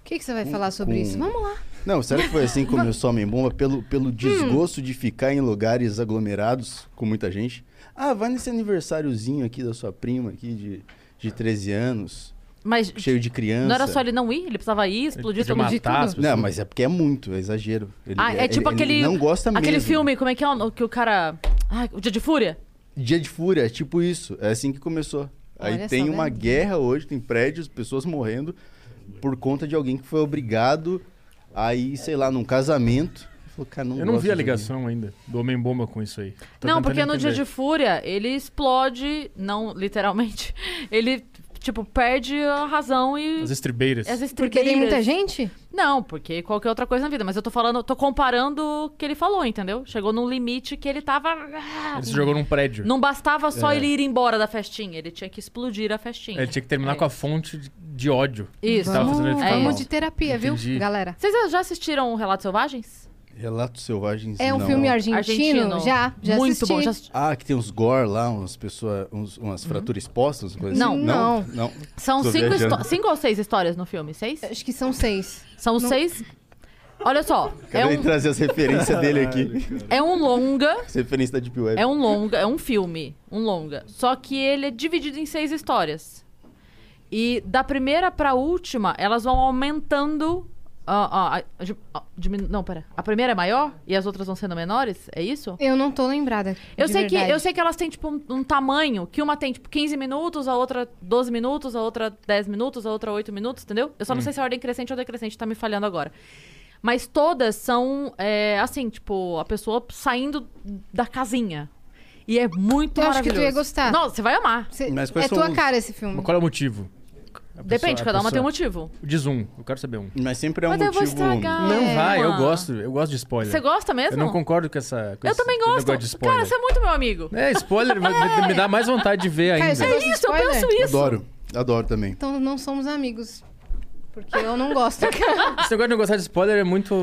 Speaker 3: O que, que você vai falar sobre
Speaker 12: com-
Speaker 3: isso? Vamos lá.
Speaker 12: Não, será que foi assim
Speaker 3: [LAUGHS]
Speaker 12: que começou Homem Bomba? Pelo,
Speaker 2: Hum.
Speaker 12: pelo desgosto de ficar em lugares aglomerados com muita gente? Ah, vai nesse aniversáriozinho aqui da sua prima aqui de, de 13 anos,
Speaker 2: Mas
Speaker 12: cheio de criança.
Speaker 2: não era só ele não ir, ele precisava ir, explodir,
Speaker 11: Podia
Speaker 2: explodir
Speaker 11: matar
Speaker 2: tudo.
Speaker 11: as pessoas.
Speaker 12: Não, mas é porque é muito, é exagero. Ele-
Speaker 2: Ah, é tipo
Speaker 12: ele- ele
Speaker 2: aquele-
Speaker 12: não gosta
Speaker 2: Aquele
Speaker 12: mesmo.
Speaker 2: filme, como é que é? o Que o cara. Ai, o Dia de Fúria?
Speaker 12: Dia de Fúria, é tipo isso. É assim que começou. Aí
Speaker 3: Olha
Speaker 12: tem
Speaker 3: só,
Speaker 12: uma
Speaker 2: né?
Speaker 3: velho.
Speaker 12: guerra hoje, tem prédios, pessoas morrendo por conta de alguém que foi obrigado a ir, sei lá, num casamento. Falou, cara, não
Speaker 11: Eu não
Speaker 12: gosto
Speaker 11: vi a
Speaker 12: disso aqui.
Speaker 11: ligação ainda do Homem-Bomba com isso aí. Tô
Speaker 2: não,
Speaker 11: tentando
Speaker 2: porque no Dia
Speaker 11: entender.
Speaker 2: de Fúria [LAUGHS] ele explode, não literalmente, ele tipo, perde a razão e.
Speaker 11: As estribeiras.
Speaker 2: As
Speaker 3: Porque tem muita
Speaker 2: estribeiras.
Speaker 3: gente?
Speaker 2: Não, porque qualquer outra coisa na vida. Mas eu tô falando, tô comparando o que ele falou, entendeu? Chegou num limite que ele
Speaker 11: [LAUGHS]
Speaker 2: tava.
Speaker 11: Ele se jogou num prédio.
Speaker 2: Não bastava só
Speaker 11: É.
Speaker 2: ele ir embora da festinha, ele tinha que explodir a festinha.
Speaker 11: Ele tinha que terminar
Speaker 2: É
Speaker 11: com a fonte de, de ódio.
Speaker 2: Isso. É.
Speaker 11: Que tava fazendo ele
Speaker 2: Vamos-
Speaker 11: ficar
Speaker 2: vamos
Speaker 11: mal.
Speaker 2: de
Speaker 3: Terapia,
Speaker 11: Entendi.
Speaker 3: viu, galera?
Speaker 2: Vocês já assistiram o Relatos Selvagens?
Speaker 12: Relatos Selvagens.
Speaker 3: É um
Speaker 12: não.
Speaker 3: filme argentino?
Speaker 2: Argentino.
Speaker 3: Já, já
Speaker 2: Muito
Speaker 3: assisti.
Speaker 2: bom, já
Speaker 12: Ah, que tem uns gore lá, umas pessoas, uns- umas fraturas expostas, umas coisas
Speaker 2: Uhum. Não.
Speaker 12: assim.
Speaker 2: Não.
Speaker 12: não.
Speaker 2: São
Speaker 12: Tô
Speaker 2: cinco,
Speaker 12: viajando.
Speaker 2: histó- cinco ou seis histórias no filme? Seis? Acho
Speaker 3: que são seis.
Speaker 2: São seis? Olha só.
Speaker 12: Cadê
Speaker 2: É
Speaker 12: ele
Speaker 2: um,
Speaker 12: trazer as referências dele
Speaker 2: [LAUGHS]
Speaker 12: aqui?
Speaker 2: é um longa.
Speaker 12: As referências da Deep Web.
Speaker 2: É um longa, é um filme, um longa. Só que ele é dividido em seis histórias. E da primeira pra última, elas vão aumentando. a- a- a- di- a- diminu- não, pera. A primeira é maior e as outras vão sendo menores? É isso?
Speaker 3: Eu não tô lembrada.
Speaker 2: Eu
Speaker 3: de
Speaker 2: sei, que,
Speaker 3: verdade.
Speaker 2: eu sei que elas têm, tipo, um, um tamanho, que uma tem, tipo, 15 minutos, a outra 12 minutos, a outra 10 minutos, a outra 8 minutos, entendeu? Eu só não
Speaker 13: Hum.
Speaker 2: sei se é ordem crescente ou decrescente, tá me falhando agora. Mas todas são, é, assim, tipo, a pessoa saindo da casinha. E é muito
Speaker 3: Eu acho que
Speaker 2: maravilhoso.
Speaker 3: tu ia gostar. é
Speaker 2: Nossa, você vai amar.
Speaker 11: Mas quais são os- Mas qual é o motivo? A
Speaker 2: Depende,
Speaker 11: pessoa- a
Speaker 2: cada uma tem um
Speaker 11: pessoa-
Speaker 2: motivo.
Speaker 11: Diz um, eu quero saber um.
Speaker 12: Mas sempre é
Speaker 2: um Mas eu vou motivo- estragar
Speaker 11: Não
Speaker 2: ela.
Speaker 11: vai, eu gosto, eu gosto de spoiler.
Speaker 2: Você gosta mesmo?
Speaker 11: Eu não concordo com essa. com
Speaker 2: Eu
Speaker 11: esse
Speaker 2: também gosto.
Speaker 11: negócio de
Speaker 2: Cara,
Speaker 11: spoiler.
Speaker 2: você é muito meu amigo.
Speaker 11: É, spoiler me, me- me dá mais vontade de ver
Speaker 3: Cara,
Speaker 11: ainda.
Speaker 3: você gosta de É isso, eu
Speaker 2: um
Speaker 3: spoiler? penso isso.
Speaker 12: Adoro, adoro também.
Speaker 3: Então não somos amigos. Porque eu não
Speaker 12: [LAUGHS]
Speaker 3: gosto. [LAUGHS]
Speaker 2: Ah.
Speaker 11: Esse negócio de não gostar de spoiler é muito.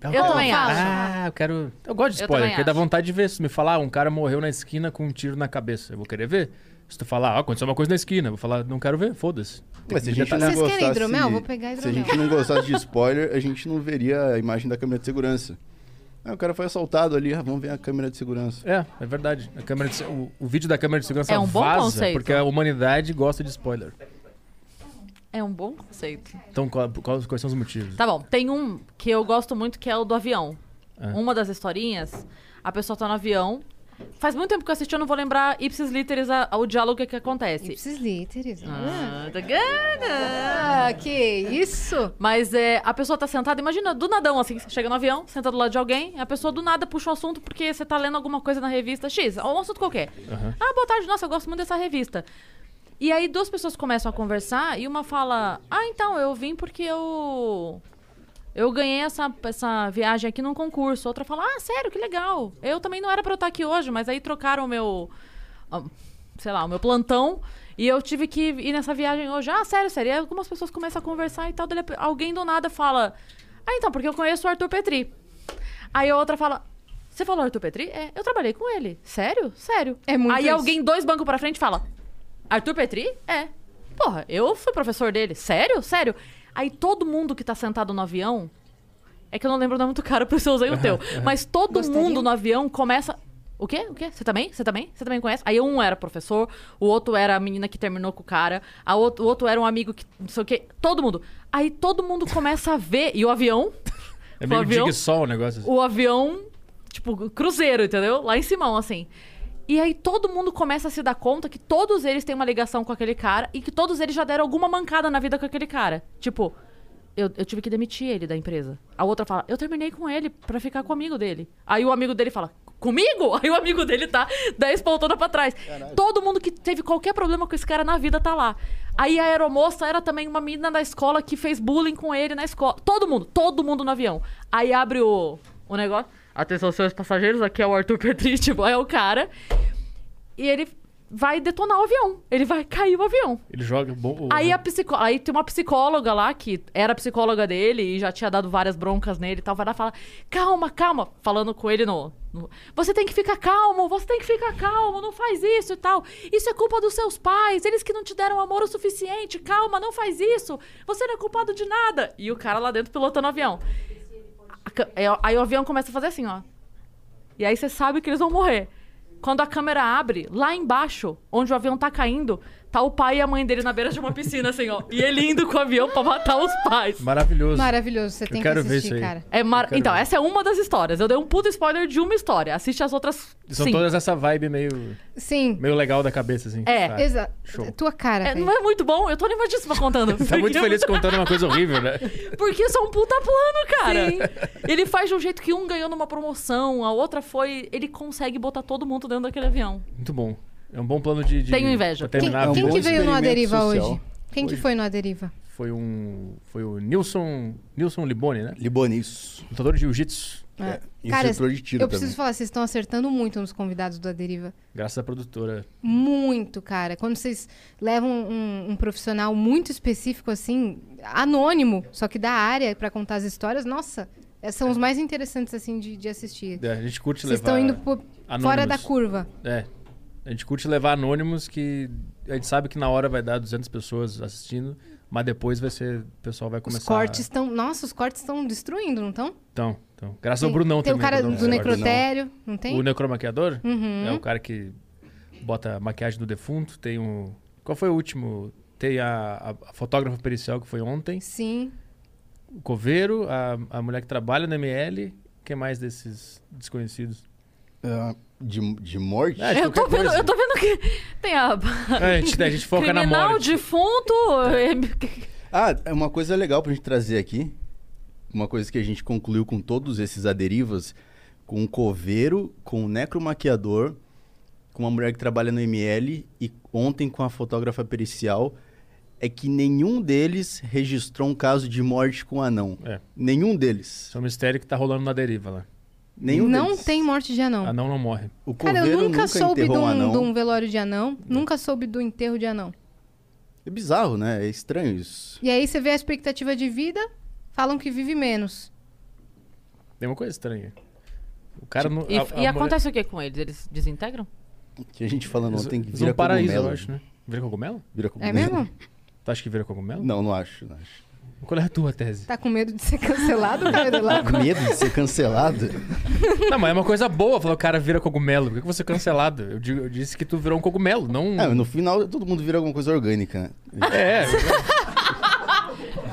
Speaker 11: dá
Speaker 3: Eu
Speaker 11: vontade.
Speaker 3: também acho.
Speaker 11: Ah, eu quero. Eu gosto de
Speaker 3: Eu
Speaker 11: spoiler,
Speaker 3: também
Speaker 11: porque dá vontade de ver. Se me falar, ah, um cara morreu na esquina com um tiro na cabeça, eu vou querer ver. Se tu falar, ah, aconteceu uma coisa na esquina, eu vou falar, não quero ver, foda-se.
Speaker 12: Mas se a gente não
Speaker 11: Detalhe.
Speaker 12: gostasse,
Speaker 3: hidromel? Vou pegar
Speaker 12: Se a gente
Speaker 3: hidromel.
Speaker 12: não gostasse de
Speaker 3: [LAUGHS]
Speaker 12: spoiler, a gente não veria a imagem da câmera de segurança. Ah, o cara foi assaltado ali, ah, vamos ver a câmera de segurança.
Speaker 11: É, é verdade. A câmera de se- o, o vídeo da câmera de segurança
Speaker 2: É um bom
Speaker 11: vaza
Speaker 2: conceito.
Speaker 11: porque a humanidade gosta de spoiler.
Speaker 2: É um bom conceito.
Speaker 11: Então, qual- qual- quais são os motivos?
Speaker 2: Tá bom, tem um que eu gosto muito que é o do avião.
Speaker 11: É.
Speaker 2: Uma das historinhas, a pessoa tá no avião. Faz muito tempo que eu assisti, eu não vou lembrar ipsis literis a- o diálogo que, que acontece.
Speaker 3: Ipsis literis.
Speaker 2: Ah,
Speaker 3: olha.
Speaker 2: tá gana.
Speaker 3: Ah, que isso!
Speaker 2: Mas é, a pessoa tá sentada, imagina, do nadão, assim, você chega no avião, senta do lado de alguém, a pessoa do nada puxa o assunto porque você tá lendo alguma coisa na revista X, ou um assunto qualquer.
Speaker 13: Aham.
Speaker 2: Ah, boa tarde, nossa, eu gosto muito dessa revista. E aí duas pessoas começam a conversar e uma fala: Ah, então, eu vim porque eu. Eu ganhei essa, essa viagem aqui num concurso. Outra fala: Ah, sério, que legal. Eu também não era pra eu estar aqui hoje, mas aí trocaram o meu. ah, Sei lá, o meu plantão. E eu tive que ir nessa viagem hoje. Ah, sério, sério. E aí algumas pessoas começam a conversar e tal. daí alguém do nada fala: Ah, então, porque eu conheço o Arthur Petri. Aí a outra fala: Você falou Arthur Petri? É, eu trabalhei com ele. Sério? Sério. É
Speaker 13: muito
Speaker 2: Aí
Speaker 13: isso.
Speaker 2: alguém dois bancos pra frente fala: Arthur Petri? É. Porra, eu fui professor dele. Sério? Sério? Aí todo mundo que tá sentado no avião. É que eu não lembro o nome do cara, por isso eu usei o teu. Mas todo mundo no avião começa. O quê? O quê? Você também? Você também? Você também conhece? Aí um era professor, o outro era a menina que terminou com o cara, a outro, o outro era um amigo que. não sei o quê. Todo mundo. Aí todo mundo começa a ver. E o avião.
Speaker 11: [LAUGHS] É
Speaker 2: o
Speaker 11: meio
Speaker 2: avião-
Speaker 11: dig sol o negócio. assim.
Speaker 2: o avião, tipo, cruzeiro, entendeu? Lá em Simão, assim. E aí todo mundo começa a se dar conta que todos eles têm uma ligação com aquele cara e que todos eles já deram alguma mancada na vida com aquele cara. Tipo, eu, eu tive que demitir ele da empresa. A outra fala, eu terminei com ele pra ficar com o amigo dele. Aí o amigo dele fala, comigo? [LAUGHS] Aí o amigo dele tá 10 poltronas pra trás. Todo mundo que teve qualquer problema com esse cara na vida tá lá. Aí a aeromoça era também uma menina da escola que fez bullying com ele na escola. Todo mundo, todo mundo no avião. Aí abre o, o negócio. Atenção, senhores passageiros, aqui é o Arthur Petri, [LAUGHS] tipo, é o cara. E ele vai detonar o avião. Ele vai cair o avião.
Speaker 11: Ele joga bom.
Speaker 2: Aí, a psicó... aí tem uma psicóloga lá que era psicóloga dele e já tinha dado várias broncas nele e tal. Vai lá e fala: calma, calma. Falando com ele no. no- Você tem que ficar calmo, você tem que ficar calmo, não faz isso e tal. Isso é culpa dos seus pais, eles que não te deram amor o suficiente. Calma, não faz isso. Você não é culpado de nada. E o cara lá dentro pilotando o avião. A ca- é, Aí o avião começa a fazer assim, ó. E aí você sabe que eles vão morrer. Quando a câmera abre, lá embaixo, onde o avião tá caindo, tá o pai e a mãe dele na beira de uma piscina, assim, ó. E ele indo com o avião pra matar os pais.
Speaker 11: Maravilhoso.
Speaker 3: Maravilhoso, você tem que
Speaker 11: quero ver
Speaker 3: assistir,
Speaker 11: isso aí.
Speaker 3: cara.
Speaker 2: É mar-
Speaker 11: Eu quero
Speaker 2: Então,
Speaker 11: ver.
Speaker 2: essa é uma das histórias. Eu dei um puto spoiler de uma história. Assiste as outras.
Speaker 11: São
Speaker 2: sim.
Speaker 11: todas essa vibe meio.
Speaker 3: Sim.
Speaker 11: Meio legal da cabeça, assim.
Speaker 2: É,
Speaker 11: Tá.
Speaker 2: exa-
Speaker 11: Show.
Speaker 3: Tua cara.
Speaker 2: É, não é muito bom, eu tô animadíssima contando.
Speaker 11: [LAUGHS] Tá muito feliz contando uma coisa horrível, né?
Speaker 2: [LAUGHS] Porque isso é um puta plano, cara. Ele faz de um jeito que um ganhou numa promoção, a outra foi. Ele consegue botar todo mundo dentro daquele avião.
Speaker 11: Muito bom. É um bom plano de. de
Speaker 2: Tenho inveja.
Speaker 11: pra terminar
Speaker 3: Quem
Speaker 11: bom
Speaker 3: que veio no
Speaker 11: experimento
Speaker 3: Aderiva
Speaker 11: social.
Speaker 3: hoje? Quem que foi no Aderiva?
Speaker 11: Foi um. Foi o Nilson. Nilson Liboni, né?
Speaker 12: Liboni, isso.
Speaker 11: Lutador de jiu-jitsu.
Speaker 3: Ah,
Speaker 11: É,
Speaker 3: Cara, eu preciso falar, vocês estão acertando muito nos convidados do Aderiva.
Speaker 11: Graças à produtora.
Speaker 3: Muito, cara. Quando vocês levam um, um profissional muito específico, assim, anônimo, só que da área, pra contar as histórias, nossa, é- são os mais interessantes, assim, de, de assistir.
Speaker 11: É, a gente curte
Speaker 3: Vocês estão
Speaker 11: levar.
Speaker 3: indo por- fora
Speaker 11: anônimos.
Speaker 3: da curva.
Speaker 11: É. A gente curte levar anônimos que a gente sabe que na hora vai dar 200 pessoas assistindo, mas depois vai ser. O pessoal vai começar.
Speaker 3: Os cortes estão. Nossa, os cortes estão destruindo, não estão?
Speaker 11: Então, então. Graças
Speaker 3: Tem-
Speaker 11: ao Brunão
Speaker 3: tem o
Speaker 11: também.
Speaker 3: cara
Speaker 11: que eu dou
Speaker 3: do
Speaker 11: um
Speaker 3: necrotério, não tem?
Speaker 11: O necromaquiador?
Speaker 3: Uhum.
Speaker 11: É o cara que bota a maquiagem do defunto. Tem o. Qual foi o último? Tem a, a, a fotógrafa pericial que foi ontem.
Speaker 3: Sim.
Speaker 11: O coveiro, a, a mulher que trabalha no ML. Quem mais desses desconhecidos?
Speaker 12: Ah, de, de morte?
Speaker 11: É, de
Speaker 2: eu, tô
Speaker 11: qualquer
Speaker 2: vendo,
Speaker 11: coisa.
Speaker 2: eu tô vendo que tem a.
Speaker 11: É, a gente- a gente foca na
Speaker 2: [LAUGHS]
Speaker 11: É.
Speaker 2: Criminal,
Speaker 12: morte.
Speaker 2: defunto.
Speaker 12: Ah, é uma coisa legal pra gente trazer aqui. Uma coisa que a gente concluiu com todos esses aderivas, com um coveiro, com um necromaquiador, com uma mulher que trabalha no ML e ontem com a fotógrafa pericial, é que nenhum deles registrou um caso de morte com anão. Nenhum deles.
Speaker 11: É. Isso é um mistério que tá rolando na deriva lá.
Speaker 12: Nenhum
Speaker 3: não
Speaker 12: deles.
Speaker 3: tem morte de anão.
Speaker 11: Anão não morre.
Speaker 12: O
Speaker 3: Cara, eu
Speaker 12: coveiro
Speaker 3: nunca, soube de
Speaker 12: enterrou
Speaker 3: um,
Speaker 12: um anão.
Speaker 3: de um velório de anão, nunca soube do enterro de anão.
Speaker 12: É bizarro, né? É estranho isso.
Speaker 3: E aí você vê a expectativa de vida, falam que vive menos.
Speaker 11: Tem uma coisa estranha. O cara não.
Speaker 2: E, e
Speaker 11: a- a mulher-
Speaker 2: acontece o que com eles? Eles desintegram?
Speaker 12: Que a gente falando
Speaker 11: Eles-
Speaker 12: ontem que
Speaker 11: eles
Speaker 12: vira
Speaker 11: vão para paraíso,
Speaker 12: cogumelo.
Speaker 11: eu acho, né? Vira cogumelo?
Speaker 12: Vira cogumelo.
Speaker 3: É mesmo?
Speaker 11: Tu acha que vira cogumelo?
Speaker 12: Não, não acho, não acho.
Speaker 11: Qual é a tua tese?
Speaker 3: Tá com medo de ser [LAUGHS] cancelado, cara do Lago?
Speaker 12: Medo de ser cancelado?
Speaker 11: Não, mas é uma coisa boa falar o cara vira cogumelo. Por que que você é cancelado? Eu, digo- eu disse que tu virou um cogumelo, não.
Speaker 12: Ah, no final todo mundo vira alguma coisa orgânica, né?
Speaker 11: É.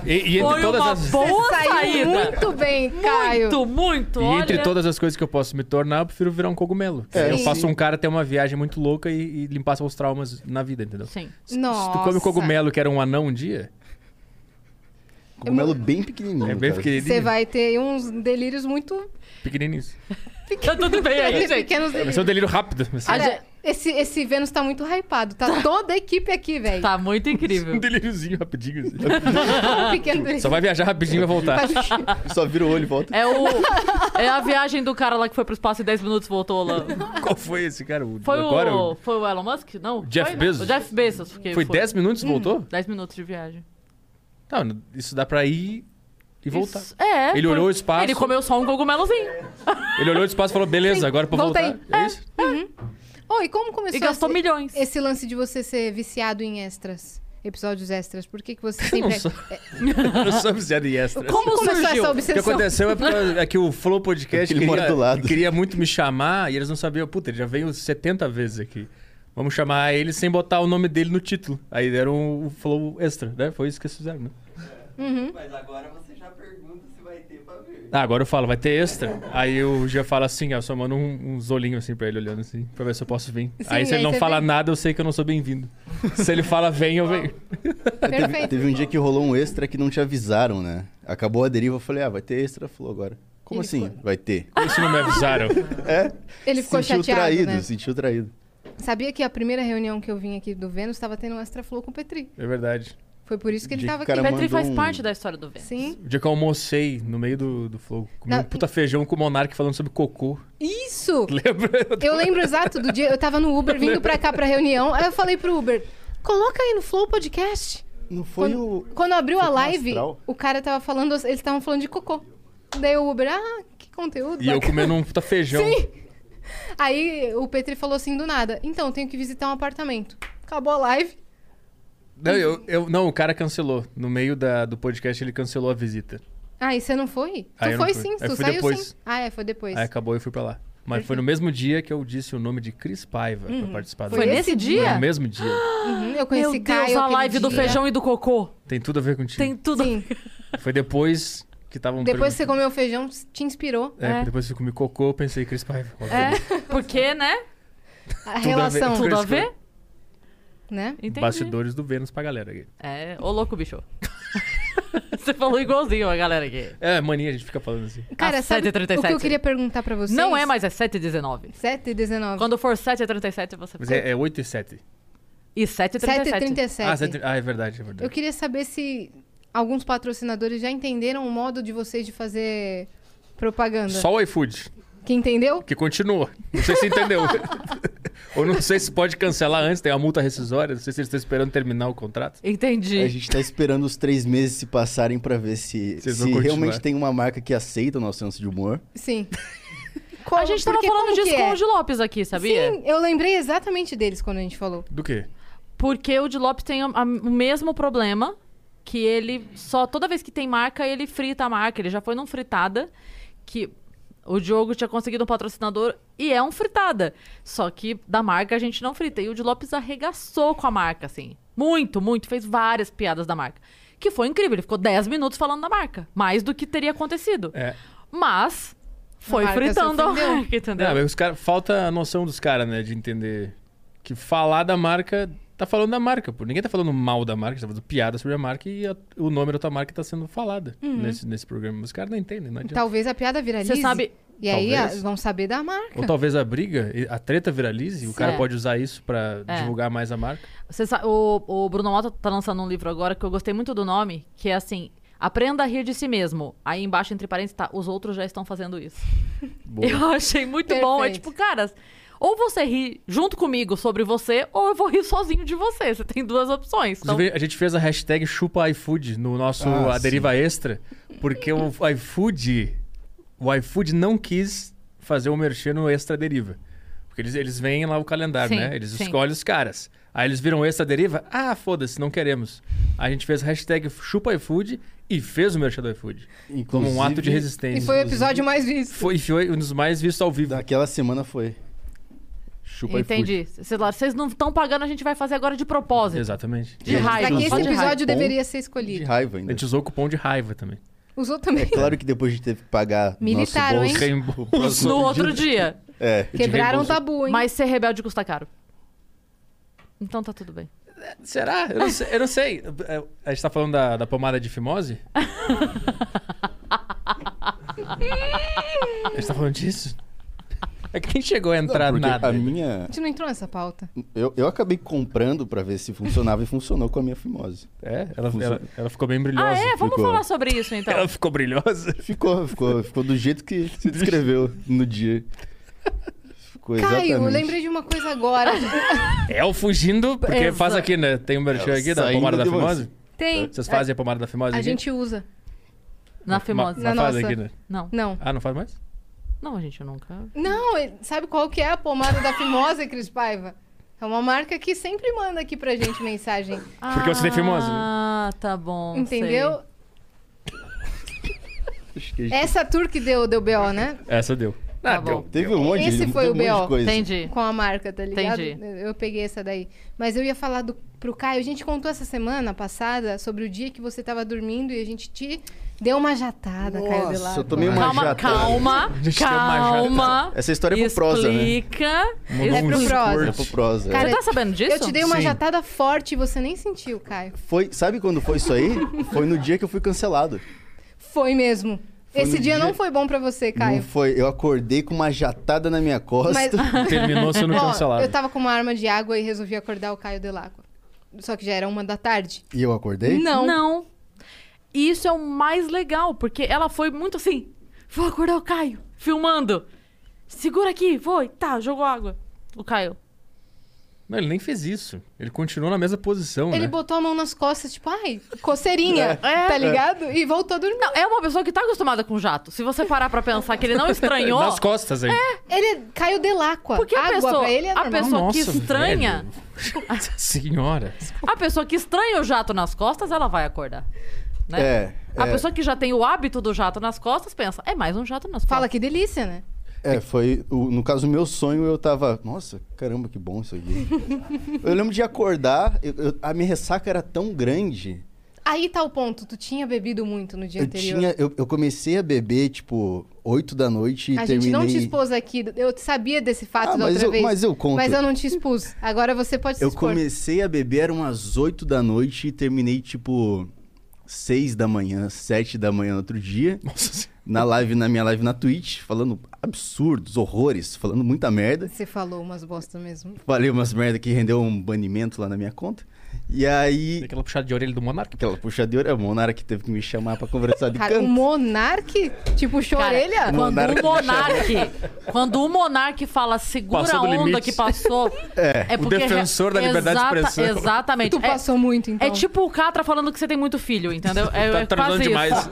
Speaker 11: e, e entre
Speaker 2: Foi
Speaker 11: todas
Speaker 2: uma
Speaker 11: as.
Speaker 2: boa
Speaker 3: Você saiu
Speaker 2: saída.
Speaker 3: muito bem, Caio.
Speaker 2: Muito, muito.
Speaker 11: E
Speaker 2: olha.
Speaker 11: entre
Speaker 2: [LAUGHS]
Speaker 11: todas as coisas que eu posso me tornar, eu prefiro virar um cogumelo.
Speaker 3: É,
Speaker 11: eu
Speaker 3: sim.
Speaker 11: faço um cara ter uma viagem muito louca e, e limpar seus traumas na vida, entendeu?
Speaker 2: Sim.
Speaker 11: Se, se tu come
Speaker 3: Nossa.
Speaker 11: cogumelo que era um anão um dia.
Speaker 12: Cogumelo bem pequenininho.
Speaker 11: É bem pequenininho.
Speaker 3: Você vai ter uns delírios muito
Speaker 11: Pequenininho.
Speaker 2: Tá tudo bem aí, gente.
Speaker 3: É, pequenos
Speaker 11: Vai ser um delírio rápido. um vai ser-
Speaker 3: Cara, esse, esse Vênus tá muito hypado. Tá toda a equipe aqui, velho.
Speaker 2: Tá muito incrível.
Speaker 11: [LAUGHS] Um delíriozinho rapidinho. assim.
Speaker 3: Um pequeno delírio.
Speaker 11: Só vai viajar rapidinho e vai voltar.
Speaker 12: Só vira o olho e volta.
Speaker 2: É, o, é a viagem do cara lá que foi pro espaço em 10 minutos e voltou lá.
Speaker 11: [LAUGHS] Qual foi esse cara? O,
Speaker 2: Foi,
Speaker 11: agora
Speaker 2: o, foi o Elon Musk? Não.
Speaker 11: Jeff
Speaker 2: foi, né?
Speaker 11: Bezos?
Speaker 2: O Jeff Bezos. Porque
Speaker 11: Foi 10 minutos e voltou?
Speaker 2: 10 minutos de viagem.
Speaker 11: Tá, isso dá pra ir e voltar.
Speaker 2: Isso- é.
Speaker 11: Ele
Speaker 2: foi-
Speaker 11: olhou o espaço.
Speaker 2: Ele comeu só um cogumelozinho.
Speaker 11: Ele olhou o espaço e falou, beleza, agora pra
Speaker 3: Voltei.
Speaker 11: voltar. É isso?
Speaker 3: Oh, e como começou
Speaker 2: E gastou
Speaker 3: esse,
Speaker 2: milhões.
Speaker 3: esse lance de você ser viciado em extras? Episódios extras? Por que, que você
Speaker 11: Eu
Speaker 3: sempre. é-
Speaker 11: não sou, [LAUGHS] [LAUGHS] eu sou viciado em extras.
Speaker 3: Como Começou surgiu? essa
Speaker 11: O que
Speaker 3: obsessão?
Speaker 11: aconteceu é, porque, é que o Flow Podcast
Speaker 12: Ele mora
Speaker 11: queria,
Speaker 12: do lado.
Speaker 11: queria muito me chamar e eles não sabiam. Puta, ele já veio 70 vezes aqui. Vamos chamar ele sem botar o nome dele no título. Aí deram o Flow Extra, né? Foi isso que eles fizeram, né?
Speaker 3: Uhum,
Speaker 13: Mas agora você já pergunta se vai ter pra ver.
Speaker 11: Ah, agora eu falo, vai ter extra. Aí o Gia fala assim, ó, só mando um, uns olhinhos assim pra ele, olhando assim, pra ver se eu posso vir.
Speaker 3: Sim,
Speaker 11: aí se
Speaker 3: aí
Speaker 11: ele não
Speaker 3: você
Speaker 11: fala
Speaker 3: vem.
Speaker 11: nada, eu sei que eu não sou bem-vindo. se ele fala vem, eu venho.
Speaker 3: Perfeito.
Speaker 12: Teve um dia que rolou um extra que não te avisaram, né? Acabou a deriva, eu falei, ah, vai ter extra, falou agora. Como
Speaker 3: Ele
Speaker 12: assim? Vai ter.
Speaker 11: Isso não me avisaram.
Speaker 12: É.
Speaker 3: Ele ficou
Speaker 12: sentiu
Speaker 3: chateado,
Speaker 12: traído,
Speaker 3: né?
Speaker 12: sentiu traído.
Speaker 3: Sabia que a primeira reunião que eu vim aqui do Vênus tava tendo um extra flow com o Petri.
Speaker 11: É verdade.
Speaker 3: Foi por isso que ele
Speaker 11: De que
Speaker 3: tava
Speaker 11: o cara
Speaker 3: aqui.
Speaker 11: O Petri mandou faz um- parte
Speaker 2: da história do Vênus.
Speaker 3: Sim.
Speaker 11: O dia que eu almocei no meio do, do flow, comi
Speaker 3: Na-
Speaker 11: um puta feijão com o Monark falando sobre cocô.
Speaker 3: Isso!
Speaker 11: [LAUGHS] Lembra?
Speaker 3: Eu lembro exato do dia, eu tava no Uber vindo pra cá pra reunião, aí eu falei pro Uber, coloca aí no Flow Podcast.
Speaker 12: Não foi
Speaker 3: quando,
Speaker 12: o-
Speaker 3: Quando abriu
Speaker 12: foi
Speaker 3: a
Speaker 12: com o
Speaker 3: live,
Speaker 12: Astral?
Speaker 3: o cara tava falando, eles estavam falando de cocô. Daí o Uber, ah, que conteúdo.
Speaker 11: E eu
Speaker 3: bacana."
Speaker 11: comendo um puta feijão.
Speaker 3: Sim. [LAUGHS] Aí o Petri falou assim do nada, então, eu tenho que visitar um apartamento. Acabou a live.
Speaker 11: Não, eu, eu- não, o cara cancelou. No meio da- do podcast, ele cancelou a visita.
Speaker 3: Ah, e você não foi?
Speaker 11: Ah,
Speaker 3: tu
Speaker 11: eu não
Speaker 3: foi
Speaker 11: fui.
Speaker 3: sim,
Speaker 11: Aí
Speaker 3: tu
Speaker 11: fui
Speaker 3: saiu
Speaker 11: depois.
Speaker 3: sim. Ah, é, foi depois.
Speaker 11: Aí acabou e eu fui pra lá. Mas foi no mesmo dia que eu disse o nome de Cris Paiva
Speaker 3: Uhum.
Speaker 11: pra participar
Speaker 2: Foi
Speaker 11: do-
Speaker 2: nesse dia?
Speaker 11: Foi no mesmo dia.
Speaker 3: Uhum, eu conheci
Speaker 2: Meu Deus,
Speaker 3: Caio
Speaker 2: a
Speaker 3: aquele
Speaker 2: live do
Speaker 3: dia.
Speaker 2: feijão e do cocô.
Speaker 11: Tem tudo a ver contigo.
Speaker 2: Tem tudo.
Speaker 11: Foi depois que estavam
Speaker 3: Depois que você comeu feijão, te inspirou.
Speaker 11: Um É, depois que eu comi cocô, eu pensei, Cris Paiva. obviamente.
Speaker 2: É, porque, né?
Speaker 3: A
Speaker 11: Tudo a ver-
Speaker 3: relação.
Speaker 11: Tudo a ver?
Speaker 3: Né?
Speaker 2: Entendi.
Speaker 11: Bastidores do Vênus pra galera aqui.
Speaker 2: É, ô louco, bicho. Você falou igualzinho a galera aqui.
Speaker 11: É, mania, a gente fica falando assim.
Speaker 3: Cara,
Speaker 2: Às
Speaker 3: sabe
Speaker 2: 7h37.
Speaker 3: o que eu queria perguntar pra vocês?
Speaker 2: Não é, mas é 7h19.
Speaker 3: 7h19.
Speaker 2: Quando for 7h37, você
Speaker 11: Mas é, é 8 e 7.
Speaker 2: E 7h37.
Speaker 3: 7h37.
Speaker 11: Ah, 7, ah, é verdade, é verdade.
Speaker 3: Eu queria saber se alguns patrocinadores já entenderam o modo de vocês de fazer propaganda.
Speaker 11: Só o iFood,
Speaker 3: Que entendeu?
Speaker 11: que continua. Não sei se entendeu. Ou não sei se pode cancelar antes, tem uma multa rescisória. Não sei se eles estão esperando terminar o contrato.
Speaker 2: Entendi.
Speaker 12: A gente tá esperando os três meses se passarem pra ver se,
Speaker 11: Vocês
Speaker 12: se
Speaker 11: vão continuar.
Speaker 12: realmente tem uma marca que aceita o nosso senso de humor.
Speaker 3: [LAUGHS] Sim.
Speaker 2: a gente tava
Speaker 3: porque
Speaker 2: falando
Speaker 3: como
Speaker 2: disso
Speaker 3: que
Speaker 2: com
Speaker 3: é?
Speaker 2: o Di Lopes aqui, sabia?
Speaker 3: Sim, eu lembrei exatamente deles quando a gente falou.
Speaker 11: Do quê?
Speaker 2: Porque o Di Lopes tem a- a- o mesmo problema, que ele só toda vez que tem marca, ele frita a marca. Ele já foi num fritada, que o Diogo tinha conseguido um patrocinador e é um fritada. Só que da marca a gente não frita. E o Di Lopes arregaçou com a marca, assim. Muito, muito. Fez várias piadas da marca. Que foi incrível. Ele ficou 10 minutos falando da marca. Mais do que teria acontecido.
Speaker 11: É.
Speaker 2: Mas foi
Speaker 3: marca se
Speaker 2: fritando a
Speaker 3: ofendeu.
Speaker 2: [LAUGHS] marca, entendeu?
Speaker 11: Não, mas os cara, falta a noção dos caras, né? De entender que falar da marca tá falando da marca, pô. Ninguém tá falando mal da marca, tá falando piada sobre a marca e a- o nome da tua marca tá sendo falada
Speaker 3: Uhum.
Speaker 11: nesse, nesse programa. Os caras não entendem, não adianta.
Speaker 2: Então,
Speaker 3: Talvez a piada viralize.
Speaker 2: Você sabe-
Speaker 3: E aí
Speaker 11: Talvez.
Speaker 3: ah, vão saber da marca. [LAUGHS]
Speaker 11: Ou talvez a briga, e a treta viralize, e o
Speaker 2: Sim.
Speaker 11: cara
Speaker 2: É.
Speaker 11: pode usar isso pra
Speaker 2: É.
Speaker 11: divulgar mais a marca.
Speaker 2: Você sa- o, o Bruno Mota tá lançando um livro agora que eu gostei muito do nome, que é assim: Aprenda a rir de si mesmo. Aí embaixo, entre parênteses, tá, os outros já estão fazendo isso.
Speaker 11: Boa.
Speaker 2: Eu achei muito bom. É
Speaker 3: Perfeito.
Speaker 2: tipo, cara, ou você ri junto comigo sobre você, ou eu vou rir sozinho de você. Você tem duas opções. Então,
Speaker 11: Inclusive, a gente fez a hashtag chupa iFood no nosso
Speaker 12: Ah,
Speaker 11: A Deriva Extra, porque o iFood, o iFood não quis fazer o merchan no Extra Deriva. Porque eles, eles veem lá o calendário,
Speaker 12: Sim,
Speaker 11: né? Eles
Speaker 12: sim.
Speaker 11: escolhem os caras. Aí eles viram o Extra Deriva, ah, foda-se, não queremos. Aí a gente fez a hashtag chupa iFood e fez o merchan do iFood. como um ato de
Speaker 12: Inclusive-
Speaker 11: resistência.
Speaker 3: E foi o episódio mais visto.
Speaker 11: Foi, foi um dos mais vistos ao vivo.
Speaker 12: Daquela semana foi. Chupa
Speaker 2: entendi. Sei lá, vocês não estão pagando, a gente vai fazer agora de propósito.
Speaker 11: Exatamente.
Speaker 2: De raiva.
Speaker 3: Pra que esse
Speaker 2: só de raiva.
Speaker 3: episódio deveria ser escolhido.
Speaker 12: raiva ainda.
Speaker 11: A gente usou o cupom de raiva também.
Speaker 3: Usou também.
Speaker 12: É claro que depois a gente teve que pagar do
Speaker 3: Militaram,
Speaker 12: nosso bolso.
Speaker 3: hein?
Speaker 11: Reembolso.
Speaker 2: No outro dia.
Speaker 12: É.
Speaker 3: Quebraram o tabu, hein?
Speaker 2: Mas ser rebelde custa caro. Então tá tudo bem.
Speaker 11: Será? Eu não sei. eu não sei. É, A gente tá falando da, da pomada de fimose? a gente tá falando disso? É que nem chegou a entrar
Speaker 12: Não, porque
Speaker 11: nada.
Speaker 12: A minha...
Speaker 3: A gente não entrou nessa pauta.
Speaker 12: Eu, eu acabei comprando pra ver se funcionava e funcionou com a minha fimose.
Speaker 11: É? Ela,
Speaker 12: Funcionou.
Speaker 11: ela, ela ficou bem brilhosa.
Speaker 2: Ah, é? Vamos
Speaker 12: Ficou.
Speaker 2: falar sobre isso então.
Speaker 11: Ela ficou brilhosa?
Speaker 12: Ficou, ficou, ficou do jeito que se descreveu no dia. Ficou exatamente.
Speaker 3: Caio, lembrei de uma coisa agora.
Speaker 11: É o fugindo, porque
Speaker 3: Essa.
Speaker 11: faz aqui, né? Tem um merchan
Speaker 12: É,
Speaker 11: aqui da
Speaker 12: saindo
Speaker 11: pomada da
Speaker 12: de
Speaker 11: fimose?
Speaker 3: Tem.
Speaker 11: Vocês fazem a pomada da fimose?
Speaker 3: A
Speaker 11: aqui?
Speaker 3: gente usa.
Speaker 2: Na fimose.
Speaker 11: Mas- mas
Speaker 3: Na
Speaker 11: faz
Speaker 3: nossa.
Speaker 11: aqui, né?
Speaker 2: Não.
Speaker 3: Não.
Speaker 11: Ah, não faz mais?
Speaker 2: Não, a gente nunca.
Speaker 3: Não, ele- sabe qual que é a pomada da Fimosa, Cris Paiva? É uma marca que sempre manda aqui pra gente mensagem.
Speaker 11: Porque você tem fimose.
Speaker 2: Ah, tá bom.
Speaker 3: Entendeu?
Speaker 12: Acho que a gente-
Speaker 3: Essa tour que deu, deu BO, né?
Speaker 11: Essa deu.
Speaker 2: Tá
Speaker 12: Ah, deu. Teve um monte,
Speaker 3: Esse
Speaker 12: de-
Speaker 3: foi
Speaker 12: deu
Speaker 3: o
Speaker 12: um monte de
Speaker 3: BO.
Speaker 12: coisa.
Speaker 3: Com a marca, tá ligado?
Speaker 2: Entendi.
Speaker 3: Eu peguei essa daí. Mas eu ia falar do, pro Caio. A gente contou essa semana passada sobre o dia que você tava dormindo e a gente te deu uma jatada, Caio de
Speaker 12: Nossa,
Speaker 3: lá.
Speaker 12: eu tomei uma
Speaker 2: calma,
Speaker 12: jata.
Speaker 11: [LAUGHS]
Speaker 2: calma, calma.
Speaker 12: Essa história é pro prosa, né?
Speaker 2: Explica.
Speaker 3: É pro
Speaker 12: Mandou um
Speaker 3: prosa.
Speaker 12: É pro prosa. é.
Speaker 2: Você tá sabendo disso?
Speaker 3: Eu te dei uma
Speaker 12: Sim.
Speaker 3: jatada forte e você nem sentiu, Caio.
Speaker 12: Foi, sabe quando foi isso aí? Foi no dia que eu fui cancelado.
Speaker 3: Foi mesmo.
Speaker 12: Foi
Speaker 3: Esse
Speaker 12: no
Speaker 3: dia,
Speaker 12: dia-
Speaker 3: não foi bom pra você,
Speaker 12: Não
Speaker 3: Caio.
Speaker 12: foi, eu acordei com uma jatada na minha costa. [LAUGHS]
Speaker 3: [LAUGHS] Ó, Eu tava com uma arma de água e resolvi acordar o Caio Delacqua. Só que já era uma da tarde.
Speaker 12: E eu acordei?
Speaker 3: Não.
Speaker 2: Não. E isso é o mais legal, porque ela foi muito assim. Vou acordar o Caio, filmando. Segura aqui, foi. Tá, jogou água. O Caio.
Speaker 11: Não, ele nem fez isso. Ele continuou na mesma posição,
Speaker 3: Ele
Speaker 11: né?
Speaker 3: botou a mão nas costas, tipo, ai,
Speaker 11: [LAUGHS]
Speaker 3: coceirinha,
Speaker 2: É.
Speaker 3: tá ligado? E voltou a dormir.
Speaker 2: Não, é uma pessoa que tá acostumada com jato. Se você parar pra pensar que ele
Speaker 11: [LAUGHS]
Speaker 2: não estranhou.
Speaker 11: Nas costas aí.
Speaker 3: É, Ele caiu delacqua.
Speaker 2: Porque a
Speaker 3: Água
Speaker 2: pessoa,
Speaker 3: pra ele é
Speaker 2: a
Speaker 3: normal.
Speaker 2: pessoa que
Speaker 11: Nossa,
Speaker 2: estranha,
Speaker 11: [LAUGHS] Senhora.
Speaker 2: a pessoa que estranha o jato nas costas, ela vai acordar. Né?
Speaker 12: É,
Speaker 2: A
Speaker 12: é.
Speaker 2: pessoa que já tem o hábito do jato nas costas pensa, é mais um jato nas costas.
Speaker 3: Fala que delícia, né?
Speaker 12: É, foi. o- no caso, meu sonho, eu tava. Nossa, caramba, que bom isso aqui. [LAUGHS] eu lembro de acordar, eu- eu- a minha ressaca era tão grande.
Speaker 3: Aí tá o ponto. Tu tinha bebido muito no dia
Speaker 12: Eu,
Speaker 3: anterior.
Speaker 12: tinha, eu, eu comecei a beber, tipo, 8 da noite e
Speaker 3: A gente
Speaker 12: terminei.
Speaker 3: não te expôs aqui. Eu sabia desse fato
Speaker 12: Ah,
Speaker 3: da
Speaker 12: mas
Speaker 3: outra
Speaker 12: eu-
Speaker 3: vez.
Speaker 12: mas eu conto.
Speaker 3: Mas eu não te expus. Agora você pode se
Speaker 12: eu
Speaker 3: expor.
Speaker 12: comecei a beber, eram umas 8 da noite e terminei, tipo, 6 da manhã, 7 da manhã no outro [LAUGHS] dia. Na live, na minha live na Twitch, falando absurdos, horrores, falando muita merda.
Speaker 3: Você falou umas bosta mesmo.
Speaker 12: Falei umas merda que rendeu um banimento lá na minha conta. E aí. Aquela puxada de orelha do Monark. Aquela puxada de orelha. O Monark que teve que me chamar pra conversar de
Speaker 3: Cara, um o
Speaker 12: canto.
Speaker 3: Monark te puxou a
Speaker 2: Cara,
Speaker 3: orelha?
Speaker 12: o
Speaker 2: Quando
Speaker 12: Monarque
Speaker 2: o Monarque,
Speaker 12: deixa
Speaker 2: quando o Monarque fala segura
Speaker 12: Passou
Speaker 2: a
Speaker 12: do
Speaker 2: onda
Speaker 12: limite."
Speaker 2: que passou,
Speaker 12: É,
Speaker 2: é
Speaker 12: o
Speaker 2: porque
Speaker 12: defensor da liberdade de expressão.
Speaker 2: Exatamente.
Speaker 3: Tu passou muito, então.
Speaker 2: É tipo o Catra falando que você tem muito filho, entendeu?
Speaker 12: [LAUGHS]
Speaker 2: É,
Speaker 12: Tá
Speaker 2: é
Speaker 12: transando
Speaker 2: quase
Speaker 12: demais.
Speaker 2: isso.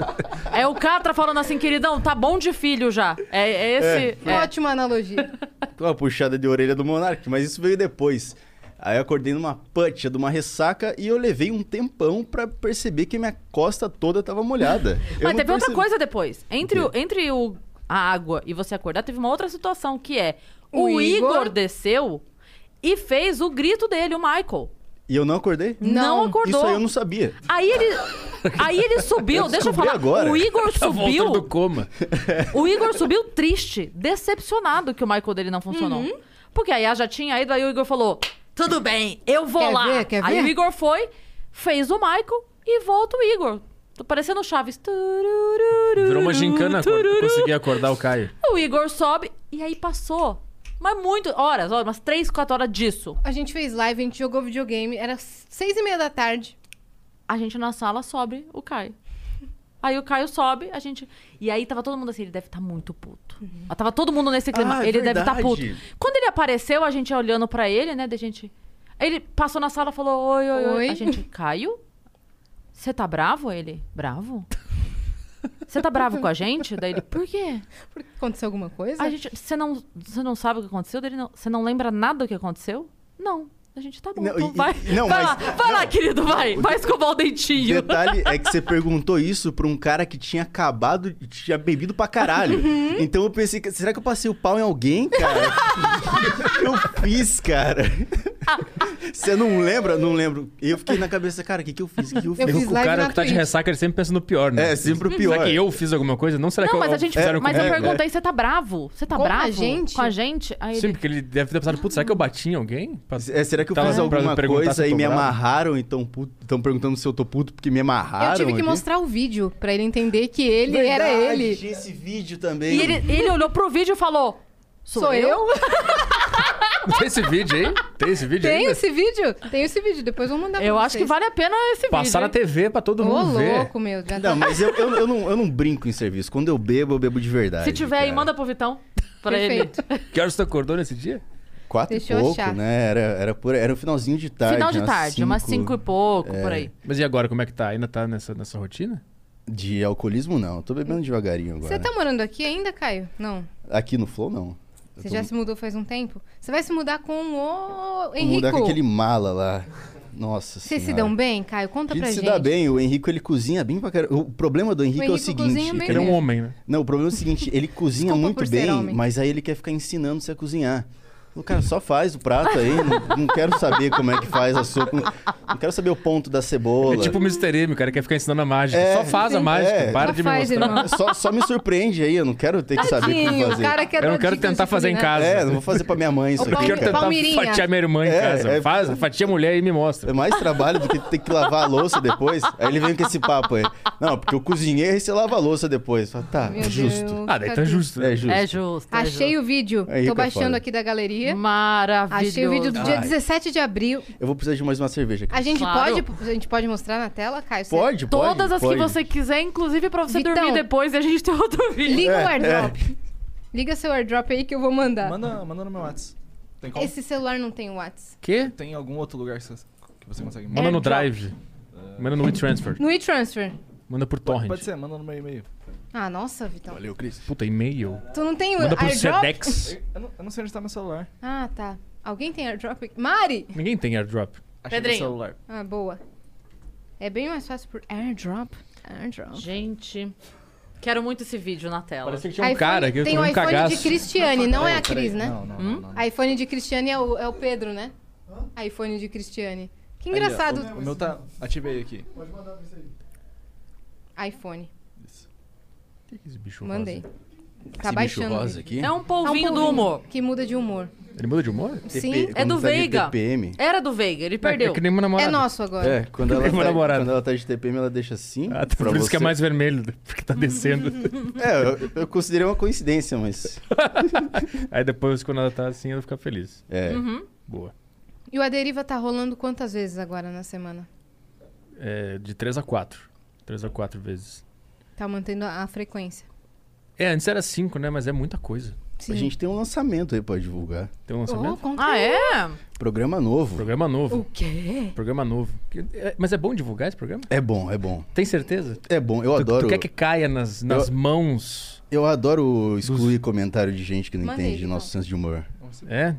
Speaker 2: É o Catra falando assim, queridão, tá bom de filho já. É, é esse.
Speaker 12: É.
Speaker 2: é.
Speaker 3: Ótima analogia.
Speaker 12: Com a puxada de orelha do Monark, mas isso veio depois. Aí eu acordei numa putia de uma ressaca e eu levei um tempão pra perceber que minha costa toda tava molhada. Eu
Speaker 2: [LAUGHS] Mas
Speaker 12: não
Speaker 2: teve outra
Speaker 12: percebi.
Speaker 2: coisa depois. Entre, o, entre o, a água e você acordar, teve uma outra situação que é: o,
Speaker 3: O
Speaker 2: Igor...
Speaker 3: Igor-
Speaker 2: desceu e fez o grito dele, o Michael.
Speaker 12: E eu não acordei?
Speaker 2: Não acordou.
Speaker 12: Isso aí eu não sabia.
Speaker 2: Aí ele. Aí ele subiu,
Speaker 12: Eu
Speaker 2: deixa eu
Speaker 12: descobri
Speaker 2: falar.
Speaker 12: agora.
Speaker 2: O
Speaker 12: [LAUGHS]
Speaker 2: Igor
Speaker 12: Tá
Speaker 2: subiu.
Speaker 12: voltando do coma.
Speaker 2: O Igor subiu triste, decepcionado que o Michael dele não funcionou. Porque aí a já tinha ido, aí o Igor falou: Tudo bem, eu vou
Speaker 3: Quer
Speaker 2: lá.
Speaker 3: ver? Quer
Speaker 2: Aí
Speaker 3: ver?
Speaker 2: o Igor foi, fez o Michael e volta o Igor. Tô parecendo o Chaves. Tururu.
Speaker 11: Virou uma gincana acor- conseguir acordar o Caio.
Speaker 2: O Igor sobe e aí passou. Mas muito, horas, horas, umas 3, 4 horas disso.
Speaker 3: A gente fez live, a gente jogou videogame, era seis e meia da tarde.
Speaker 2: A gente na sala sobe o Caio. Aí o Caio sobe, a gente. E aí tava todo mundo assim, ele deve estar muito puto.
Speaker 3: Uhum.
Speaker 2: Tava todo mundo nesse clima,
Speaker 3: Ah, é
Speaker 2: ele deve estar
Speaker 3: verdade.
Speaker 2: puto. Quando ele apareceu, a gente olhando pra ele, né, da gente. Ele passou na sala e falou: Oi, oi, oi.
Speaker 3: Oi.
Speaker 2: A gente, Caio? Você tá bravo? Ele, bravo? Você tá bravo com a gente? Daí ele, por quê?
Speaker 3: Aconteceu alguma coisa?
Speaker 2: A gente, você não, você não sabe o que aconteceu? Daí ele, não, você não lembra nada do que aconteceu? Não. A gente tá bom,
Speaker 12: Não,
Speaker 2: então
Speaker 12: e-
Speaker 2: vai.
Speaker 12: e- não,
Speaker 2: vai
Speaker 12: mas-
Speaker 2: lá, vai lá, querido, vai. Vai escovar o
Speaker 3: [LAUGHS]
Speaker 2: dentinho.
Speaker 12: detalhe é que você perguntou isso pra um cara que tinha acabado, tinha bebido pra caralho.
Speaker 3: Uhum.
Speaker 12: Então eu pensei, que- será que eu passei o pau em alguém,
Speaker 3: [LAUGHS]
Speaker 12: cara? O que eu fiz, cara? Você não lembra? Não lembro. Eu fiquei na cabeça, cara, o que, que eu fiz? O que, que eu fiz?
Speaker 11: o cara que tá de ressaca, ele sempre pensa no pior, né?
Speaker 12: É, sempre o
Speaker 11: Será
Speaker 12: pior. É,
Speaker 11: que eu fiz alguma coisa? Não, será que
Speaker 2: não,
Speaker 11: eu
Speaker 2: mas a gente.
Speaker 11: fizeram
Speaker 2: mas eu
Speaker 11: comigo?
Speaker 2: perguntei, você tá bravo? Você tá
Speaker 3: Com a
Speaker 2: bravo?
Speaker 3: gente?
Speaker 2: Com a gente? Aí
Speaker 11: é. Sim,
Speaker 2: ele.
Speaker 11: porque ele deve ter pensado, putz, será que eu bati em alguém? Pra-
Speaker 12: É, será que eu
Speaker 11: Tava
Speaker 12: fiz
Speaker 11: Tá pra
Speaker 12: alguma
Speaker 11: perguntar se
Speaker 12: coisa
Speaker 11: eu
Speaker 12: e
Speaker 11: tô
Speaker 12: me
Speaker 11: bravo?
Speaker 12: amarraram e tão puto- tão perguntando se eu tô puto porque me amarraram?
Speaker 3: Eu tive que
Speaker 12: aqui?
Speaker 3: mostrar o vídeo pra ele entender que ele era
Speaker 12: Verdade,
Speaker 3: ele.
Speaker 12: tinha esse vídeo também.
Speaker 2: E ele, ele olhou pro vídeo e falou: Sou,
Speaker 3: Sou
Speaker 2: eu?
Speaker 11: [LAUGHS] Tem esse vídeo aí? Tem esse vídeo
Speaker 3: [LAUGHS] Tem
Speaker 11: ainda?
Speaker 3: esse vídeo? Tem esse vídeo, depois eu vou mandar pra
Speaker 2: Eu
Speaker 3: vocês.
Speaker 2: acho que vale a pena esse
Speaker 11: Passar na
Speaker 2: vídeo. hein?
Speaker 11: TV pra todo
Speaker 3: Ô,
Speaker 11: mundo ver.
Speaker 3: louco, meu. já tá-
Speaker 12: Não, mas eu, eu, eu não, eu não brinco em serviço. Quando eu bebo, eu bebo de verdade.
Speaker 2: Se tiver aí, manda pro Vitão. Pra
Speaker 3: Perfeito.
Speaker 2: ele.
Speaker 11: Que horas você acordou nesse dia?
Speaker 12: Quatro
Speaker 2: Deixa
Speaker 12: e
Speaker 2: eu
Speaker 12: pouco,
Speaker 2: achar.
Speaker 12: né? Era, era, por, era o finalzinho de tarde.
Speaker 2: Final de
Speaker 12: umas
Speaker 2: tarde, umas cinco e pouco, por aí.
Speaker 11: Mas e agora, como é que tá? Ainda tá nessa, nessa rotina?
Speaker 12: De alcoolismo, não. Eu tô bebendo devagarinho agora.
Speaker 3: Você tá morando aqui ainda, Caio? Não.
Speaker 12: Aqui no Flow, não. Eu
Speaker 3: Você
Speaker 12: tô-
Speaker 3: já se mudou faz um tempo? Você vai se mudar com o
Speaker 12: Vou mudar com
Speaker 3: Henrico.
Speaker 12: aquele mala lá. Nossa
Speaker 3: Vocês se
Speaker 12: senhora.
Speaker 3: dão bem, Caio? Conta
Speaker 12: A gente
Speaker 3: pra
Speaker 12: se
Speaker 3: gente.
Speaker 12: dá bem, o Henrico ele cozinha bem pra caramba. O problema do Henrico, é o
Speaker 3: Henrico
Speaker 12: seguinte:
Speaker 3: cozinha bem Ele é um mesmo.
Speaker 11: homem, né?
Speaker 12: Não, o problema é o seguinte:
Speaker 3: [LAUGHS]
Speaker 12: ele cozinha
Speaker 3: Desculpa
Speaker 12: muito
Speaker 3: por ser
Speaker 12: bem,
Speaker 3: homem.
Speaker 12: mas aí ele quer ficar ensinando você a cozinhar. O cara só faz o prato aí, não, não quero saber como é que faz a sopa, não, não quero saber o ponto da cebola.
Speaker 11: É tipo o Mr. M, o cara quer ficar ensinando a mágica.
Speaker 12: É,
Speaker 11: Só faz a
Speaker 12: sim.
Speaker 11: mágica,
Speaker 12: É.
Speaker 11: para
Speaker 12: Só
Speaker 11: de me
Speaker 12: faz,
Speaker 11: mostrar.
Speaker 12: irmão. Só, só me surpreende aí, eu não quero ter que saber como
Speaker 3: Tadinho, o
Speaker 12: fazer.
Speaker 3: cara é quer Eu não dar quero dicas tentar de fazer em culinária. casa.
Speaker 12: É, não vou fazer pra minha mãe isso
Speaker 3: assim, né? Ô,
Speaker 12: aqui.
Speaker 3: Palmi-
Speaker 12: cara.
Speaker 11: Tentar
Speaker 3: Palmirinha.
Speaker 11: fatiar minha irmã em
Speaker 12: É,
Speaker 11: casa.
Speaker 12: é.
Speaker 11: Faz, fatia a mulher e me mostra.
Speaker 12: É mais trabalho do que ter que lavar a louça depois. Aí ele vem com esse papo aí. Não, porque eu cozinhei e você lava a louça depois. Fala, tá,
Speaker 3: Meu
Speaker 12: justo.
Speaker 3: Deus,
Speaker 12: ah, daí tá
Speaker 3: cadê?
Speaker 12: justo.
Speaker 11: né?
Speaker 12: É justo.
Speaker 2: É justo. é
Speaker 3: Achei o vídeo.
Speaker 12: Aí que
Speaker 3: Tô
Speaker 12: é
Speaker 3: baixando
Speaker 12: foda.
Speaker 3: aqui da galeria.
Speaker 2: Maravilhoso.
Speaker 3: Achei o vídeo do dia
Speaker 12: Ai.
Speaker 3: 17 de abril.
Speaker 12: Eu vou precisar de mais uma cerveja aqui.
Speaker 3: A gente,
Speaker 2: Claro.
Speaker 3: pode, a gente pode mostrar na tela, Caio? Você-
Speaker 12: Pode, pode.
Speaker 2: Todas as que
Speaker 12: pode.
Speaker 2: você quiser, inclusive pra você
Speaker 3: Vitão.
Speaker 2: dormir depois e a gente tem outro vídeo.
Speaker 3: Liga
Speaker 12: É,
Speaker 3: o airdrop. Liga seu airdrop aí que eu vou mandar.
Speaker 5: Manda, manda no meu WhatsApp. Tem como?
Speaker 3: Esse celular não tem WhatsApp.
Speaker 11: Quê?
Speaker 5: Tem algum outro lugar que você, que você consegue
Speaker 11: Manda
Speaker 2: É,
Speaker 11: no Drive. Manda no WeTransfer.
Speaker 3: No e-transfer.
Speaker 11: Manda por
Speaker 5: Pode,
Speaker 11: torrent.
Speaker 5: pode ser, manda no meu e-mail.
Speaker 3: Ah, nossa, Vitão.
Speaker 11: Valeu, Cris. Puta, e-mail.
Speaker 3: Tu não tem o
Speaker 11: Manda pro
Speaker 3: airdrop?
Speaker 11: Sedex.
Speaker 5: Eu, eu não, eu não sei onde tá meu celular.
Speaker 3: Ah, tá. Alguém tem airdrop aqui? Mari!
Speaker 11: Ninguém tem airdrop.
Speaker 3: é
Speaker 5: Achei
Speaker 2: Pedrinho.
Speaker 5: é meu celular.
Speaker 3: Ah, boa. É bem mais fácil por airdrop. Airdrop.
Speaker 2: Gente, quero muito esse vídeo na tela.
Speaker 11: Parecia que tinha um cara que eu
Speaker 3: tem
Speaker 11: tomei
Speaker 3: o
Speaker 11: um
Speaker 3: iPhone de
Speaker 11: cagaço. Hum?
Speaker 3: Cristiane, não é
Speaker 5: Peraí,
Speaker 3: a Cris,
Speaker 5: peraí.
Speaker 3: né?
Speaker 5: Não, não, não, não,
Speaker 3: iPhone de Cristiane é o, é o Pedro, né? iPhone de Cristiane. Que engraçado.
Speaker 5: Aí, ó, o, o meu tá. Ativei aqui.
Speaker 9: Pode mandar pra isso aí.
Speaker 3: iPhone.
Speaker 11: Esse bicho
Speaker 3: Mandei.
Speaker 11: rosa.
Speaker 3: Tá
Speaker 11: Esse bicho
Speaker 3: baixando. Tá um
Speaker 11: rosa aqui?
Speaker 2: É um polvinho do humor.
Speaker 3: Que muda de humor.
Speaker 11: Ele muda de humor?
Speaker 2: Sim, é
Speaker 12: tá
Speaker 2: do Veiga. Era do Veiga, ele perdeu.
Speaker 11: que nem meu namorado.
Speaker 3: É nosso agora.
Speaker 12: É, quando ela,
Speaker 11: Meu
Speaker 12: tá,
Speaker 11: namorado.
Speaker 12: quando ela tá de TPM, ela deixa assim.
Speaker 11: Ah, tá, por isso que é mais vermelho, [LAUGHS] porque tá descendo.
Speaker 12: [LAUGHS] É, eu, eu considerei uma coincidência, mas.
Speaker 11: [LAUGHS] Aí depois, quando ela tá assim, ela fica feliz.
Speaker 12: É.
Speaker 3: Uhum.
Speaker 11: Boa.
Speaker 3: E o A Deriva tá rolando quantas vezes agora na semana?
Speaker 11: É, de 3 a 4. 3 a 4 vezes.
Speaker 3: Tá mantendo a, a
Speaker 2: [LAUGHS]
Speaker 3: frequência.
Speaker 11: É, antes era 5, né? Mas é muita coisa.
Speaker 3: Sim.
Speaker 12: A gente tem um lançamento aí pra divulgar.
Speaker 11: Tem um
Speaker 3: Oh,
Speaker 11: lançamento?
Speaker 3: conta
Speaker 2: Ah,
Speaker 3: aí.
Speaker 2: é?
Speaker 12: Programa novo.
Speaker 11: Programa novo.
Speaker 3: O quê?
Speaker 11: Programa novo. Que- é- Mas é bom divulgar esse programa?
Speaker 12: É bom, é bom.
Speaker 11: Tem certeza?
Speaker 12: É bom, eu
Speaker 11: Tu-
Speaker 12: adoro.
Speaker 11: Tu quer que caia nas, nas
Speaker 12: Eu-
Speaker 11: mãos?
Speaker 12: Eu adoro excluir comentário de gente que não
Speaker 11: Mandei,
Speaker 12: entende
Speaker 11: então.
Speaker 12: nosso senso de humor.
Speaker 11: É?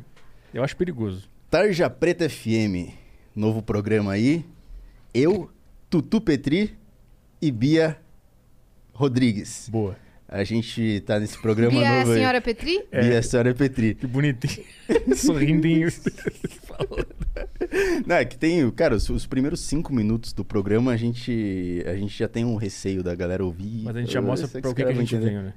Speaker 11: Eu acho perigoso.
Speaker 12: Tarja Preta FM, novo programa aí. Eu, Tutu Petri e Bia Rodrigues.
Speaker 11: Boa.
Speaker 12: A gente tá nesse programa
Speaker 3: Bia é a
Speaker 12: novo aí.
Speaker 3: senhora Petri?
Speaker 12: É. Bia é a senhora Petri.
Speaker 11: Que bonitinho. [LAUGHS] Sorrindinho.
Speaker 12: [LAUGHS] Não, é que tem, cara, os, os primeiros cinco minutos do programa a gente, a gente já tem um receio da galera ouvir.
Speaker 11: Mas a gente já
Speaker 12: Eu
Speaker 11: mostra
Speaker 12: sei
Speaker 11: pra o
Speaker 12: os
Speaker 11: que, que a
Speaker 12: caras vão
Speaker 11: gente
Speaker 12: entender.
Speaker 11: veio, né?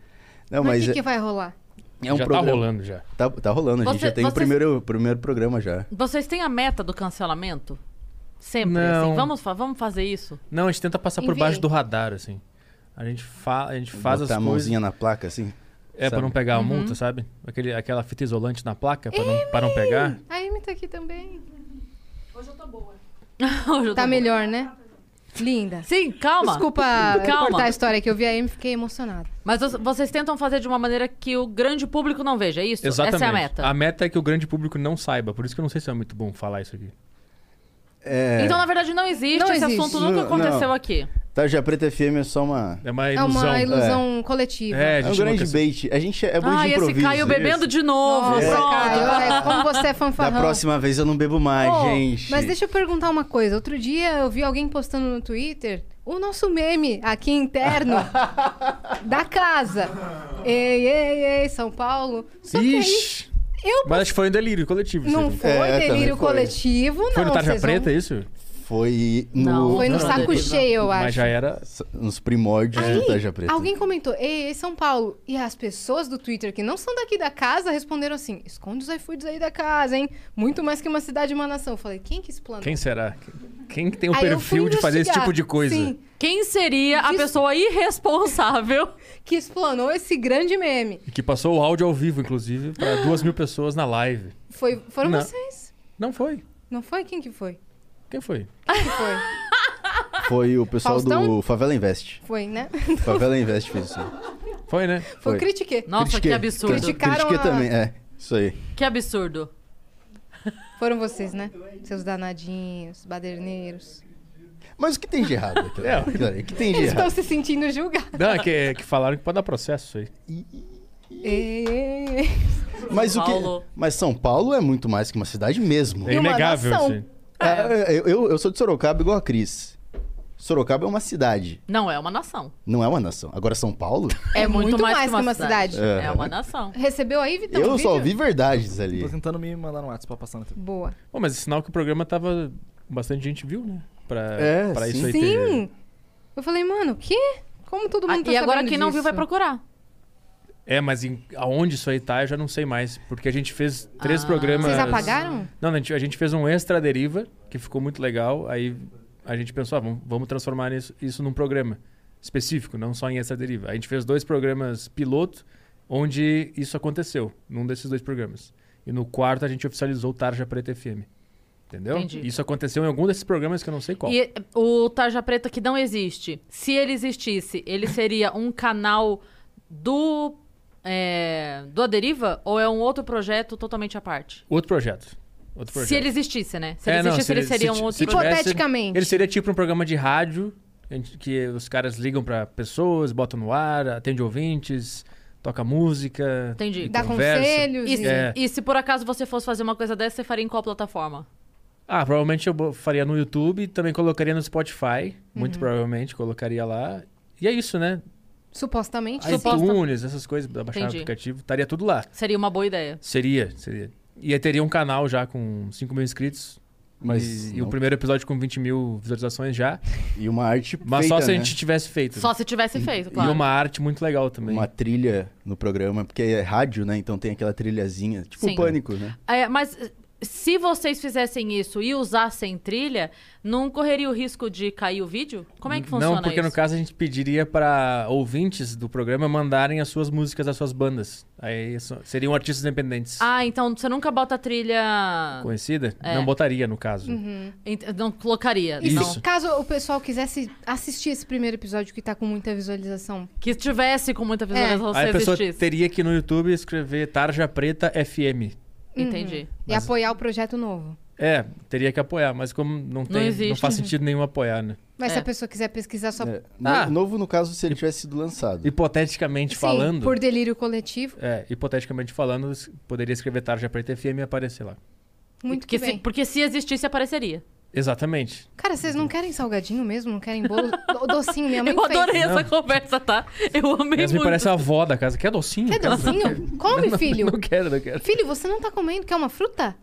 Speaker 12: Não,
Speaker 3: mas
Speaker 12: mas,
Speaker 3: o que,
Speaker 12: é-
Speaker 3: que vai rolar?
Speaker 12: é, um
Speaker 11: Já tá
Speaker 12: programa.
Speaker 11: rolando já.
Speaker 12: Tá, tá rolando, a gente
Speaker 2: Você-
Speaker 12: já tem o
Speaker 2: vocês-
Speaker 12: primeiro, o primeiro programa já.
Speaker 2: Vocês têm a meta do cancelamento? Sempre,
Speaker 11: Não.
Speaker 2: assim. Vamos, fa- vamos fazer isso?
Speaker 11: Não, a gente tenta passar por
Speaker 2: Enviei.
Speaker 11: baixo do radar, assim. A gente, fa a gente faz
Speaker 12: Botar
Speaker 11: as
Speaker 12: a
Speaker 11: coisas.
Speaker 12: mãozinha na placa, assim.
Speaker 11: É, pra
Speaker 12: sabe?
Speaker 11: não pegar a
Speaker 3: Uhum.
Speaker 11: multa, sabe? Aquele, aquela fita isolante na placa, É pra não, pra não pegar.
Speaker 3: A Amy tá aqui também.
Speaker 8: Hoje eu tô boa.
Speaker 3: Tá melhor, né? Linda.
Speaker 2: Sim, calma.
Speaker 3: Desculpa
Speaker 2: Calma.
Speaker 3: cortar a história que eu vi a Amy fiquei emocionada.
Speaker 2: Mas vo- vocês tentam fazer de uma maneira que o grande público não veja, é isso?
Speaker 11: Exatamente.
Speaker 2: Essa é a meta.
Speaker 11: é que o grande público não saiba. Por isso que eu não sei se é muito bom falar isso aqui.
Speaker 12: É...
Speaker 2: Então, na verdade, não existe.
Speaker 3: Não
Speaker 2: Esse
Speaker 3: existe.
Speaker 2: assunto nunca
Speaker 12: Não,
Speaker 2: aconteceu
Speaker 12: não.
Speaker 2: aqui.
Speaker 12: Tarja Preta FM é só uma.
Speaker 11: É uma
Speaker 3: É uma ilusão coletiva.
Speaker 12: É,
Speaker 11: gente
Speaker 12: um
Speaker 11: nunca
Speaker 12: grande
Speaker 11: se-
Speaker 12: bait. A gente é bom
Speaker 2: Ah,
Speaker 12: de
Speaker 2: esse
Speaker 12: improviso.
Speaker 2: Caio bebendo de novo.
Speaker 3: Nossa,
Speaker 12: É.
Speaker 3: Caio, [LAUGHS] é, como você é
Speaker 12: Da
Speaker 3: fanfarrão.
Speaker 12: próxima vez eu não bebo mais,
Speaker 3: Ô,
Speaker 12: gente.
Speaker 3: Mas deixa eu perguntar uma coisa. Outro dia eu vi alguém postando no Twitter o nosso meme aqui
Speaker 11: [LAUGHS]
Speaker 3: interno da casa. Ei, ei, ei, São Paulo. Só que aí
Speaker 11: Ixi!
Speaker 3: é eu
Speaker 11: Mas acho que foi um delírio coletivo.
Speaker 3: não
Speaker 11: isso
Speaker 3: foi
Speaker 11: aí.
Speaker 12: É,
Speaker 3: delírio coletivo, não.
Speaker 11: É, Foi no Tarja
Speaker 3: vocês vão-
Speaker 11: Preta, É isso?
Speaker 12: Foi no.
Speaker 3: Não, foi no saco cheio, eu
Speaker 11: Mas
Speaker 3: acho.
Speaker 11: já era.
Speaker 12: Nos primórdios
Speaker 11: É,
Speaker 12: do Tarja
Speaker 3: Aí,
Speaker 12: Preta.
Speaker 3: alguém comentou, ei, ei, São Paulo. E as pessoas do Twitter que não são daqui da casa responderam assim: esconde os iFoods aí da casa, hein? Muito mais que uma cidade e uma nação. Eu falei, quem que explanou?
Speaker 11: Quem será? Quem que tem o
Speaker 3: Aí eu fui
Speaker 11: perfil de fazer esse
Speaker 3: investigar.
Speaker 11: tipo de coisa?
Speaker 3: Sim.
Speaker 2: Quem seria a pessoa irresponsável
Speaker 3: [LAUGHS] que explanou esse grande meme?
Speaker 11: E que passou o áudio ao vivo, inclusive, pra duas mil pessoas na live.
Speaker 3: Foi, foram
Speaker 11: Não.
Speaker 3: vocês?
Speaker 11: Não foi.
Speaker 3: Não foi? Quem que foi?
Speaker 11: Quem foi?
Speaker 3: Quem que foi?
Speaker 12: Foi o pessoal
Speaker 3: Faustão?
Speaker 12: do Favela Invest.
Speaker 3: foi, né?
Speaker 12: Favela Invest fez isso.
Speaker 11: Foi, né?
Speaker 3: Foi, critiquei.
Speaker 12: Critiquei.
Speaker 3: Criticaram
Speaker 12: Critiquei
Speaker 3: a-
Speaker 12: também, é. Isso aí.
Speaker 2: Que absurdo.
Speaker 3: [LAUGHS] Foram vocês, né? Seus danadinhos, baderneiros.
Speaker 12: Mas o que tem de errado? aquilo ali? Aquilo ali, O que tem de
Speaker 3: Eles estão
Speaker 12: errado?
Speaker 3: se sentindo julgados.
Speaker 11: É. Não, é que, é que falaram que pode dar processo isso aí.
Speaker 3: Ei, ei, ei.
Speaker 12: Mas, o que...
Speaker 3: Paulo.
Speaker 12: Mas São Paulo é muito mais que uma cidade mesmo.
Speaker 11: É
Speaker 3: E uma
Speaker 11: inegável,
Speaker 3: nação.
Speaker 11: assim.
Speaker 12: Ah, eu- eu, eu sou de Sorocaba igual a Cris. Sorocaba é uma cidade,
Speaker 2: Não é uma nação.
Speaker 12: não é uma nação. Agora São
Speaker 3: [LAUGHS]
Speaker 12: Paulo?
Speaker 3: Tá
Speaker 2: É, muito, mais,
Speaker 3: que uma cidade.
Speaker 2: É.
Speaker 12: É.
Speaker 2: uma nação.
Speaker 3: Recebeu aí, Vitão?
Speaker 12: eu
Speaker 3: o
Speaker 12: só
Speaker 3: vídeo?
Speaker 12: ouvi verdades ali.
Speaker 5: Tô tentando me mandar no WhatsApp pra passar no tempo.
Speaker 3: Boa.
Speaker 11: Pô, mas é sinal que o programa tava. Bastante gente viu, né? Pra,
Speaker 12: É,
Speaker 11: pra isso
Speaker 12: sim.
Speaker 11: aí ter.
Speaker 3: Sim. Eu falei, mano, o quê? Como todo mundo
Speaker 2: Ah,
Speaker 3: tá
Speaker 2: e agora
Speaker 3: sabendo
Speaker 2: quem não viu
Speaker 3: disso?
Speaker 2: vai procurar.
Speaker 11: É, mas em- aonde isso aí tá, eu já não sei mais. Porque a gente fez três
Speaker 2: Ah.
Speaker 11: programas.
Speaker 3: Vocês apagaram?
Speaker 11: Não, a gente, a gente fez um extra deriva, que ficou muito legal. Aí a gente pensou, ah, vamos, vamos transformar isso, isso num programa específico, não só em extra deriva. A gente fez dois programas piloto, onde isso aconteceu, num desses dois programas. E no quarto a gente oficializou o Tarja Preta FM. Entendeu?
Speaker 2: Entendi.
Speaker 11: Isso aconteceu em algum desses programas que eu não sei qual.
Speaker 2: E o Tarja Preta que não existe, se ele existisse, ele seria um canal do. É, do A Deriva ou é um outro projeto totalmente à parte?
Speaker 11: Outro projeto. Outro projeto.
Speaker 2: Se ele existisse, né? Se
Speaker 11: É,
Speaker 2: ele
Speaker 11: não,
Speaker 2: existisse, ele, seria
Speaker 11: ti-
Speaker 2: um outro
Speaker 11: se
Speaker 2: projeto.
Speaker 11: tivesse,
Speaker 3: Hipoteticamente.
Speaker 11: Ele seria tipo um programa de rádio, em que os caras ligam pra pessoas, botam no ar, atende ouvintes, toca música.
Speaker 2: Entendi.
Speaker 11: e
Speaker 3: Dá
Speaker 11: conversa.
Speaker 3: conselhos
Speaker 2: E, se-
Speaker 11: É.
Speaker 2: e se por acaso você fosse fazer uma coisa dessa, você faria em qual plataforma?
Speaker 11: Ah, provavelmente eu bo- faria no YouTube, também colocaria no Spotify,
Speaker 3: Uhum.
Speaker 11: muito provavelmente colocaria lá. E é isso, né?
Speaker 3: Supostamente.
Speaker 11: iTunes, essas coisas, baixar o
Speaker 2: Entendi.
Speaker 11: aplicativo, estaria tudo lá.
Speaker 2: Seria uma boa ideia.
Speaker 11: Seria, seria. E aí teria um canal já com 5 mil inscritos, Mas, e o
Speaker 12: não-
Speaker 11: primeiro episódio com 20 mil visualizações já.
Speaker 12: [LAUGHS] E uma arte
Speaker 11: Mas só
Speaker 12: feita,
Speaker 11: se a
Speaker 12: né?
Speaker 11: gente tivesse feito.
Speaker 2: Só se tivesse feito, claro.
Speaker 11: E uma arte muito legal também.
Speaker 12: Uma trilha no programa, porque é rádio, né? Então tem aquela trilhazinha, tipo
Speaker 2: Sim.
Speaker 12: o pânico, né?
Speaker 2: É, mas eh, se vocês fizessem isso e usassem trilha, não correria o risco de cair o vídeo? Como é que funciona
Speaker 11: Não, porque
Speaker 2: isso?
Speaker 11: no caso a gente pediria para ouvintes do programa mandarem as suas músicas, as suas bandas. Aí so- seriam artistas independentes.
Speaker 2: Ah, então você nunca bota trilha.
Speaker 11: Conhecida?
Speaker 2: É.
Speaker 11: Não botaria, no caso.
Speaker 2: Ent- Não colocaria.
Speaker 3: Uhum. E
Speaker 2: Não.
Speaker 3: se caso o pessoal quisesse assistir esse primeiro episódio que tá com muita visualização? É.
Speaker 2: Que tivesse com muita visualização,
Speaker 11: Aí
Speaker 2: se
Speaker 11: a pessoa
Speaker 2: existisse.
Speaker 11: teria que no YouTube escrever Tarja Preta FM.
Speaker 2: Entendi.
Speaker 3: Uhum. E apoiar o projeto novo.
Speaker 11: É, teria que apoiar, mas como não tem, não,
Speaker 3: existe.
Speaker 11: faz sentido nenhum apoiar, né?
Speaker 3: Mas
Speaker 2: É.
Speaker 3: se a pessoa quiser pesquisar só
Speaker 12: É,
Speaker 3: Sim,
Speaker 12: no- Novo, no caso, se ele tivesse sido lançado.
Speaker 11: Ah. Hipoteticamente falando.
Speaker 3: por delírio coletivo,
Speaker 11: É, hipoteticamente falando, s- poderia escrever Tarja Preta FM e aparecer lá.
Speaker 3: muito
Speaker 2: Porque
Speaker 3: que
Speaker 2: se-
Speaker 3: bem.
Speaker 2: porque se existisse, apareceria.
Speaker 11: Exatamente.
Speaker 3: Cara, vocês não querem salgadinho mesmo? Não querem
Speaker 2: [LAUGHS]
Speaker 3: bolo? Do- Docinho, minha mãe
Speaker 2: Eu
Speaker 3: fez.
Speaker 2: adorei essa conversa, tá? Eu amei
Speaker 11: Mas me
Speaker 2: muito.
Speaker 11: parece a avó da casa. Quer docinho?
Speaker 3: Quer
Speaker 11: cara?
Speaker 3: docinho?
Speaker 11: Não,
Speaker 3: Come,
Speaker 11: não,
Speaker 3: filho.
Speaker 11: Não [LAUGHS] quero, não quero.
Speaker 3: Filho, você não tá comendo. Quer uma fruta?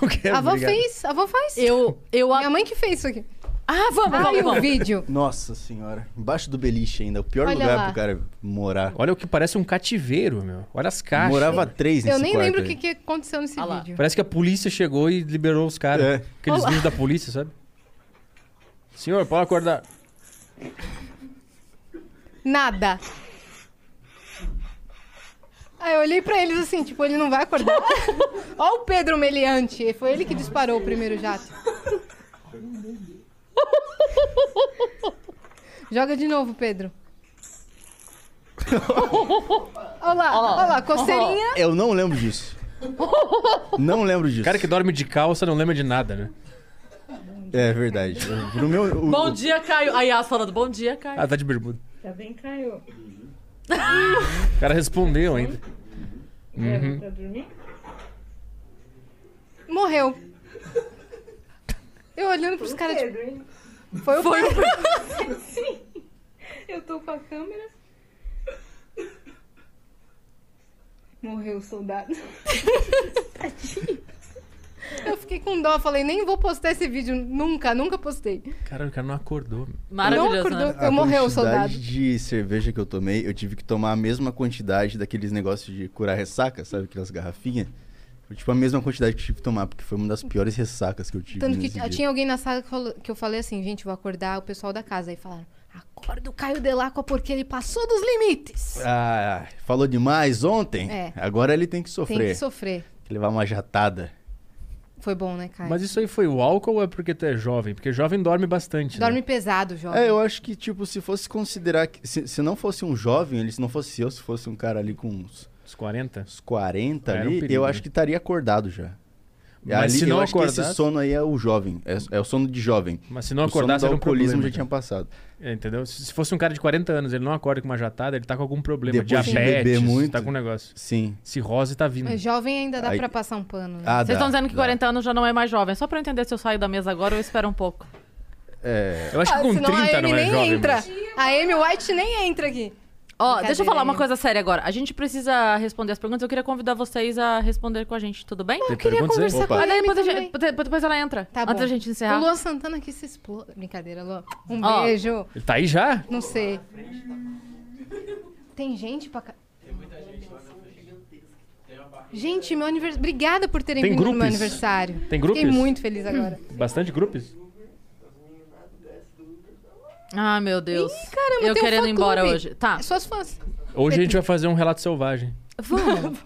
Speaker 11: Não quero,
Speaker 3: a avó
Speaker 11: obrigado.
Speaker 3: fez, a avó faz.
Speaker 2: Eu, eu...
Speaker 3: Minha mãe que fez isso aqui.
Speaker 2: Ah, vamos,
Speaker 3: Ai,
Speaker 2: vamos,
Speaker 3: o
Speaker 2: vamos.
Speaker 3: um vídeo.
Speaker 12: Nossa senhora. Embaixo do beliche ainda. O pior
Speaker 3: Olha
Speaker 12: lugar
Speaker 3: lá.
Speaker 12: pro cara morar.
Speaker 11: Olha o que parece um cativeiro, meu. Olha as caixas.
Speaker 12: Morava três nesse
Speaker 3: Eu nem
Speaker 12: quarto
Speaker 3: lembro o
Speaker 12: aí.
Speaker 3: que, que aconteceu
Speaker 2: Ah
Speaker 3: nesse vídeo.
Speaker 11: Parece que a polícia chegou e liberou os caras.
Speaker 12: É.
Speaker 11: Aqueles
Speaker 3: Olá.
Speaker 11: vídeos da polícia, sabe? Senhor, pode acordar.
Speaker 3: Nada. Aí eu olhei pra eles assim, tipo, ele não vai acordar.
Speaker 2: [LAUGHS]
Speaker 3: Olha o Pedro Meliante. Foi ele que disparou o primeiro jato. Joga de novo, [LAUGHS] Pedro. Olha lá, olha lá, coceirinha.
Speaker 12: Eu não lembro disso. Não lembro disso.
Speaker 11: Cara que dorme de calça não lembra de nada, né?
Speaker 12: É verdade. No meu, o-
Speaker 2: Bom
Speaker 12: o-
Speaker 2: dia, Caio. Aí Yas falando, bom dia, Caio.
Speaker 11: Ah, tá de bermuda.
Speaker 14: Tá bem, Caio?
Speaker 11: O cara respondeu ainda. Uhum.
Speaker 14: Pra dormir?
Speaker 3: Morreu. Eu olhando pros caras. tipo,
Speaker 14: Pedro, hein?
Speaker 3: Foi o
Speaker 14: Foi o
Speaker 3: Pedro.
Speaker 14: Sim. Eu tô com a câmera. [LAUGHS] Morreu o soldado.
Speaker 3: Eu fiquei com dó, falei, nem vou postar esse vídeo. Nunca, nunca postei.
Speaker 11: Cara, o cara não acordou. meu.
Speaker 3: Maravilhoso, Não acordou.
Speaker 12: a
Speaker 3: Eu morreu o
Speaker 12: quantidade
Speaker 3: soldado.
Speaker 12: de cerveja que eu tomei, eu tive que tomar a mesma quantidade daqueles negócios de curar ressaca, sabe? Aquelas garrafinhas. Foi, Tipo, a mesma quantidade que eu tive que tomar, porque foi uma das piores ressacas que eu tive.
Speaker 3: Tanto que
Speaker 12: nesse dia.
Speaker 3: tinha alguém na sala que, falou- que eu falei assim, gente, vou acordar o pessoal da casa. Aí falaram, acorda o Caio Delacqua porque ele passou dos limites.
Speaker 12: Ah, falou demais ontem?
Speaker 3: É.
Speaker 12: Agora ele tem que sofrer.
Speaker 3: Tem que sofrer.
Speaker 12: Levar uma jatada.
Speaker 3: Foi bom, né, Caio?
Speaker 11: Mas isso aí foi o álcool ou é porque tu é jovem? Porque jovem dorme bastante. né?
Speaker 3: Dorme pesado, jovem.
Speaker 12: É, eu acho que, tipo, se fosse considerar que. Se, se não fosse um jovem, ele, se não fosse eu, se fosse um cara ali com uns.
Speaker 11: Uns 40?
Speaker 12: Uns 40
Speaker 11: Era
Speaker 12: ali,
Speaker 11: um perigo,
Speaker 12: eu
Speaker 11: né?
Speaker 12: acho que estaria acordado já.
Speaker 11: Mas
Speaker 12: ali,
Speaker 11: se não
Speaker 12: eu acho que
Speaker 11: acordasse-
Speaker 12: esse sono aí é o jovem. É, é o sono de jovem.
Speaker 11: Mas se não
Speaker 12: O sono
Speaker 11: acordasse,
Speaker 12: do
Speaker 11: era um
Speaker 12: alcoolismo
Speaker 11: problema,
Speaker 12: já tinha passado.
Speaker 11: É, entendeu? Se se fosse um cara de 40 anos, ele não acorda com uma jatada, ele tá com algum problema.
Speaker 12: Depois de
Speaker 11: diabetes,
Speaker 12: beber muito.
Speaker 11: tá com um negócio.
Speaker 12: Sim.
Speaker 11: Cirrose tá vindo.
Speaker 3: Mas jovem ainda dá
Speaker 11: Aí-
Speaker 3: pra passar um pano. Né?
Speaker 11: Ah,
Speaker 2: Vocês
Speaker 11: dá,
Speaker 2: estão dizendo que
Speaker 11: dá.
Speaker 2: 40 anos já não é mais jovem. Só pra eu entender se eu saio da mesa agora ou eu espero um pouco.
Speaker 12: É.
Speaker 11: Eu acho que com
Speaker 3: Ah, senão
Speaker 11: 30
Speaker 3: a Amy
Speaker 11: não é
Speaker 3: nem
Speaker 11: jovem.
Speaker 3: entra.
Speaker 11: mas-
Speaker 3: A Amy White nem entra aqui.
Speaker 2: Ó, deixa eu falar uma coisa séria agora. A gente precisa responder as perguntas. Eu queria convidar vocês a responder com a gente, tudo bem?
Speaker 11: Tem Eu queria perguntas aí? conversar com a
Speaker 2: Mas daí
Speaker 3: Amy
Speaker 2: depois, a gente- depois- depois ela entra.
Speaker 3: Tá bom.
Speaker 2: antes da gente encerrar.
Speaker 3: O Luan Santana aqui se explode. Brincadeira, Luan. Um
Speaker 2: Ó.
Speaker 3: beijo.
Speaker 11: Ele tá aí já?
Speaker 3: Não sei. Tem gente pra cá. Gente, meu aniversário. Obrigada por terem
Speaker 11: Tem
Speaker 3: vindo no meu
Speaker 11: grupos?
Speaker 3: aniversário.
Speaker 11: Tem
Speaker 3: Fiquei
Speaker 11: grupos?
Speaker 3: muito feliz agora.
Speaker 11: Bastante grupos?
Speaker 2: [CLEARS THROAT] Ah, meu Deus.
Speaker 3: Ih, caramba,
Speaker 2: eu
Speaker 3: tem um
Speaker 2: querendo ir
Speaker 3: fã-clube.
Speaker 2: embora hoje. Tá.
Speaker 3: Suas fãs.
Speaker 11: Hoje a gente vai fazer um relato selvagem.
Speaker 2: Vamos.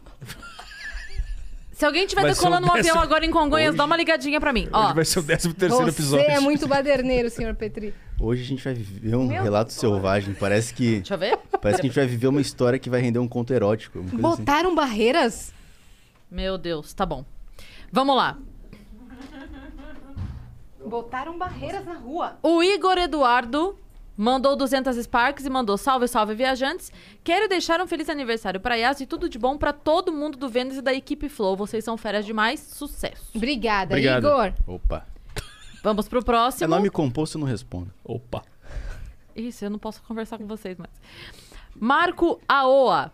Speaker 2: Se alguém estiver
Speaker 11: Vai ser
Speaker 2: decolando
Speaker 11: o
Speaker 2: um avião
Speaker 11: décimo-
Speaker 2: agora em Congonhas, dá uma ligadinha pra mim. Ó,
Speaker 11: Hoje [LAUGHS] vai ser o 13
Speaker 3: Você é muito baderneiro, senhor Petri.
Speaker 12: Hoje a gente vai viver um
Speaker 3: Meu
Speaker 12: relato selvagem. Parece que.
Speaker 2: Deixa eu ver.
Speaker 12: Parece que a gente vai viver uma história que vai render um conto erótico. uma coisa assim.
Speaker 3: Botaram barreiras?
Speaker 2: Meu Deus, tá bom. Vamos lá.
Speaker 3: Botaram barreiras na rua.
Speaker 2: O Igor Eduardo mandou 200 Sparks e mandou salve, salve, viajantes. Quero deixar um feliz aniversário pra Yas e tudo de bom pra todo mundo do Vênus e da equipe Flow. Vocês são feras demais. Sucesso.
Speaker 3: Obrigada,
Speaker 12: Obrigado.
Speaker 3: Igor.
Speaker 12: Opa.
Speaker 2: Vamos pro
Speaker 12: É
Speaker 2: próximo.
Speaker 12: nome composto, eu não respondo.
Speaker 11: Opa.
Speaker 2: Isso, eu não posso conversar com vocês mais. Marco Aoa.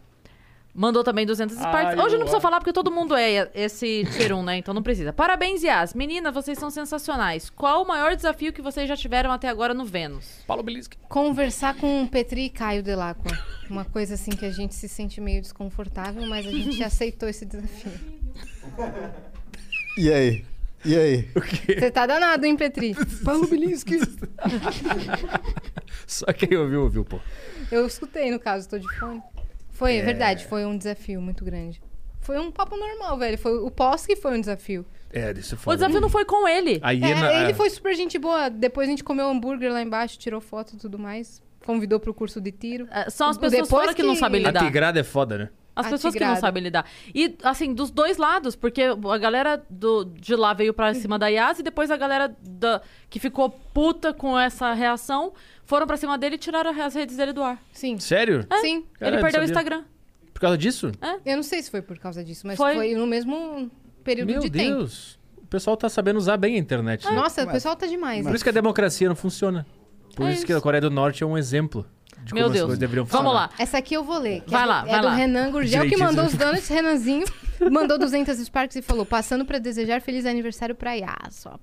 Speaker 2: Mandou também 200
Speaker 12: Ah,
Speaker 15: Ai,
Speaker 2: Sparks. Hoje
Speaker 15: eu
Speaker 2: não precisa
Speaker 15: amo.
Speaker 2: falar porque todo mundo é esse tier 1, né? Então não precisa. Parabéns, Yas. Menina, vocês são sensacionais. Qual o maior desafio que vocês já tiveram até agora no Vênus?
Speaker 11: Paulo Belisque.
Speaker 3: Conversar com o Petri e Caio Delacqua. Uma coisa assim que a gente se sente meio desconfortável, mas a
Speaker 11: [LAUGHS]
Speaker 3: gente aceitou esse desafio.
Speaker 12: E aí? E aí?
Speaker 11: [LAUGHS]
Speaker 12: O quê?
Speaker 3: Você tá danado, hein, Petri?
Speaker 12: Paulo Bilinski.
Speaker 11: Só quem ouviu, ouviu, pô.
Speaker 3: Eu escutei, no caso, tô de fone. Foi, é
Speaker 11: É.
Speaker 3: verdade, foi um desafio muito grande. Foi um papo normal, velho. Foi o pós que foi um desafio.
Speaker 11: É, isso
Speaker 2: O desafio não foi com ele.
Speaker 11: A hiena-
Speaker 3: É, ele foi super gente boa. Depois a gente comeu hambúrguer lá embaixo, tirou foto e tudo mais. Convidou pro curso de tiro.
Speaker 2: É, são as pessoas fora que não sabem
Speaker 11: A
Speaker 2: lidar.
Speaker 11: tigrada é foda, né?
Speaker 2: As pessoas que não
Speaker 3: Ah, Atigrada.
Speaker 2: sabem lidar. E, assim, dos dois lados, porque a galera do, de lá veio pra cima da Yas e depois a galera da, que ficou puta com essa reação foram pra cima dele e tiraram as redes dele do ar.
Speaker 3: Sim.
Speaker 11: Sério?
Speaker 2: É.
Speaker 3: Sim.
Speaker 11: Caralho,
Speaker 2: ele perdeu o
Speaker 11: sabia.
Speaker 2: Instagram.
Speaker 11: Por causa disso?
Speaker 2: É,
Speaker 3: Eu não sei se foi por causa disso, mas foi,
Speaker 2: Foi.
Speaker 3: no mesmo período
Speaker 11: Meu
Speaker 3: de tempo.
Speaker 11: Deus. O pessoal tá sabendo usar bem a internet. né?
Speaker 3: Nossa, o pessoal tá demais.
Speaker 11: Por isso que é a democracia não funciona. Por
Speaker 3: É
Speaker 11: isso, que a Coreia do Norte é um exemplo de
Speaker 2: Meu
Speaker 11: como as
Speaker 2: Deus.
Speaker 11: coisas deveriam funcionar.
Speaker 2: Vamos lá.
Speaker 3: Essa aqui eu vou ler. que
Speaker 2: Vai
Speaker 3: é do,
Speaker 2: lá,
Speaker 3: é
Speaker 2: vai
Speaker 3: do
Speaker 2: lá.
Speaker 3: Renan Gurgel, que
Speaker 11: Direitinho.
Speaker 3: mandou os
Speaker 11: [LAUGHS]
Speaker 3: donuts, Renanzinho. Mandou 200 Sparks e falou: passando pra desejar feliz aniversário pra Yas, ó.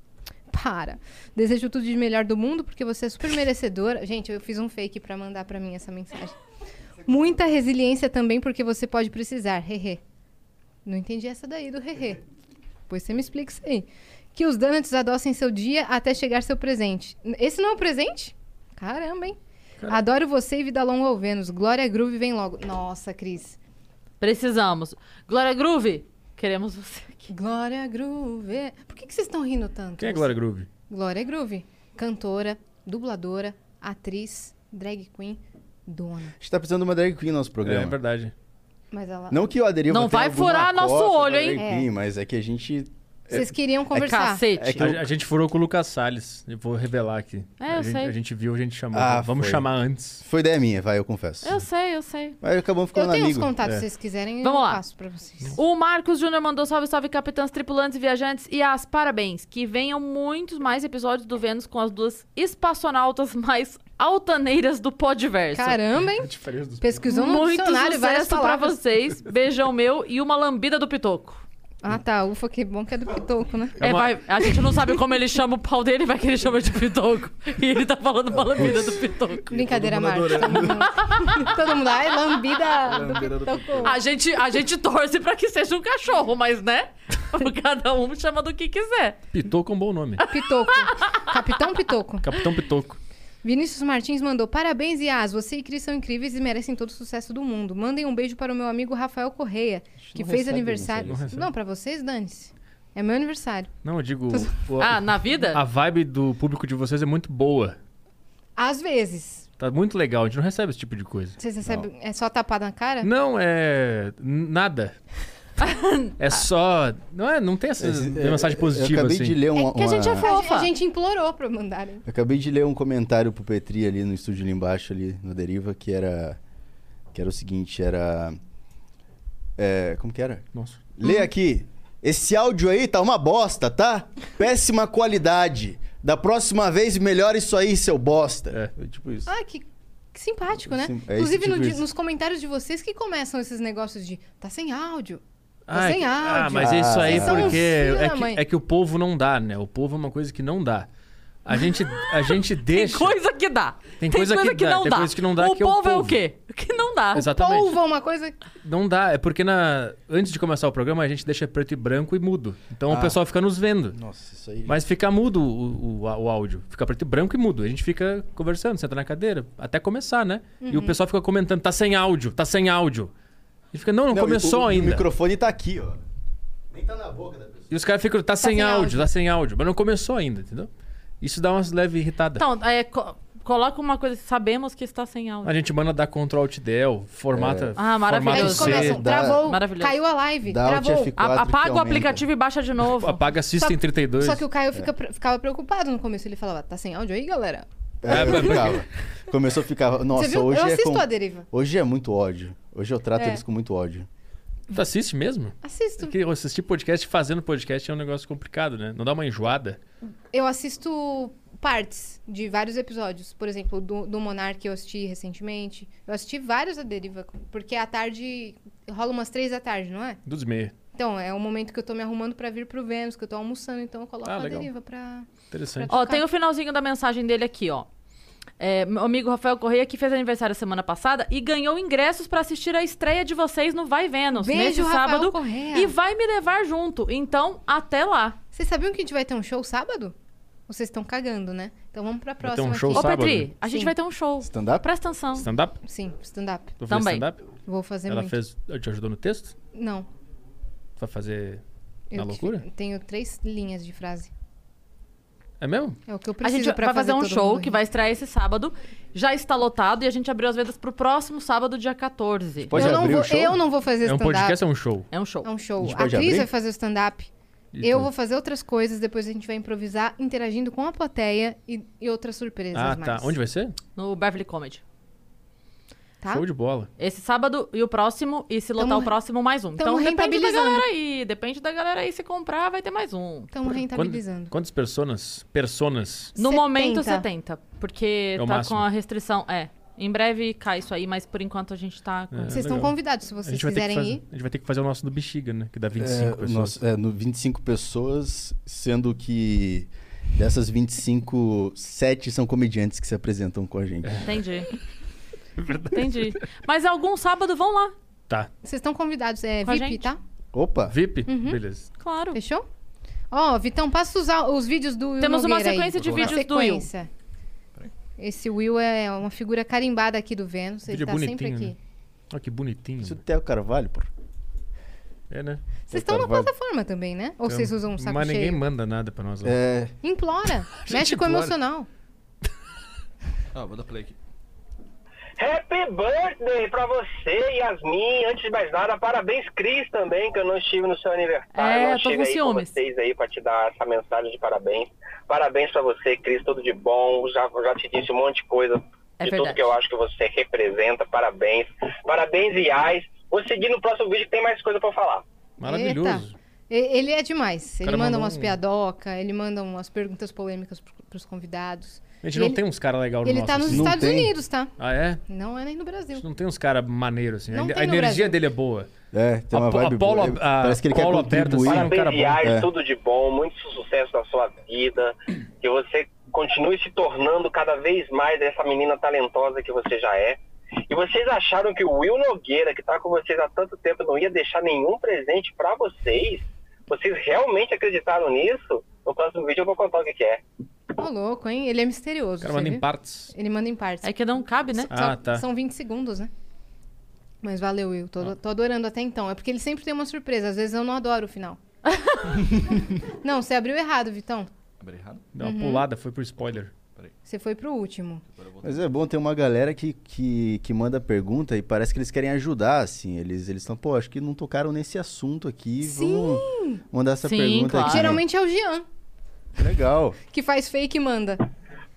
Speaker 3: Para. Desejo tudo de melhor do mundo, porque você é super merecedora. Gente, eu fiz um fake pra mandar pra mim essa mensagem. Muita resiliência também, porque você pode precisar. Hehe. Não entendi essa daí do hehe. Depois você me explica isso aí. Que os donuts adocem seu dia até chegar seu presente. N- Esse não é o presente? Caramba, hein?
Speaker 2: Caramba.
Speaker 3: Adoro você e vida longa ao Vênus. Glória Groove vem logo. Nossa, Cris.
Speaker 2: Precisamos. Glória Groove, queremos você.
Speaker 3: Glória Groove. Por que, que vocês estão rindo tanto?
Speaker 11: Quem é Glória Groove?
Speaker 3: Glória Groove. Cantora, dubladora, atriz, drag queen, dona.
Speaker 12: A gente tá precisando de uma drag queen no nosso programa.
Speaker 11: É verdade.
Speaker 3: Mas ela...
Speaker 12: Não que o Aderiva
Speaker 3: Não
Speaker 12: tenha
Speaker 3: vai
Speaker 12: alguma
Speaker 3: furar nosso
Speaker 12: cota na
Speaker 3: olho,
Speaker 12: drag
Speaker 3: hein?
Speaker 12: queen,
Speaker 3: É.
Speaker 12: Mas é que a gente...
Speaker 2: É,
Speaker 3: Vocês queriam conversar.
Speaker 11: É que a, a gente furou com o Lucas Salles. Eu vou revelar aqui.
Speaker 2: É, eu
Speaker 11: a, gente,
Speaker 2: sei.
Speaker 11: a gente viu, a gente chamou.
Speaker 12: Ah,
Speaker 11: Vamos
Speaker 12: foi.
Speaker 11: chamar antes.
Speaker 12: Foi ideia minha, vai, eu confesso.
Speaker 2: Eu sei, eu sei.
Speaker 12: Mas acabamos
Speaker 3: Eu
Speaker 12: ficando
Speaker 3: tenho os
Speaker 12: amigo.
Speaker 3: contatos,
Speaker 12: É.
Speaker 3: se vocês quiserem,
Speaker 2: Vamos
Speaker 3: eu
Speaker 2: lá.
Speaker 3: passo pra vocês.
Speaker 2: O Marcos Júnior mandou salve, salve, capitãs, tripulantes, e viajantes. E as parabéns. Que venham muitos mais episódios do Vênus com as duas espaçonautas mais altaneiras do podverso.
Speaker 3: Caramba, hein? Pesquisou no
Speaker 2: é Muito
Speaker 3: dicionário várias
Speaker 2: sucesso pra
Speaker 3: palavras.
Speaker 2: vocês. Beijão meu e uma lambida do Pitoco.
Speaker 3: Ah, tá. Ufa, que bom que é do Pitoco, né?
Speaker 2: É, vai- a gente não sabe como ele chama o pau dele, vai que ele chama de Pitoco. E ele tá falando uma lambida do Pitoco.
Speaker 3: Brincadeira, Marcos. Todo
Speaker 11: né?
Speaker 3: mundo, [LAUGHS] todo mundo, ai, lambida do Pitoco.
Speaker 2: então, A gente, a gente torce pra que seja um cachorro, mas né? [LAUGHS] Cada um chama do que quiser.
Speaker 11: Pitoco é um
Speaker 2: [LAUGHS]
Speaker 11: bom nome.
Speaker 3: Pitoco. Capitão Pitoco.
Speaker 11: Capitão Pitoco.
Speaker 3: Vinícius Martins mandou: Parabéns, Yas. Você e Cris são incríveis e merecem todo o sucesso do mundo. Mandem um beijo para o meu amigo Rafael Correia, que
Speaker 11: não
Speaker 3: fez
Speaker 11: recebe
Speaker 3: aniversário.
Speaker 11: mensagem. Não recebe.
Speaker 3: Não, pra vocês, dane-se. É meu aniversário.
Speaker 11: Não, eu digo. o-
Speaker 2: Ah, na vida?
Speaker 11: A vibe do público de vocês é muito boa.
Speaker 3: Às vezes.
Speaker 11: Tá muito legal. A gente não recebe esse tipo de coisa.
Speaker 3: Vocês recebem. É só tapar na cara?
Speaker 11: Não, é. n- Nada. é só. Não, é, não tem essa
Speaker 12: Esse- é,
Speaker 11: mensagem positiva
Speaker 12: eu acabei
Speaker 11: assim.
Speaker 12: de ler um,
Speaker 3: Que a gente é
Speaker 12: uma-
Speaker 3: fofa. A gente implorou pra mandarem.
Speaker 12: Eu Acabei de ler um comentário pro Petri ali no estúdio ali embaixo, ali no Deriva, que era. Que era o seguinte, era. é, como que era?
Speaker 11: Nossa.
Speaker 12: Lê aqui. Esse áudio aí tá uma bosta, tá? Péssima qualidade. Da próxima vez, melhora isso aí, seu bosta.
Speaker 11: É,
Speaker 12: tipo isso.
Speaker 3: Ah, que, que simpático, né?
Speaker 12: Sim, é esse
Speaker 3: Inclusive, no
Speaker 12: tipo
Speaker 3: di-
Speaker 12: isso.
Speaker 3: nos comentários de vocês que começam esses negócios de tá sem áudio. Tá
Speaker 11: Ah, é
Speaker 3: sem
Speaker 11: que-
Speaker 3: áudio.
Speaker 11: ah, mas isso aí
Speaker 3: Vocês são uns
Speaker 11: porque
Speaker 3: filhos
Speaker 11: é
Speaker 3: da mãe.
Speaker 11: que, é que o povo não dá, né? O povo é uma coisa que não dá. A gente, a gente deixa.
Speaker 2: Tem coisa que dá.
Speaker 11: Tem coisa que dá,
Speaker 2: não
Speaker 11: tem
Speaker 2: dá.
Speaker 11: coisa que não dá,
Speaker 2: O
Speaker 11: que é o
Speaker 2: povo é o
Speaker 11: povo.
Speaker 2: quê? O que não dá.
Speaker 11: Exatamente.
Speaker 3: Polvo é uma coisa.
Speaker 11: Não dá, é porque na... antes de começar o programa a gente deixa preto e branco e mudo. Então o
Speaker 12: Ah.
Speaker 11: pessoal fica nos vendo.
Speaker 12: Nossa, isso aí.
Speaker 11: Mas fica mudo o, o, o áudio. Fica preto e branco e mudo. A gente fica conversando, senta na cadeira, até começar, né? E o
Speaker 12: Uhum.
Speaker 11: pessoal fica comentando, tá sem áudio, tá sem áudio. E fica, não, não, começou
Speaker 12: o, o-
Speaker 11: ainda.
Speaker 12: O microfone tá aqui, ó. Nem tá na boca da pessoa.
Speaker 11: E os caras ficam, tá, sem,
Speaker 12: sem
Speaker 11: áudio,
Speaker 12: áudio.
Speaker 11: tá sem áudio. Mas não começou ainda, entendeu? Isso dá umas leve irritada.
Speaker 2: Então, é, co- coloca uma coisa. Sabemos que está sem áudio.
Speaker 11: A gente manda dar Ctrl Alt Del, formata.
Speaker 2: Ah,
Speaker 11: formata
Speaker 2: maravilhoso.
Speaker 11: C, dá-
Speaker 2: Maravilhoso.
Speaker 3: Caiu a live.
Speaker 11: Dá Alt
Speaker 3: travou.
Speaker 11: F4 que
Speaker 2: A- apaga o
Speaker 11: aumenta.
Speaker 2: aplicativo e baixa de novo.
Speaker 11: Apaga System 32.
Speaker 3: Só que o Caio fica pre- ficava preocupado no começo. Ele falava, tá sem áudio aí, galera?
Speaker 12: É, eu ficava. Começou a ficar. Nossa,
Speaker 3: viu?
Speaker 12: hoje
Speaker 3: Eu
Speaker 12: é.
Speaker 3: assisto a deriva.
Speaker 12: Hoje é muito ódio. Hoje eu trato
Speaker 3: É.
Speaker 12: eles com muito ódio.
Speaker 11: Tu assiste mesmo?
Speaker 3: Assisto.
Speaker 11: Porque é assistir podcast fazendo podcast é um negócio complicado, né? Não dá uma enjoada.
Speaker 3: Eu assisto partes de vários episódios. Por exemplo, do, do Monark eu assisti recentemente. Eu assisti vários a Deriva, porque à tarde rola umas três da tarde, não é?
Speaker 11: Dos meia.
Speaker 3: Então, é o momento que eu tô me arrumando pra vir pro Vênus, que eu tô almoçando, então eu coloco
Speaker 11: Ah,
Speaker 3: a
Speaker 11: legal.
Speaker 3: deriva pra.
Speaker 11: Interessante.
Speaker 2: Ó, tem o finalzinho da mensagem dele aqui, ó. É, meu amigo Rafael Correia, que fez aniversário semana passada e ganhou ingressos pra assistir a estreia de vocês no Vai Vênus,
Speaker 3: Beijo,
Speaker 2: neste
Speaker 3: Rafael
Speaker 2: sábado.
Speaker 3: Correia.
Speaker 2: E vai me levar junto. Então, até lá.
Speaker 3: Vocês sabiam que a gente vai ter um show sábado? Vocês estão cagando, né? Então vamos pra
Speaker 11: Vai
Speaker 3: próxima.
Speaker 11: ter um show
Speaker 3: aqui.
Speaker 11: sábado? Ô, Petri,
Speaker 2: a gente vai ter um show.
Speaker 12: Stand-up?
Speaker 2: Presta atenção.
Speaker 11: Stand-up?
Speaker 3: Sim, stand-up.
Speaker 11: Tu fez stand-up?
Speaker 3: Vou fazer
Speaker 11: Ela
Speaker 3: muito.
Speaker 11: fez. Ela te ajudou no texto?
Speaker 3: Não.
Speaker 11: Tu vai fazer.
Speaker 3: eu
Speaker 11: na
Speaker 3: te-
Speaker 11: loucura?
Speaker 3: Tenho três linhas de frase.
Speaker 11: É mesmo?
Speaker 3: É o que eu
Speaker 2: A
Speaker 3: preciso
Speaker 2: gente
Speaker 3: pra
Speaker 2: vai fazer, um
Speaker 3: todo
Speaker 2: show
Speaker 3: mundo
Speaker 2: que
Speaker 3: rir.
Speaker 2: vai estrear esse sábado. Já está lotado e a gente abriu as vendas pro próximo sábado, dia 14.
Speaker 11: pode
Speaker 3: eu não
Speaker 11: abrir o
Speaker 3: vou,
Speaker 11: show?
Speaker 3: Eu não vou fazer
Speaker 11: É um
Speaker 3: stand-up.
Speaker 11: podcast ou é um show?
Speaker 2: É um show.
Speaker 3: É um show.
Speaker 11: A
Speaker 3: A,
Speaker 11: gente pode
Speaker 3: Cris
Speaker 11: abrir?
Speaker 3: vai fazer o stand-up.
Speaker 11: E
Speaker 3: Eu
Speaker 11: tu?
Speaker 3: vou fazer outras coisas, depois a gente vai improvisar, interagindo com a plateia e, e outras surpresas
Speaker 11: Ah,
Speaker 3: um mais.
Speaker 11: tá. Onde vai ser?
Speaker 2: No Beverly Comedy.
Speaker 3: Tá?
Speaker 11: Show de bola.
Speaker 2: Esse sábado e o próximo, e se lotar
Speaker 3: Tamo-
Speaker 2: o próximo, mais um. Então
Speaker 3: tamo
Speaker 2: depende da
Speaker 3: rentabilizando.
Speaker 2: galera aí. Depende da galera aí. Se comprar, vai ter mais um.
Speaker 3: Estamos
Speaker 11: Quantas, quantas personas? Personas.
Speaker 2: No momento, 70. Porque
Speaker 11: É o
Speaker 2: tá
Speaker 11: máximo.
Speaker 2: com a restrição. É. Em breve cai isso aí, mas por enquanto a gente tá com.
Speaker 11: É,
Speaker 3: Vocês estão
Speaker 11: legal.
Speaker 3: convidados, se
Speaker 11: A gente
Speaker 3: vocês
Speaker 11: vai ter que
Speaker 3: quiserem
Speaker 11: fazer-
Speaker 3: ir.
Speaker 11: A gente vai ter que fazer o nosso do Bexiga, né? Que dá 25
Speaker 12: é,
Speaker 11: pessoas.
Speaker 12: Nossa, é, no 25 pessoas, sendo que dessas 25, 7 são comediantes que se apresentam com a gente.
Speaker 11: É.
Speaker 2: Entendi.
Speaker 3: É
Speaker 2: Entendi. Mas algum sábado vão lá,
Speaker 11: Tá.
Speaker 3: Vocês estão convidados, é
Speaker 2: Com a
Speaker 3: VIP,
Speaker 2: gente.
Speaker 3: tá?
Speaker 12: Opa.
Speaker 11: VIP?
Speaker 3: Uhum.
Speaker 11: Beleza.
Speaker 2: claro.
Speaker 3: Fechou? Ó, Vitão, passa os, au- os vídeos do Will
Speaker 2: Temos uma
Speaker 3: Nogueira aí.
Speaker 2: sequência de
Speaker 3: Uma
Speaker 2: vídeos do Will.
Speaker 3: sequência. Esse Will é uma figura carimbada aqui do Vênus, ele
Speaker 11: Vídeo
Speaker 3: tá sempre
Speaker 11: bonitinho,
Speaker 3: aqui.
Speaker 11: né? Olha que bonitinho. Isso
Speaker 12: é o Carvalho, pô.
Speaker 11: É, né?
Speaker 3: Vocês estão na plataforma também, né? Ou vocês usam um saco
Speaker 11: Mas ninguém
Speaker 3: cheio?
Speaker 11: manda nada pra nós lá.
Speaker 12: É.
Speaker 11: [LAUGHS]
Speaker 3: Implora. Mexe com o
Speaker 11: implora.
Speaker 3: emocional.
Speaker 5: Ah, vou dar play aqui.
Speaker 15: Happy birthday pra você, Yasmin. Antes de mais nada, parabéns, Cris, também, que eu não estive no seu aniversário.
Speaker 2: É,
Speaker 15: não
Speaker 2: tô com
Speaker 15: estive aí com
Speaker 2: ciúmes.
Speaker 15: vocês aí pra te dar essa mensagem de parabéns. Parabéns pra você, Cris, tudo de bom. Já, já te disse um monte de coisa
Speaker 2: É
Speaker 15: de
Speaker 2: verdade.
Speaker 15: tudo que eu acho que você representa. Parabéns. Parabéns, Yas. Vou seguir no próximo vídeo que tem mais coisa pra falar.
Speaker 3: Eita. E- Ele é demais. Ele
Speaker 11: cara
Speaker 3: manda
Speaker 11: mandou
Speaker 3: umas
Speaker 11: um-
Speaker 3: piadocas, ele manda umas perguntas polêmicas pro- pros convidados.
Speaker 11: A gente
Speaker 3: E
Speaker 11: não
Speaker 3: ele-
Speaker 11: tem uns caras legais no
Speaker 3: Ele
Speaker 11: nosso.
Speaker 3: tá nos
Speaker 11: assim.
Speaker 3: Estados Unidos, tá?
Speaker 11: Ah, é?
Speaker 3: Não é nem no Brasil.
Speaker 11: Não tem uns caras maneiros, assim.
Speaker 3: Não
Speaker 11: a
Speaker 3: tem
Speaker 11: a
Speaker 3: no
Speaker 11: energia
Speaker 3: Brasil.
Speaker 11: dele é boa.
Speaker 12: É, tem uma
Speaker 11: a, po-
Speaker 12: vibe
Speaker 11: a polo,
Speaker 12: boa.
Speaker 11: ab- a,
Speaker 12: Parece que ele quer
Speaker 11: polo aberto, assim,
Speaker 12: contribuir.
Speaker 11: é um cara
Speaker 15: Parabéns,
Speaker 11: bom.
Speaker 15: Yas.
Speaker 11: É.
Speaker 15: Tudo de bom, muito sucesso na sua vida. Que você continue se tornando cada vez mais essa menina talentosa que você já é. E vocês acharam que o Will Nogueira, que tá com vocês há tanto tempo, não ia deixar nenhum presente pra vocês? Vocês realmente acreditaram nisso? No próximo vídeo eu vou contar o que, que é.
Speaker 3: Ô, louco, hein? Ele é misterioso.
Speaker 15: cara
Speaker 3: você
Speaker 15: manda em
Speaker 3: viu?
Speaker 11: partes.
Speaker 3: Ele manda em partes.
Speaker 2: É que não cabe, né?
Speaker 3: Só-
Speaker 11: Ah, tá.
Speaker 3: São 20 segundos, né? Mas valeu, Will. Tô, tô adorando até então. É porque ele sempre tem uma surpresa. Às vezes eu não adoro o
Speaker 2: [LAUGHS]
Speaker 3: final. não, você abriu errado, Vitão.
Speaker 5: Abri errado?
Speaker 11: Deu uma
Speaker 3: Uhum.
Speaker 11: pulada, foi pro spoiler.
Speaker 3: Você foi pro último.
Speaker 12: Mas é bom ter uma galera que, que, que manda pergunta e parece que eles querem ajudar, assim. Eles eles estão, pô, acho que não tocaram nesse assunto aqui. Vamos mandar essa pergunta aqui.
Speaker 3: Geralmente é o Jean,
Speaker 12: Legal.
Speaker 3: que faz fake e manda.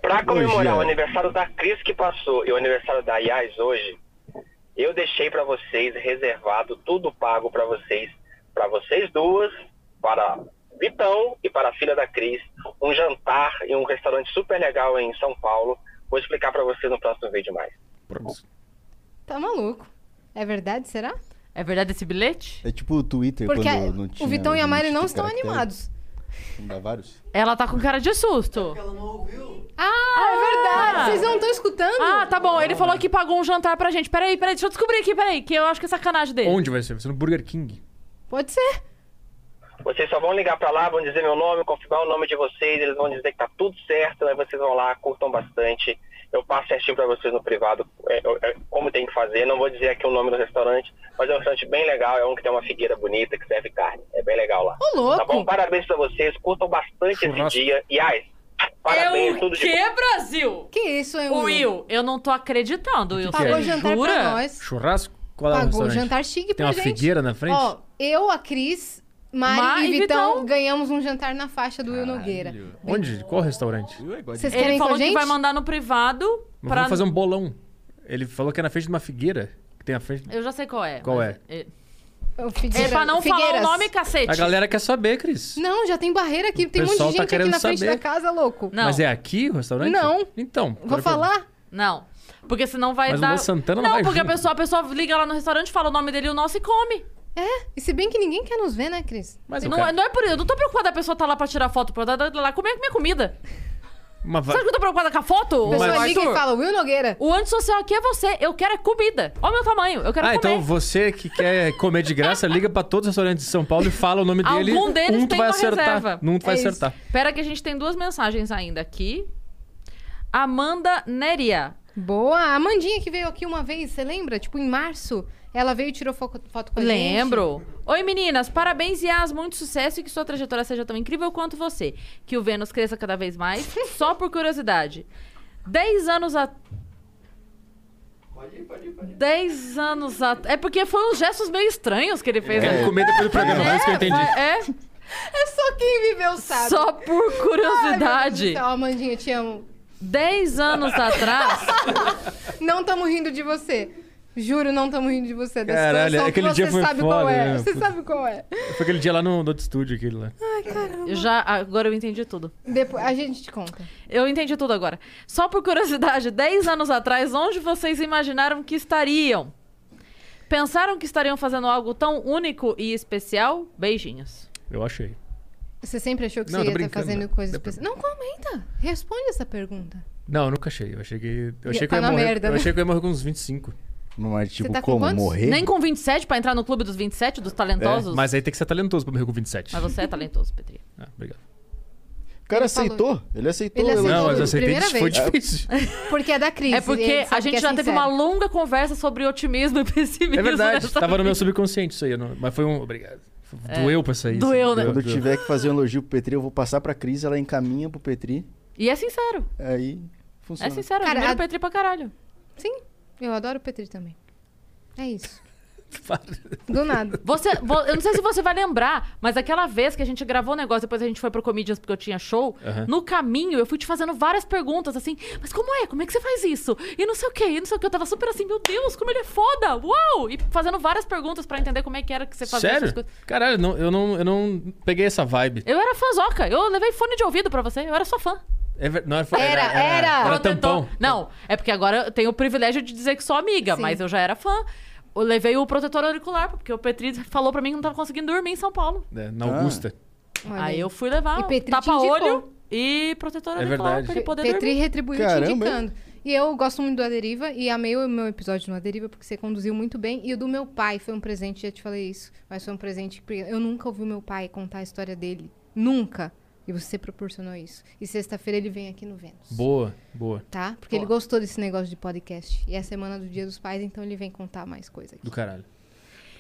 Speaker 15: Pra comemorar né?
Speaker 12: Hoje, ó.
Speaker 15: o aniversário da Cris que passou e o aniversário da Yas hoje, eu deixei pra vocês reservado, tudo pago pra vocês, pra vocês duas, para Vitão e para a filha da Cris, um jantar em um restaurante super legal em São Paulo. Vou explicar pra vocês no próximo vídeo mais.
Speaker 3: Tá maluco. É verdade, será?
Speaker 2: É verdade esse bilhete?
Speaker 12: É tipo o Twitter
Speaker 3: Porque
Speaker 12: quando não tinha
Speaker 3: o Vitão e a Mari
Speaker 12: limite
Speaker 3: não
Speaker 12: de
Speaker 3: estão
Speaker 12: caractere.
Speaker 3: animados.
Speaker 12: Não dá vários?
Speaker 2: Ela tá com cara de susto.
Speaker 3: Ah, é verdade. Vocês não estão escutando?
Speaker 2: Ah, tá bom. Ele
Speaker 15: né?
Speaker 2: falou que pagou um jantar pra gente. Peraí, peraí, deixa eu descobrir aqui, peraí, que eu acho que é sacanagem dele.
Speaker 11: Onde vai ser? Vai ser no Burger King.
Speaker 3: Pode ser.
Speaker 15: Vocês só vão ligar pra lá, vão dizer meu nome, confirmar o nome de vocês, eles vão dizer que tá tudo certo, aí vocês vão lá, curtam bastante. Eu passo certinho pra vocês no privado é, é, como tem que fazer. Não vou dizer aqui o nome do restaurante, mas é um restaurante bem legal, é um que tem uma figueira bonita, que serve carne. É bem legal lá.
Speaker 3: Ô, louco!
Speaker 15: Tá bom? Parabéns pra vocês, curtam bastante esse dia. E ai,
Speaker 3: É
Speaker 15: parabéns,
Speaker 3: um
Speaker 15: tudo de bom.
Speaker 2: Que Brasil?
Speaker 3: Que isso, hein,
Speaker 2: Will? Will, eu não tô acreditando, Will.
Speaker 11: é?
Speaker 3: Pagou
Speaker 2: Você
Speaker 3: jantar
Speaker 2: jura?
Speaker 3: pra nós.
Speaker 11: Churrasco? Qual é o
Speaker 3: Pagou o
Speaker 11: restaurante?
Speaker 3: jantar chique
Speaker 11: Tem
Speaker 3: pra
Speaker 11: uma
Speaker 3: gente.
Speaker 11: figueira na frente?
Speaker 3: Ó, eu, a Cris, Mari
Speaker 2: Mari
Speaker 3: e
Speaker 2: e
Speaker 3: Vitão,
Speaker 2: Vitão.
Speaker 3: ganhamos um jantar na faixa do Will Nogueira.
Speaker 11: Onde? Qual restaurante?
Speaker 12: É
Speaker 3: Vocês
Speaker 2: Ele
Speaker 3: querem com a
Speaker 2: falou que
Speaker 3: gente?
Speaker 2: vai mandar no privado
Speaker 11: Mas
Speaker 2: pra.
Speaker 11: vamos fazer um bolão. Ele falou que é na frente de uma figueira. Que tem a frente.
Speaker 2: Eu já sei qual é.
Speaker 3: um
Speaker 11: Qual
Speaker 2: mas-
Speaker 11: é?
Speaker 2: é-
Speaker 3: o Figueira-
Speaker 2: É pra não falar o
Speaker 3: Figueiras.
Speaker 2: nome,
Speaker 3: é
Speaker 2: cacete.
Speaker 11: A galera é quer saber, Cris.
Speaker 3: Não, já tem barreira aqui. Tem um monte de
Speaker 11: pessoal
Speaker 3: gente
Speaker 11: tá
Speaker 3: aqui
Speaker 11: querendo
Speaker 3: na frente
Speaker 11: saber.
Speaker 3: da casa, louco.
Speaker 11: Mas é aqui o restaurante?
Speaker 3: Não.
Speaker 11: Então. qual é
Speaker 3: Vou
Speaker 11: o problema?
Speaker 3: falar?
Speaker 2: Não. Porque senão vai
Speaker 11: Mas o
Speaker 2: dar.
Speaker 11: Luan Santana
Speaker 2: não,
Speaker 11: vai
Speaker 2: porque
Speaker 11: junto.
Speaker 2: a pessoa, a pessoa liga lá no restaurante, fala o nome dele e o nosso e come.
Speaker 3: É, e se bem que ninguém quer nos ver, né, Cris?
Speaker 11: Mas eu
Speaker 2: não,
Speaker 11: quero-
Speaker 2: não é por isso. Eu não tô preocupada a pessoa tá lá pra tirar foto, pra dar dar- lá comer minha comida.
Speaker 11: Mas vai-
Speaker 2: Sabe que eu tô preocupada com a foto?
Speaker 11: A pessoa
Speaker 2: ô,
Speaker 11: liga e
Speaker 2: Arthur?
Speaker 3: fala, Will Nogueira.
Speaker 2: O antissocial aqui é você. Eu quero é comida. Olha o meu tamanho. Eu quero
Speaker 11: Ah,
Speaker 2: comer.
Speaker 11: então você que quer comer de graça, liga pra todos os restaurantes de São Paulo e fala o nome dele.
Speaker 2: Algum deles
Speaker 11: um tu
Speaker 2: tem
Speaker 11: vai
Speaker 2: uma
Speaker 11: acertar.
Speaker 2: reserva. É
Speaker 11: Um tu vai acertar.
Speaker 2: Espera que a gente tem duas mensagens ainda aqui. Amanda Neria.
Speaker 3: Boa, a Amandinha que veio aqui uma vez, você lembra? Tipo, em março, ela veio e tirou fo- foto com a gente.
Speaker 2: Lembro. Oi, meninas. Parabéns, Yas. Muito sucesso e que sua trajetória seja tão incrível quanto você. Que o Vênus cresça cada vez mais.
Speaker 3: [LAUGHS]
Speaker 2: só por curiosidade. Dez anos a...
Speaker 13: Pode ir, pode ir, pode ir.
Speaker 2: 10 anos a... É porque foram uns gestos meio estranhos que ele fez.
Speaker 11: É,
Speaker 2: ali.
Speaker 11: comer depois do programa, mas que eu entendi.
Speaker 2: É,
Speaker 3: É só quem viveu sabe.
Speaker 2: Só por curiosidade.
Speaker 3: Ai, meu Deus do céu, Amandinha, te amo.
Speaker 2: 10 anos atrás...
Speaker 3: [LAUGHS] Não estamos rindo de você. Juro, não estamos rindo de você. Da
Speaker 11: Caralho,
Speaker 3: situação
Speaker 11: aquele
Speaker 3: que
Speaker 11: dia
Speaker 3: você
Speaker 11: foi
Speaker 3: sabe qual
Speaker 11: foda,
Speaker 3: é.
Speaker 11: né?
Speaker 3: Você
Speaker 11: Puta.
Speaker 3: sabe qual é.
Speaker 11: Foi aquele dia lá no, no outro estúdio, aquele lá.
Speaker 3: Ai, caramba.
Speaker 2: Já, agora eu entendi tudo.
Speaker 3: Depois, a gente te conta.
Speaker 2: Eu entendi tudo agora. Só por curiosidade, [LAUGHS] 10 anos atrás, onde vocês imaginaram que estariam? Pensaram que estariam fazendo algo tão único e especial? Beijinhos.
Speaker 11: Eu achei.
Speaker 3: Você sempre achou que
Speaker 11: Não,
Speaker 3: você
Speaker 11: tô
Speaker 3: ia estar
Speaker 11: brincando,
Speaker 3: fazendo
Speaker 11: não.
Speaker 12: né?
Speaker 3: coisas
Speaker 11: Dá pra-
Speaker 3: especiais? Não, comenta. Responde essa pergunta.
Speaker 11: Não, eu nunca achei. Eu achei que. Eu
Speaker 3: Ia
Speaker 11: achei que
Speaker 3: tá
Speaker 11: eu ia
Speaker 3: na
Speaker 11: morrer.
Speaker 3: merda,
Speaker 11: eu
Speaker 3: né?
Speaker 11: achei que eu ia morrer com uns 25.
Speaker 12: Mas, tipo,
Speaker 3: você tá com
Speaker 12: como?
Speaker 3: quantos?
Speaker 12: Morrer?
Speaker 2: Nem com 27 pra entrar no clube dos 27, dos talentosos?
Speaker 11: É, mas aí tem que ser talentoso pra morrer com 27.
Speaker 2: Mas você é talentoso, Petri.
Speaker 11: Ah, obrigado.
Speaker 12: O cara aceitou. Ele aceitou.
Speaker 2: Ele aceitou
Speaker 11: Não, mas eu
Speaker 2: tudo,
Speaker 11: aceitei.
Speaker 2: primeira
Speaker 11: Foi
Speaker 2: vez. [LAUGHS]
Speaker 11: difícil.
Speaker 3: [LAUGHS] Porque é da crise.
Speaker 2: É porque
Speaker 3: ele sabe
Speaker 2: a gente
Speaker 3: que é
Speaker 2: já teve
Speaker 3: sincero.
Speaker 2: uma longa conversa sobre otimismo e [LAUGHS] pessimismo. né?
Speaker 11: É verdade.
Speaker 2: nessa
Speaker 11: Tava no meu
Speaker 2: vida.
Speaker 11: subconsciente isso aí. eu não- Mas foi um. Obrigado.
Speaker 2: É.
Speaker 11: Doeu pra sair.
Speaker 2: Doeu, né?
Speaker 12: Quando eu tiver que fazer um elogio pro Petri, eu vou passar pra Cris, ela encaminha pro Petri.
Speaker 2: E é sincero.
Speaker 12: Aí
Speaker 2: É
Speaker 12: funciona.
Speaker 2: sincero, eu
Speaker 3: Cara,
Speaker 2: admiro
Speaker 3: a-
Speaker 2: o Petri pra caralho.
Speaker 3: Sim, eu adoro o Petri também. É
Speaker 11: [LAUGHS]
Speaker 3: isso. Do nada.
Speaker 2: Você, vo- eu não sei se você vai lembrar, mas aquela vez que a gente gravou o negócio, depois a gente foi pro Comedians porque eu tinha show,
Speaker 11: Aham.
Speaker 2: no caminho eu fui te fazendo várias perguntas, assim, mas como é? Como é que você faz isso? E não sei o que, e não sei o que. Eu tava super assim, meu Deus, como ele é foda! Uau! E fazendo várias perguntas pra entender como é que era que você fazia essas
Speaker 11: Sério?
Speaker 2: coisas.
Speaker 11: Caralho, não- eu, não, eu não peguei essa vibe.
Speaker 2: Eu era fãzoca, eu levei fone de ouvido pra você, eu era sua fã.
Speaker 11: É ver- não, era,
Speaker 2: Era,
Speaker 11: era, era,
Speaker 2: era.
Speaker 11: tampão.
Speaker 2: Não, é porque agora eu tenho o privilégio de dizer que sou amiga, mas eu já era fã. Eu levei o protetor auricular, porque o Petri falou pra mim que não tava conseguindo dormir em São Paulo.
Speaker 11: É, na Augusta.
Speaker 12: Ah.
Speaker 2: Aí, eu fui levar um
Speaker 3: E Petri te
Speaker 2: tapa-olho
Speaker 3: indicou.
Speaker 2: e protetor
Speaker 11: É
Speaker 2: auricular
Speaker 11: verdade.
Speaker 2: pra ele poder
Speaker 3: Petri
Speaker 2: dormir.
Speaker 3: retribuiu
Speaker 11: Caramba, é
Speaker 3: te
Speaker 11: hein?
Speaker 3: indicando. E eu gosto muito do A Deriva e amei o meu episódio no A Deriva porque você conduziu muito bem. E o do meu pai foi um presente, já te falei isso, mas foi um presente porque eu nunca ouvi o meu pai contar a história dele. Nunca. E você proporcionou isso. E sexta-feira ele vem aqui no Vênus,
Speaker 11: Boa, boa.
Speaker 3: tá? Porque ele gostou desse negócio de podcast. E é a semana do Dia dos Pais, então ele vem contar mais coisa aqui.
Speaker 11: Do caralho.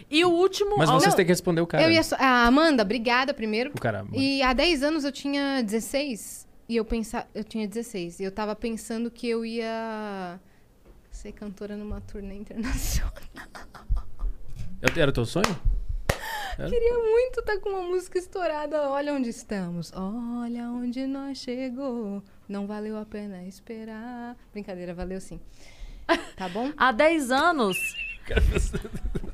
Speaker 2: E o último.
Speaker 11: Mas
Speaker 3: Não,
Speaker 11: vocês têm que responder o cara.
Speaker 3: Eu
Speaker 11: né?
Speaker 3: ia só- a Amanda, obrigada primeiro.
Speaker 11: O cara.
Speaker 3: E há 10 anos eu tinha 16 e eu pensava, eu tinha 16 e eu tava pensando que eu ia ser cantora numa turnê internacional.
Speaker 11: Eu- Era teu sonho? Era?
Speaker 3: Queria muito estar com uma música estourada. Olha onde estamos. Olha onde nós chegou. Não valeu a pena esperar. Brincadeira, valeu sim. Tá bom?
Speaker 2: [LAUGHS] Há 10 anos.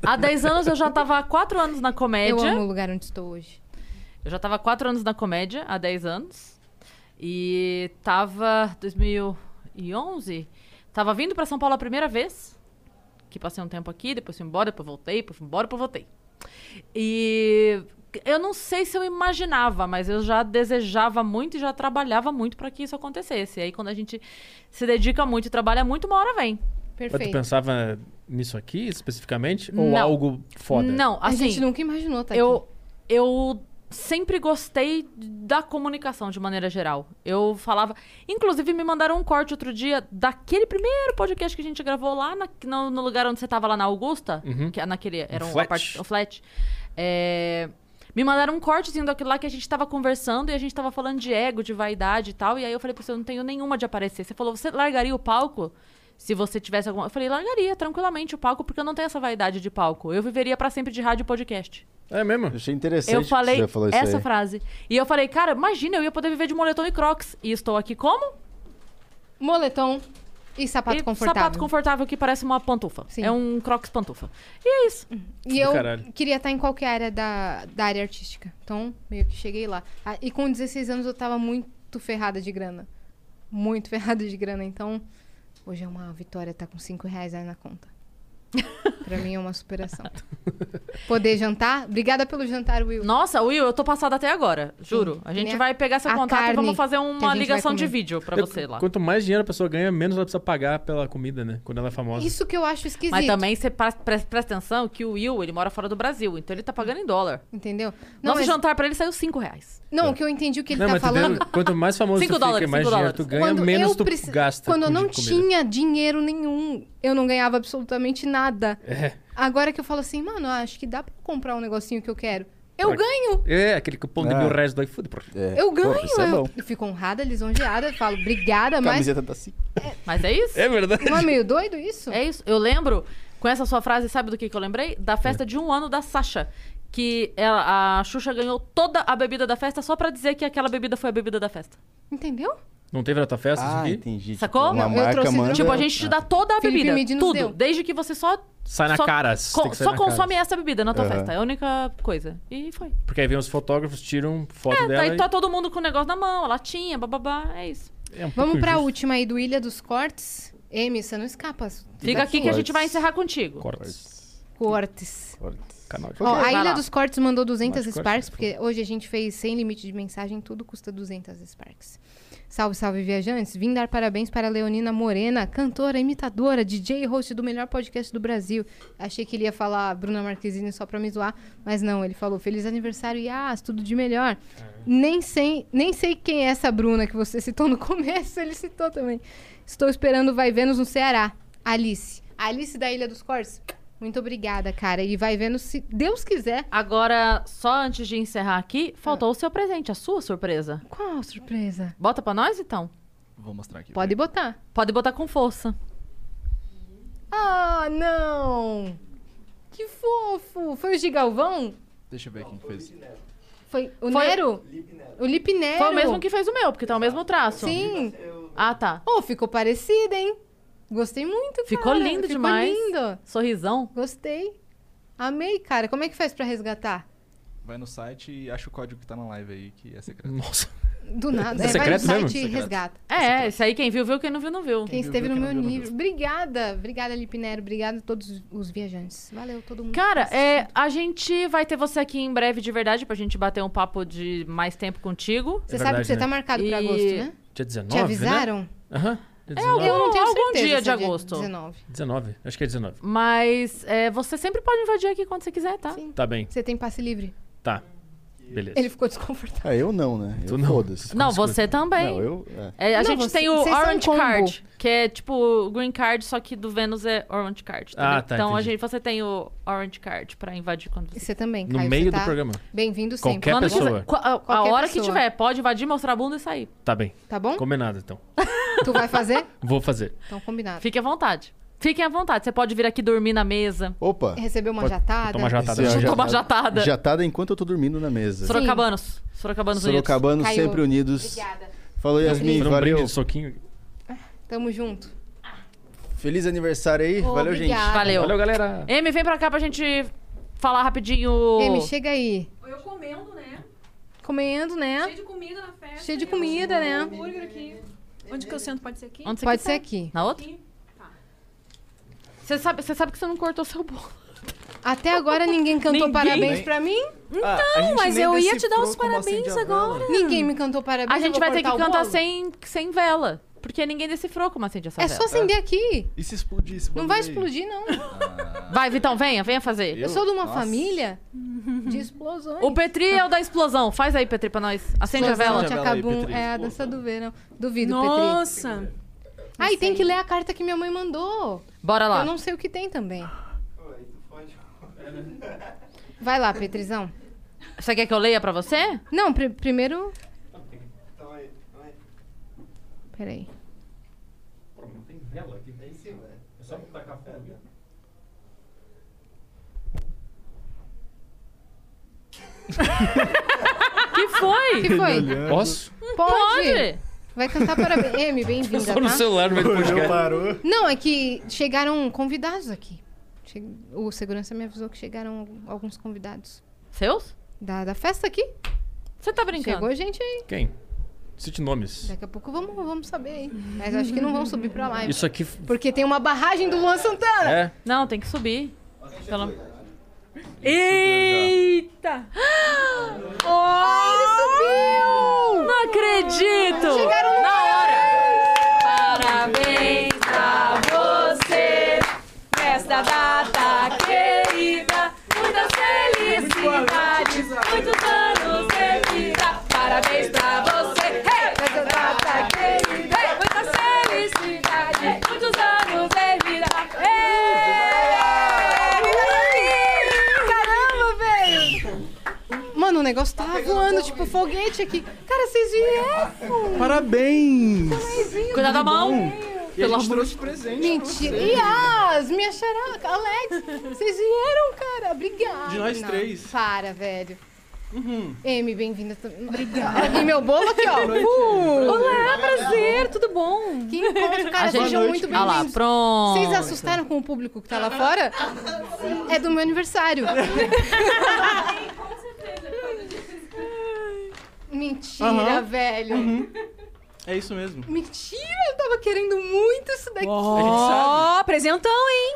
Speaker 2: Há 10 anos eu já tava há 4 anos na comédia.
Speaker 3: Eu amo o lugar onde estou hoje.
Speaker 2: Eu já tava há 4 anos na comédia, há 10 anos. E tava 2011, tava vindo pra São Paulo a primeira vez. Que passei um tempo aqui, depois fui embora, depois voltei, depois fui embora, depois voltei. E eu não sei se eu imaginava, mas eu já desejava muito e já trabalhava muito pra que isso acontecesse. E aí quando a gente se dedica muito e trabalha muito, uma hora vem.
Speaker 11: Mas tu pensava nisso aqui especificamente? Ou
Speaker 2: Não.
Speaker 11: algo foda?
Speaker 2: Não, assim.
Speaker 3: gente nunca imaginou, tá?
Speaker 2: Eu, eu sempre gostei da comunicação de maneira geral. Eu falava. Inclusive, me mandaram um corte outro dia daquele primeiro podcast que a gente gravou lá na- no, no lugar onde você tava lá na Augusta.
Speaker 11: Uhum.
Speaker 2: Que, naquele. Era
Speaker 11: Um
Speaker 2: um,
Speaker 11: flat.
Speaker 2: apart- um flat. É, Me mandaram um cortezinho daquilo lá que a gente tava conversando e a gente tava falando de ego, de vaidade e tal. E aí eu falei pra você, eu não tenho nenhuma de aparecer. Você falou, você largaria o palco se você tivesse alguma. Eu falei, largaria tranquilamente o palco, porque eu não tenho essa vaidade de palco. Eu viveria pra sempre de rádio e podcast.
Speaker 11: É mesmo?
Speaker 12: Achei interessante.
Speaker 2: Eu falei
Speaker 12: que você falou isso
Speaker 2: essa
Speaker 12: aí.
Speaker 2: frase. E eu falei, cara, imagina, eu ia poder viver de moletom e crocs. E estou aqui como?
Speaker 3: Moletom. E sapato
Speaker 2: E
Speaker 3: confortável.
Speaker 2: Sapato confortável que parece uma pantufa. É um crocs pantufa. E é
Speaker 11: Uhum.
Speaker 2: isso.
Speaker 3: E eu
Speaker 2: Caralho.
Speaker 3: queria estar em qualquer área da, da área artística. Então, meio que cheguei lá. Ah, E com 16 anos eu tava muito ferrada de grana. Muito [LAUGHS] ferrada de grana. Então, hoje é uma vitória estar com 5 reais aí na
Speaker 11: [LAUGHS]
Speaker 3: conta. pra mim é uma superação. Poder jantar? Obrigada pelo jantar, Will.
Speaker 2: Nossa, Will, eu tô passada até agora. Juro.
Speaker 3: Sim.
Speaker 2: A gente
Speaker 3: Né?
Speaker 2: vai pegar seu
Speaker 3: A
Speaker 2: contato e
Speaker 3: carne
Speaker 2: vamos fazer
Speaker 3: que a gente
Speaker 2: uma
Speaker 3: vai
Speaker 2: ligação de
Speaker 3: comer.
Speaker 2: vídeo pra
Speaker 11: É,
Speaker 2: você lá.
Speaker 11: Quanto mais dinheiro a pessoa ganha, menos ela precisa pagar pela comida, né? Quando ela é famosa.
Speaker 3: Isso que eu acho esquisito.
Speaker 2: Mas também você pre- pre- presta atenção que o Will, ele mora fora do Brasil, então ele tá pagando em dólar.
Speaker 3: Entendeu?
Speaker 2: Não,
Speaker 3: Não, mas-
Speaker 2: Nosso jantar pra ele saiu 5 reais.
Speaker 3: Não, o que eu entendi o que ele
Speaker 11: não,
Speaker 3: tá
Speaker 11: mas tu
Speaker 3: falando.
Speaker 11: deve- quanto mais famoso
Speaker 2: Cinco
Speaker 11: tu fica,
Speaker 2: dólares,
Speaker 11: mais
Speaker 2: cinco
Speaker 11: dinheiro tu ganha, menos tu
Speaker 3: preci-
Speaker 11: gasta.
Speaker 3: Quando eu
Speaker 11: com
Speaker 3: não
Speaker 11: de comida.
Speaker 3: tinha dinheiro nenhum, eu não ganhava absolutamente nada.
Speaker 11: É.
Speaker 3: Agora que eu falo assim, mano, acho que dá pra comprar um negocinho que eu quero. Eu
Speaker 11: Pra-
Speaker 3: ganho!
Speaker 11: É, aquele cupom de
Speaker 12: Ah. É.
Speaker 11: mil reais do iFood, pô. é
Speaker 3: Eu ganho! eu, eu fico honrada, lisonjeada, eu falo, obrigada, mas.
Speaker 12: Camiseta da SIC.
Speaker 2: Mas é isso?
Speaker 11: É verdade.
Speaker 3: Não é meio doido isso?
Speaker 2: É isso. Eu lembro, com essa sua frase, sabe do que, que eu lembrei? Da festa
Speaker 11: É.
Speaker 2: de um ano da Sasha. Que ela- a Xuxa ganhou toda a bebida da festa só pra dizer que aquela bebida foi a bebida da festa.
Speaker 3: Entendeu?
Speaker 11: Não teve na tua festa isso aqui?
Speaker 12: Ah, entendi. Tipo,
Speaker 2: Sacou?
Speaker 11: Uma Não, eu marca trouxe- manda- É.
Speaker 2: Tipo, a gente te dá toda a
Speaker 3: Felipe
Speaker 2: bebida.
Speaker 3: Midi nos
Speaker 2: Tudo.
Speaker 3: deu.
Speaker 2: Desde que você só.
Speaker 11: Sai na
Speaker 2: só,
Speaker 11: cara, você
Speaker 2: co-
Speaker 11: tem que sair
Speaker 2: só
Speaker 11: na cara.
Speaker 2: consome essa bebida na tua
Speaker 11: Aham.
Speaker 2: festa. É a única coisa. E foi.
Speaker 11: Porque aí vem os fotógrafos, tiram foto
Speaker 2: É,
Speaker 11: dela.
Speaker 2: daí
Speaker 11: e-
Speaker 2: tá todo mundo com o negócio na mão, a latinha, bababá. É isso.
Speaker 11: É um pouco
Speaker 3: Vamos pra
Speaker 11: injusto.
Speaker 3: última aí do Ilha dos Cortes. Amy, você não escapa.
Speaker 2: Fica aqui que a gente vai encerrar contigo.
Speaker 11: Cortes.
Speaker 3: Cortes.
Speaker 11: Canal de
Speaker 3: Ó, a
Speaker 11: cortes.
Speaker 3: Ilha dos Cortes mandou 200
Speaker 11: Mas cortes,
Speaker 3: Sparks, porque hoje a gente fez sem limite de mensagem, tudo custa 200 Sparks. Salve, salve, viajantes. Vim dar parabéns para a Leonina Morena, cantora, imitadora, DJ e host do melhor podcast do Brasil. Achei que ele ia falar Bruna Marquezine só pra me zoar, mas não, ele falou feliz aniversário, Yas, tudo de melhor. Nem sei, nem sei quem é essa Bruna que você citou no [LAUGHS] começo, ele citou também. Estou esperando o Vai Vênus no Ceará. Alice. Alice da Ilha dos Cortes. Muito obrigada, cara. E vai vendo se Deus quiser. Ah.
Speaker 2: Agora, só antes de encerrar aqui, faltou o seu presente, a sua surpresa.
Speaker 3: Qual surpresa?
Speaker 2: Bota pra nós, então.
Speaker 5: Vou mostrar aqui.
Speaker 3: Pode botar.
Speaker 2: Pode botar com força.
Speaker 3: Ah, não! Que fofo! Foi o Gigalvão?
Speaker 5: Deixa eu ver quem fez.
Speaker 3: Foi o
Speaker 2: Foi-
Speaker 3: Nero? O Lip Nero.
Speaker 2: Foi o mesmo que fez o meu, porque tá o mesmo traço.
Speaker 3: Sim.
Speaker 2: Ah, tá.
Speaker 3: Oh, ficou parecido, hein? Gostei muito,
Speaker 2: Ficou
Speaker 3: cara.
Speaker 2: lindo demais.
Speaker 3: Ficou lindo.
Speaker 2: Sorrisão.
Speaker 3: Gostei. Amei, cara. Como é que faz pra resgatar?
Speaker 5: Vai no site e acha o código que tá na live aí, que é secreto.
Speaker 11: Nossa.
Speaker 3: Do nada. É, vai no site e resgata.
Speaker 2: É, isso aí quem viu, viu, quem não viu, não viu.
Speaker 3: Quem esteve no meu nível. Obrigada. Obrigada, Lip Nero. Obrigada a todos os viajantes. Valeu, todo mundo.
Speaker 2: Cara, é, a gente vai ter você aqui em breve de verdade pra gente bater um papo de mais tempo contigo.
Speaker 3: Você sabe que você tá marcado pra agosto, né?
Speaker 11: Dia 19.
Speaker 3: Te avisaram?
Speaker 11: Né? Aham. dia
Speaker 2: É algum,
Speaker 11: 19.
Speaker 3: não tenho
Speaker 2: algum
Speaker 3: certeza
Speaker 2: dia
Speaker 3: se
Speaker 2: de
Speaker 3: é dia
Speaker 2: agosto.
Speaker 3: 19.
Speaker 11: 19, acho que é 19.
Speaker 2: Mas é, você sempre pode invadir aqui quando você quiser, tá?
Speaker 11: Tá bem,
Speaker 3: Você tem passe livre.
Speaker 11: tá. Beleza.
Speaker 3: Ele ficou desconfortável.
Speaker 12: Ah, eu não, né? Eu foda-se.
Speaker 2: Não, você também.
Speaker 12: Não, eu.
Speaker 2: É, a
Speaker 3: Não,
Speaker 2: gente
Speaker 3: você-
Speaker 2: tem o
Speaker 3: vocês são um
Speaker 2: Orange
Speaker 3: combo.
Speaker 2: Card, que é tipo Green Card, só que do Vênus é Orange Card.
Speaker 11: Ah,
Speaker 2: entendeu?
Speaker 11: tá,
Speaker 2: Então a
Speaker 11: entendi.
Speaker 2: gente, você tem o Orange Card pra invadir quando você
Speaker 3: Você também,
Speaker 11: No
Speaker 3: Caio.
Speaker 11: meio
Speaker 3: você
Speaker 11: do
Speaker 3: tá
Speaker 11: programa.
Speaker 3: Bem-vindo sempre.
Speaker 11: Qualquer
Speaker 3: Quando
Speaker 11: pessoa.
Speaker 3: quiser.
Speaker 2: Qua- a, a
Speaker 3: Qualquer
Speaker 2: hora que
Speaker 3: pessoa.
Speaker 2: tiver, pode invadir, mostrar a bunda e sair.
Speaker 11: Tá bem.
Speaker 3: Tá bom?
Speaker 11: Combinado, então.
Speaker 3: Tu vai fazer? [LAUGHS]
Speaker 11: Vou fazer.
Speaker 3: Então, combinado.
Speaker 2: Fique à vontade. Fiquem à vontade. Você pode vir aqui dormir na mesa.
Speaker 12: Opa!
Speaker 3: Recebeu uma
Speaker 12: Pode-
Speaker 3: jatada.
Speaker 12: Toma jatada.
Speaker 2: Tomar jatada.
Speaker 12: Jatada enquanto eu tô dormindo na mesa.
Speaker 2: Sorocabanos. Sorocabanos Unidos.
Speaker 12: Sorocabanos
Speaker 3: Caiu.
Speaker 12: sempre unidos.
Speaker 3: Obrigada.
Speaker 12: Falou, Yasmin.
Speaker 11: Foi um
Speaker 12: valeu.
Speaker 11: brinde de soquinho.
Speaker 3: Tamo junto.
Speaker 12: Feliz aniversário aí.
Speaker 3: Ô,
Speaker 12: valeu,
Speaker 3: obrigada.
Speaker 12: gente.
Speaker 2: Valeu.
Speaker 11: Valeu, galera.
Speaker 2: Amy, vem pra cá pra gente falar rapidinho.
Speaker 3: Amy, chega aí.
Speaker 8: Eu comendo, né?
Speaker 3: Comendo, né?
Speaker 8: de comida na festa.
Speaker 3: Cheio de comida, né?
Speaker 8: Hambúrguer aqui. Onde que eu sento? Pode ser aqui? Tá.
Speaker 2: Onde você
Speaker 3: Pode
Speaker 2: quiser.
Speaker 3: ser aqui.
Speaker 2: Na outra? Você sabe, você sabe que você não cortou seu bolo.
Speaker 3: Até agora ninguém cantou
Speaker 2: Ninguém?
Speaker 3: parabéns
Speaker 2: Nem-
Speaker 3: pra mim. Então,
Speaker 2: Ah, a gente nem decifrou como assim acende a vela.
Speaker 3: Ninguém me cantou parabéns.
Speaker 2: A
Speaker 3: eu
Speaker 2: gente
Speaker 3: vou
Speaker 2: vai ter que
Speaker 3: cortar o
Speaker 2: cantar
Speaker 3: bolo?
Speaker 2: sem, sem vela. Porque ninguém decifrou como acende essa
Speaker 3: É
Speaker 2: vela.
Speaker 3: só acender aqui.
Speaker 5: E se explodir esse
Speaker 3: Não
Speaker 5: bagulho
Speaker 3: vai
Speaker 5: aí?
Speaker 3: explodir, não.
Speaker 2: Vai, Vitão, venha, venha fazer.
Speaker 3: Eu, sou de uma família
Speaker 2: [LAUGHS]
Speaker 3: de explosões.
Speaker 2: O Petri é o da explosão. Faz aí, Petri, pra nós. Acende a vela.
Speaker 3: Explosão de Acabum, é a dança do verão. Duvido,
Speaker 2: Nossa.
Speaker 3: Petri. Ah, e tem que ler a carta que minha mãe mandou.
Speaker 2: Bora lá.
Speaker 3: Eu não sei o que tem também. Vai lá, Petrizão.
Speaker 2: Você quer que eu leia pra você?
Speaker 3: Não, pri- primeiro.
Speaker 13: é,
Speaker 3: Peraí.
Speaker 13: Não tem vela aqui. Tem sim, velho. É só botar café ali, ó.
Speaker 2: Que foi?
Speaker 3: Que foi?
Speaker 11: Posso?
Speaker 3: Pode. Vai cantar parabéns. M, bem-vinda,
Speaker 11: Só no
Speaker 3: tá?
Speaker 11: celular no meio do
Speaker 7: [LAUGHS] Olhou,
Speaker 11: podcast.
Speaker 7: parou.
Speaker 3: Não, é que chegaram convidados aqui. Che- O segurança me avisou que chegaram al- alguns convidados.
Speaker 2: Seus?
Speaker 3: Da, da festa aqui.
Speaker 2: Você tá brincando?
Speaker 3: Chegou gente aí.
Speaker 11: Quem? Cite nomes.
Speaker 3: Daqui a pouco vamos, vamos saber aí. Mas acho que não vão subir pra live.
Speaker 11: Isso aqui. f-
Speaker 3: Porque tem uma barragem do Luan Santana.
Speaker 11: É.
Speaker 2: Não, tem que subir. Pelo... Eita!
Speaker 3: Ah,
Speaker 2: Oh! Não acredito!
Speaker 13: Chegaram
Speaker 2: na hora! Parabéns
Speaker 13: a você
Speaker 2: nesta data querida. Muitas felicidades, muitos anos de vida. Parabéns pra você, hey! nesta data querida. Muitas felicidades, muitos anos de vida.
Speaker 3: Caramba, velho! Mano, o negócio tava voando, tipo foguete aqui. Cara, vocês vieram!
Speaker 9: Parabéns!
Speaker 2: Cuidado a mão!
Speaker 9: E a
Speaker 2: Pelo
Speaker 9: gente
Speaker 2: amor
Speaker 9: trouxe presente.
Speaker 3: Mentira! ah!
Speaker 9: pra você.
Speaker 3: Yas, minha xaraca,
Speaker 2: [LAUGHS]
Speaker 3: Alex, vocês vieram, cara! Obrigada!
Speaker 9: De nós três. Uhum.
Speaker 3: Para, velho. M, bem-vinda também. Obrigada. E
Speaker 2: [LAUGHS]
Speaker 3: meu bolo aqui, ó. Uh,
Speaker 2: Olá, prazer, tudo bom?
Speaker 3: Que encontro, cara.
Speaker 2: A gente-
Speaker 3: Sejam muito
Speaker 2: Ah lá,
Speaker 3: bem-vindos.
Speaker 2: pronto.
Speaker 3: Vocês assustaram com o público que tá lá fora? É do meu
Speaker 2: [LAUGHS]
Speaker 3: aniversário. Mentira,
Speaker 6: Aham.
Speaker 3: velho.
Speaker 9: Uhum.
Speaker 6: É isso mesmo.
Speaker 3: Mentira, eu tava querendo muito isso daqui.
Speaker 6: A gente sabe.
Speaker 2: apresentão, hein?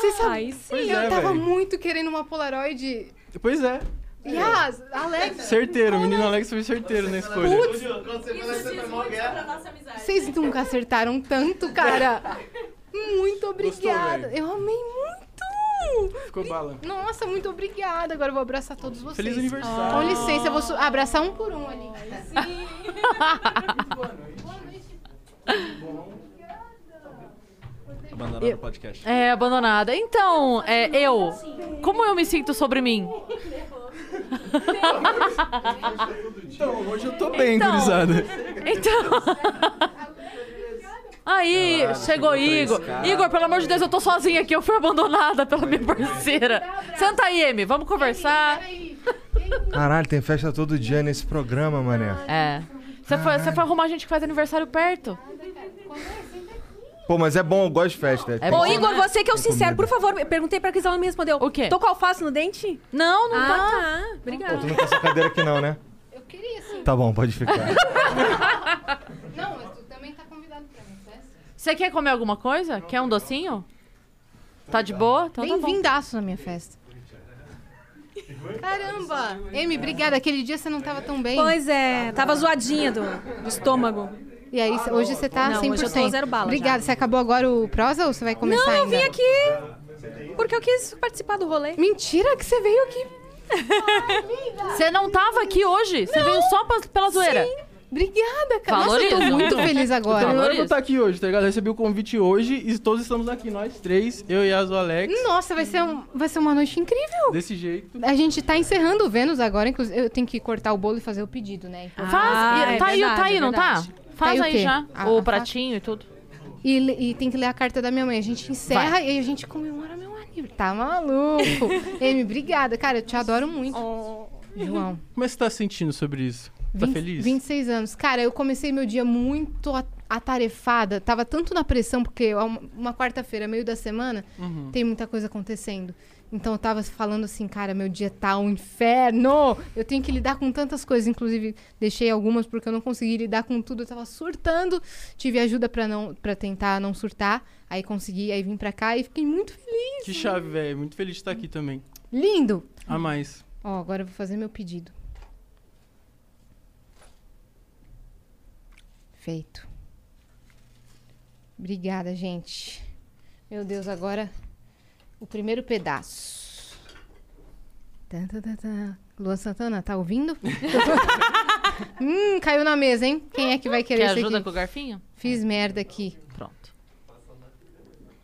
Speaker 3: Vocês sabem?
Speaker 2: Aí sim.
Speaker 3: eu
Speaker 6: é,
Speaker 3: tava
Speaker 6: velho.
Speaker 3: muito querendo uma Polaroid.
Speaker 6: Pois é.
Speaker 3: Yas, Alex.
Speaker 6: Certeiro, o menino Alex foi certeiro na escolha.
Speaker 3: Putz.
Speaker 7: Quando você fala isso, foi mó guerra.
Speaker 3: Vocês nunca acertaram tanto,
Speaker 13: [LAUGHS]
Speaker 3: cara. Muito obrigada.
Speaker 6: velho?
Speaker 3: eu amei muito.
Speaker 6: Ficou bala.
Speaker 3: Nossa, muito obrigada. Agora eu vou abraçar todos vocês.
Speaker 6: Feliz aniversário.
Speaker 3: Com licença, eu vou su- abraçar um por um ali.
Speaker 9: Abandonaram o podcast.
Speaker 2: É, abandonada. Então, é, eu, como eu me sinto sobre mim?
Speaker 9: Então, hoje eu tô bem,
Speaker 2: Então.
Speaker 9: gurizada.
Speaker 2: Então. Aí, chegou Igor. Igor, pelo amor de Deus, eu tô sozinha aqui. Eu fui abandonada pela minha parceira. Senta aí, Amy, vamos conversar.
Speaker 16: Caralho, tem festa todo dia nesse programa, mané.
Speaker 2: É. Você foi, você foi arrumar gente que faz aniversário perto?
Speaker 16: Pô, mas é bom, eu gosto de festa. Tem
Speaker 17: Ô,
Speaker 16: que-
Speaker 17: Igor, você que é o sincero, por favor, eu perguntei pra Cris, ela me respondeu.
Speaker 2: né? O quê?
Speaker 17: Tô com alface no dente?
Speaker 2: Não, não
Speaker 17: ah,
Speaker 2: tá.
Speaker 17: Ah, obrigada.
Speaker 16: Tu não quer essa cadeira aqui não, né?
Speaker 3: Eu queria sim.
Speaker 16: Tá bom, pode ficar.
Speaker 3: Não, mas tu também tá convidado pra mim, certo?
Speaker 2: Você quer comer alguma coisa? Quer um docinho? Tá de boa? Então tá bom.
Speaker 3: Bem-vindaço na minha festa. Caramba! Amy, obrigada. Aquele dia você não tava tão bem.
Speaker 17: Pois é, tava zoadinha do, do estômago.
Speaker 3: E aí, cê- hoje você tá
Speaker 17: Não,
Speaker 3: 100%.
Speaker 17: hoje eu tô zero bala já.
Speaker 3: Obrigada. Você acabou agora o prosa ou você vai começar
Speaker 17: não, eu
Speaker 3: ainda?
Speaker 17: vim aqui porque eu quis participar do rolê.
Speaker 3: Mentira que você veio aqui.
Speaker 2: Você não tava aqui hoje? Você veio só pra- pela zoeira?
Speaker 3: Sim. Obrigada, cara.
Speaker 2: Valoriza.
Speaker 3: Nossa, eu tô muito feliz agora.
Speaker 6: Então, agora eu vou estar aqui hoje, tá ligado? Eu Recebi o convite hoje e todos estamos aqui, nós três, eu e Azo Alex.
Speaker 3: Nossa, vai ser, um- vai ser uma noite incrível.
Speaker 6: Desse jeito.
Speaker 3: A gente tá encerrando o Vênus agora, inclusive. Eu tenho que cortar o bolo e fazer o pedido, né?
Speaker 17: Ah,
Speaker 3: Então-
Speaker 2: Faz.
Speaker 17: é
Speaker 2: e- tá aí, tá aí, não tá?
Speaker 3: verdade.
Speaker 2: Faz
Speaker 3: Tá
Speaker 2: aí,
Speaker 3: o quê?
Speaker 2: já.
Speaker 3: A-
Speaker 2: o
Speaker 3: a fa-
Speaker 2: pratinho e tudo.
Speaker 3: E, le- e tem que ler a carta da minha mãe. A gente encerra
Speaker 2: Vai.
Speaker 3: e a gente comemora meu aniversário. Tá maluco?
Speaker 17: [LAUGHS]
Speaker 3: Amy, obrigada. Cara, eu te adoro muito.
Speaker 17: Oh.
Speaker 3: João.
Speaker 6: Como é que você tá sentindo sobre isso? Tá
Speaker 3: 20
Speaker 6: feliz?
Speaker 3: 26 anos. Cara, eu comecei meu dia muito a- atarefada. Tava tanto na pressão, porque é uma uma quarta-feira, meio da semana,
Speaker 14: Uhum.
Speaker 3: tem muita coisa acontecendo. Então eu tava falando assim, cara, meu dia tá um inferno. Eu tenho que lidar com tantas coisas. Inclusive, deixei algumas porque eu não consegui lidar com tudo. Eu tava surtando. Tive ajuda pra não para tentar não surtar. Aí consegui, aí vim pra cá e fiquei muito feliz.
Speaker 6: Que chave, velho. Muito feliz de estar aqui também.
Speaker 3: Lindo!
Speaker 6: A mais.
Speaker 3: Ó, agora eu vou fazer meu pedido. Feito. Obrigada, gente. Meu Deus, agora o primeiro pedaço. Tan, tan, tan, tan. Luan Santana, tá ouvindo? hum, caiu na mesa, hein? Quem é que vai querer
Speaker 2: Quer
Speaker 3: isso aqui?
Speaker 2: ajuda com o garfinho?
Speaker 3: Fiz merda aqui.
Speaker 2: Pronto.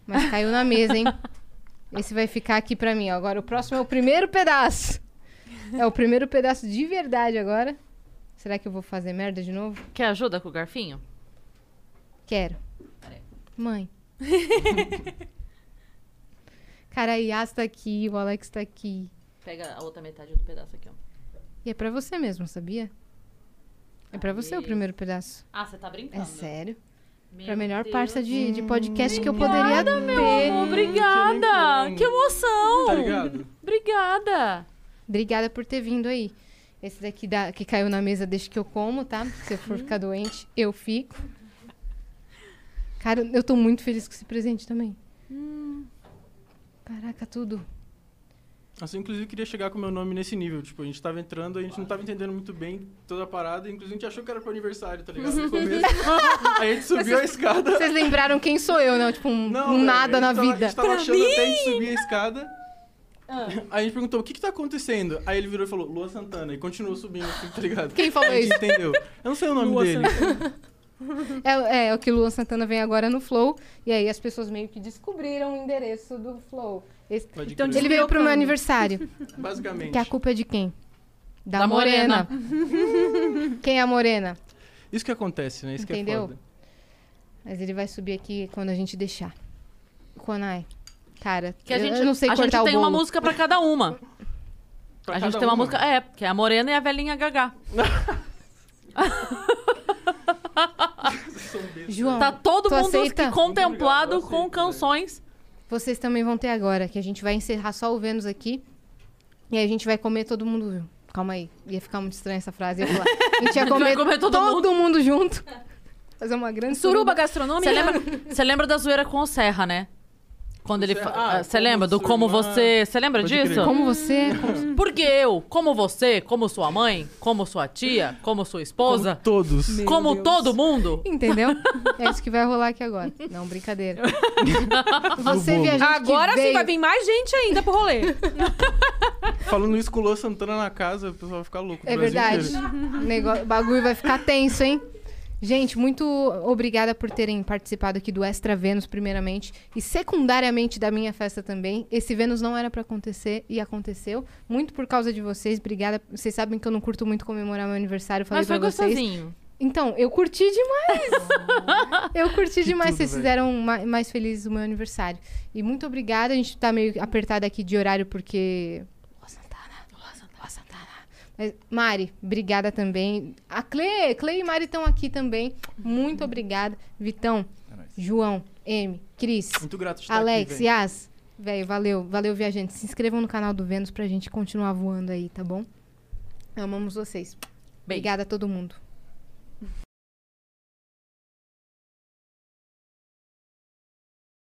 Speaker 3: Mas caiu na mesa,
Speaker 2: [LAUGHS]
Speaker 3: hein? Esse vai ficar aqui pra mim. ó. Agora o próximo é o primeiro pedaço. É o primeiro pedaço de verdade agora. Será que eu vou fazer merda de novo?
Speaker 2: Quer ajuda com o garfinho?
Speaker 3: Quero.
Speaker 2: [LAUGHS]
Speaker 3: Mãe. Cara, a Yas tá aqui, o Alex tá aqui.
Speaker 2: Pega a outra metade do pedaço aqui, ó.
Speaker 3: E é pra você mesmo, sabia? É pra você o primeiro pedaço.
Speaker 2: Ah, você tá brincando.
Speaker 3: É sério? Pra melhor parça de, de podcast que eu poderia
Speaker 2: Obrigada, meu
Speaker 3: ter.
Speaker 2: amor, obrigada. Que emoção.
Speaker 3: Tá ligado?
Speaker 2: Obrigada.
Speaker 3: Obrigada por ter vindo aí. Esse daqui da- que caiu na mesa, deixa que eu como, tá? Se eu for ficar doente, eu fico. Cara, eu tô muito feliz com esse presente também. Caraca, tudo.
Speaker 13: Assim, inclusive, eu queria chegar com o meu nome nesse nível. Tipo, a gente tava entrando, a gente não tava entendendo muito bem toda a parada. Inclusive, a gente achou que era pro aniversário, tá ligado?
Speaker 3: [LAUGHS]
Speaker 13: No começo. Aí a gente subiu a
Speaker 3: Vocês-
Speaker 13: escada. É,
Speaker 3: Vocês lembraram quem sou eu, não? Tipo, um, um nada na
Speaker 13: A gente
Speaker 3: vida.
Speaker 13: tava achando até a gente subir a escada.
Speaker 3: Ah.
Speaker 13: Aí a gente perguntou, o que que tá acontecendo? Aí ele virou e falou, Lua Santana. E continuou subindo, assim, tá ligado?
Speaker 3: Quem falou
Speaker 13: a gente
Speaker 3: isso?
Speaker 13: entendeu. Eu não sei o nome
Speaker 3: Lua
Speaker 13: dele.
Speaker 3: É, é, o que o Luan Santana vem agora no Flow. E aí as pessoas meio que [LAUGHS] descobriram o endereço do Flow. Esse-
Speaker 13: Pode
Speaker 3: então,
Speaker 13: crer.
Speaker 3: ele veio pro meu aniversário.
Speaker 13: [LAUGHS] Basicamente.
Speaker 3: Que a [LAUGHS] culpa é de quem? Da,
Speaker 13: Da
Speaker 3: morena.
Speaker 13: morena.
Speaker 3: quem é a morena?
Speaker 13: Isso que acontece, né? Isso que é
Speaker 3: Entendeu?
Speaker 13: foda.
Speaker 3: Mas ele vai subir aqui quando a gente deixar. Conai. Cara,
Speaker 2: Que a
Speaker 3: eu-
Speaker 2: gente,
Speaker 3: eu não sei
Speaker 2: a
Speaker 3: cortar
Speaker 2: gente
Speaker 3: o
Speaker 2: tem uma
Speaker 3: bolo.
Speaker 2: música pra cada uma. a gente
Speaker 3: cada
Speaker 2: tem uma
Speaker 3: uma?
Speaker 2: música, é, que é a Morena e a velhinha Gagá.
Speaker 3: João,
Speaker 2: tá todo
Speaker 3: tu
Speaker 2: mundo
Speaker 3: aceita?
Speaker 2: contemplado com canções.
Speaker 3: Vocês também vão ter agora, que a gente vai encerrar só o Vênus aqui. E aí a gente vai comer todo mundo viu? Calma aí, ia ficar muito estranha essa frase. ia falar. A gente ia
Speaker 2: [LAUGHS] A gente vai
Speaker 3: comer,
Speaker 2: comer todo
Speaker 3: todo, mundo. junto. Fazer uma grande
Speaker 2: Suruba
Speaker 3: gastronômica.
Speaker 2: Você lembra, você lembra da zoeira com o Serra, né? Quando ele. fa- ah, Você lembra do como
Speaker 3: irmã.
Speaker 2: você. Você lembra
Speaker 3: Pode
Speaker 2: disso?
Speaker 3: crer. Como você,
Speaker 2: Porque eu, como você, como sua mãe, como sua tia, como sua esposa.
Speaker 13: Como todos.
Speaker 3: Meu
Speaker 2: Como
Speaker 3: Deus.
Speaker 2: todo mundo.
Speaker 3: Entendeu? É isso que vai rolar aqui agora. Não, brincadeira. Você
Speaker 13: bolo.
Speaker 3: viajante
Speaker 17: Agora
Speaker 3: que
Speaker 17: sim,
Speaker 3: veio-
Speaker 17: vai vir mais gente ainda pro rolê.
Speaker 13: Falando isso com o Lua Santana na casa, o pessoal vai ficar louco. o
Speaker 3: É
Speaker 13: Brasil
Speaker 3: verdade.
Speaker 13: inteiro.
Speaker 3: O negócio- o bagulho vai ficar tenso, hein? Gente, muito obrigada por terem participado aqui do Extra Vênus, primeiramente, e secundariamente da minha festa também. Esse Vênus não era pra acontecer e aconteceu, muito por causa de vocês. Obrigada. Vocês sabem que eu não curto muito comemorar meu aniversário, falei
Speaker 2: Mas foi
Speaker 3: pra vocês.
Speaker 2: gostosinho.
Speaker 3: Então, eu curti demais. eu curti demais.
Speaker 2: tudo,
Speaker 3: Vocês
Speaker 2: velho.
Speaker 3: fizeram ma- mais feliz o meu aniversário. E muito obrigada. A gente tá meio apertada aqui de horário porque. Lua Santana, Lua Santana, Lua Santana. Mas, Mari, obrigada também. A Cle, Cle e Mari estão aqui também. Muito obrigada. Vitão, João, M, Cris.
Speaker 13: É Muito grato de estar
Speaker 3: Alex,
Speaker 13: aqui, velho.
Speaker 3: Yas. Velho, valeu. Valeu, viajante. Se inscrevam no canal do Vênus pra gente continuar voando aí, tá bom? Amamos vocês. Obrigada a todo mundo.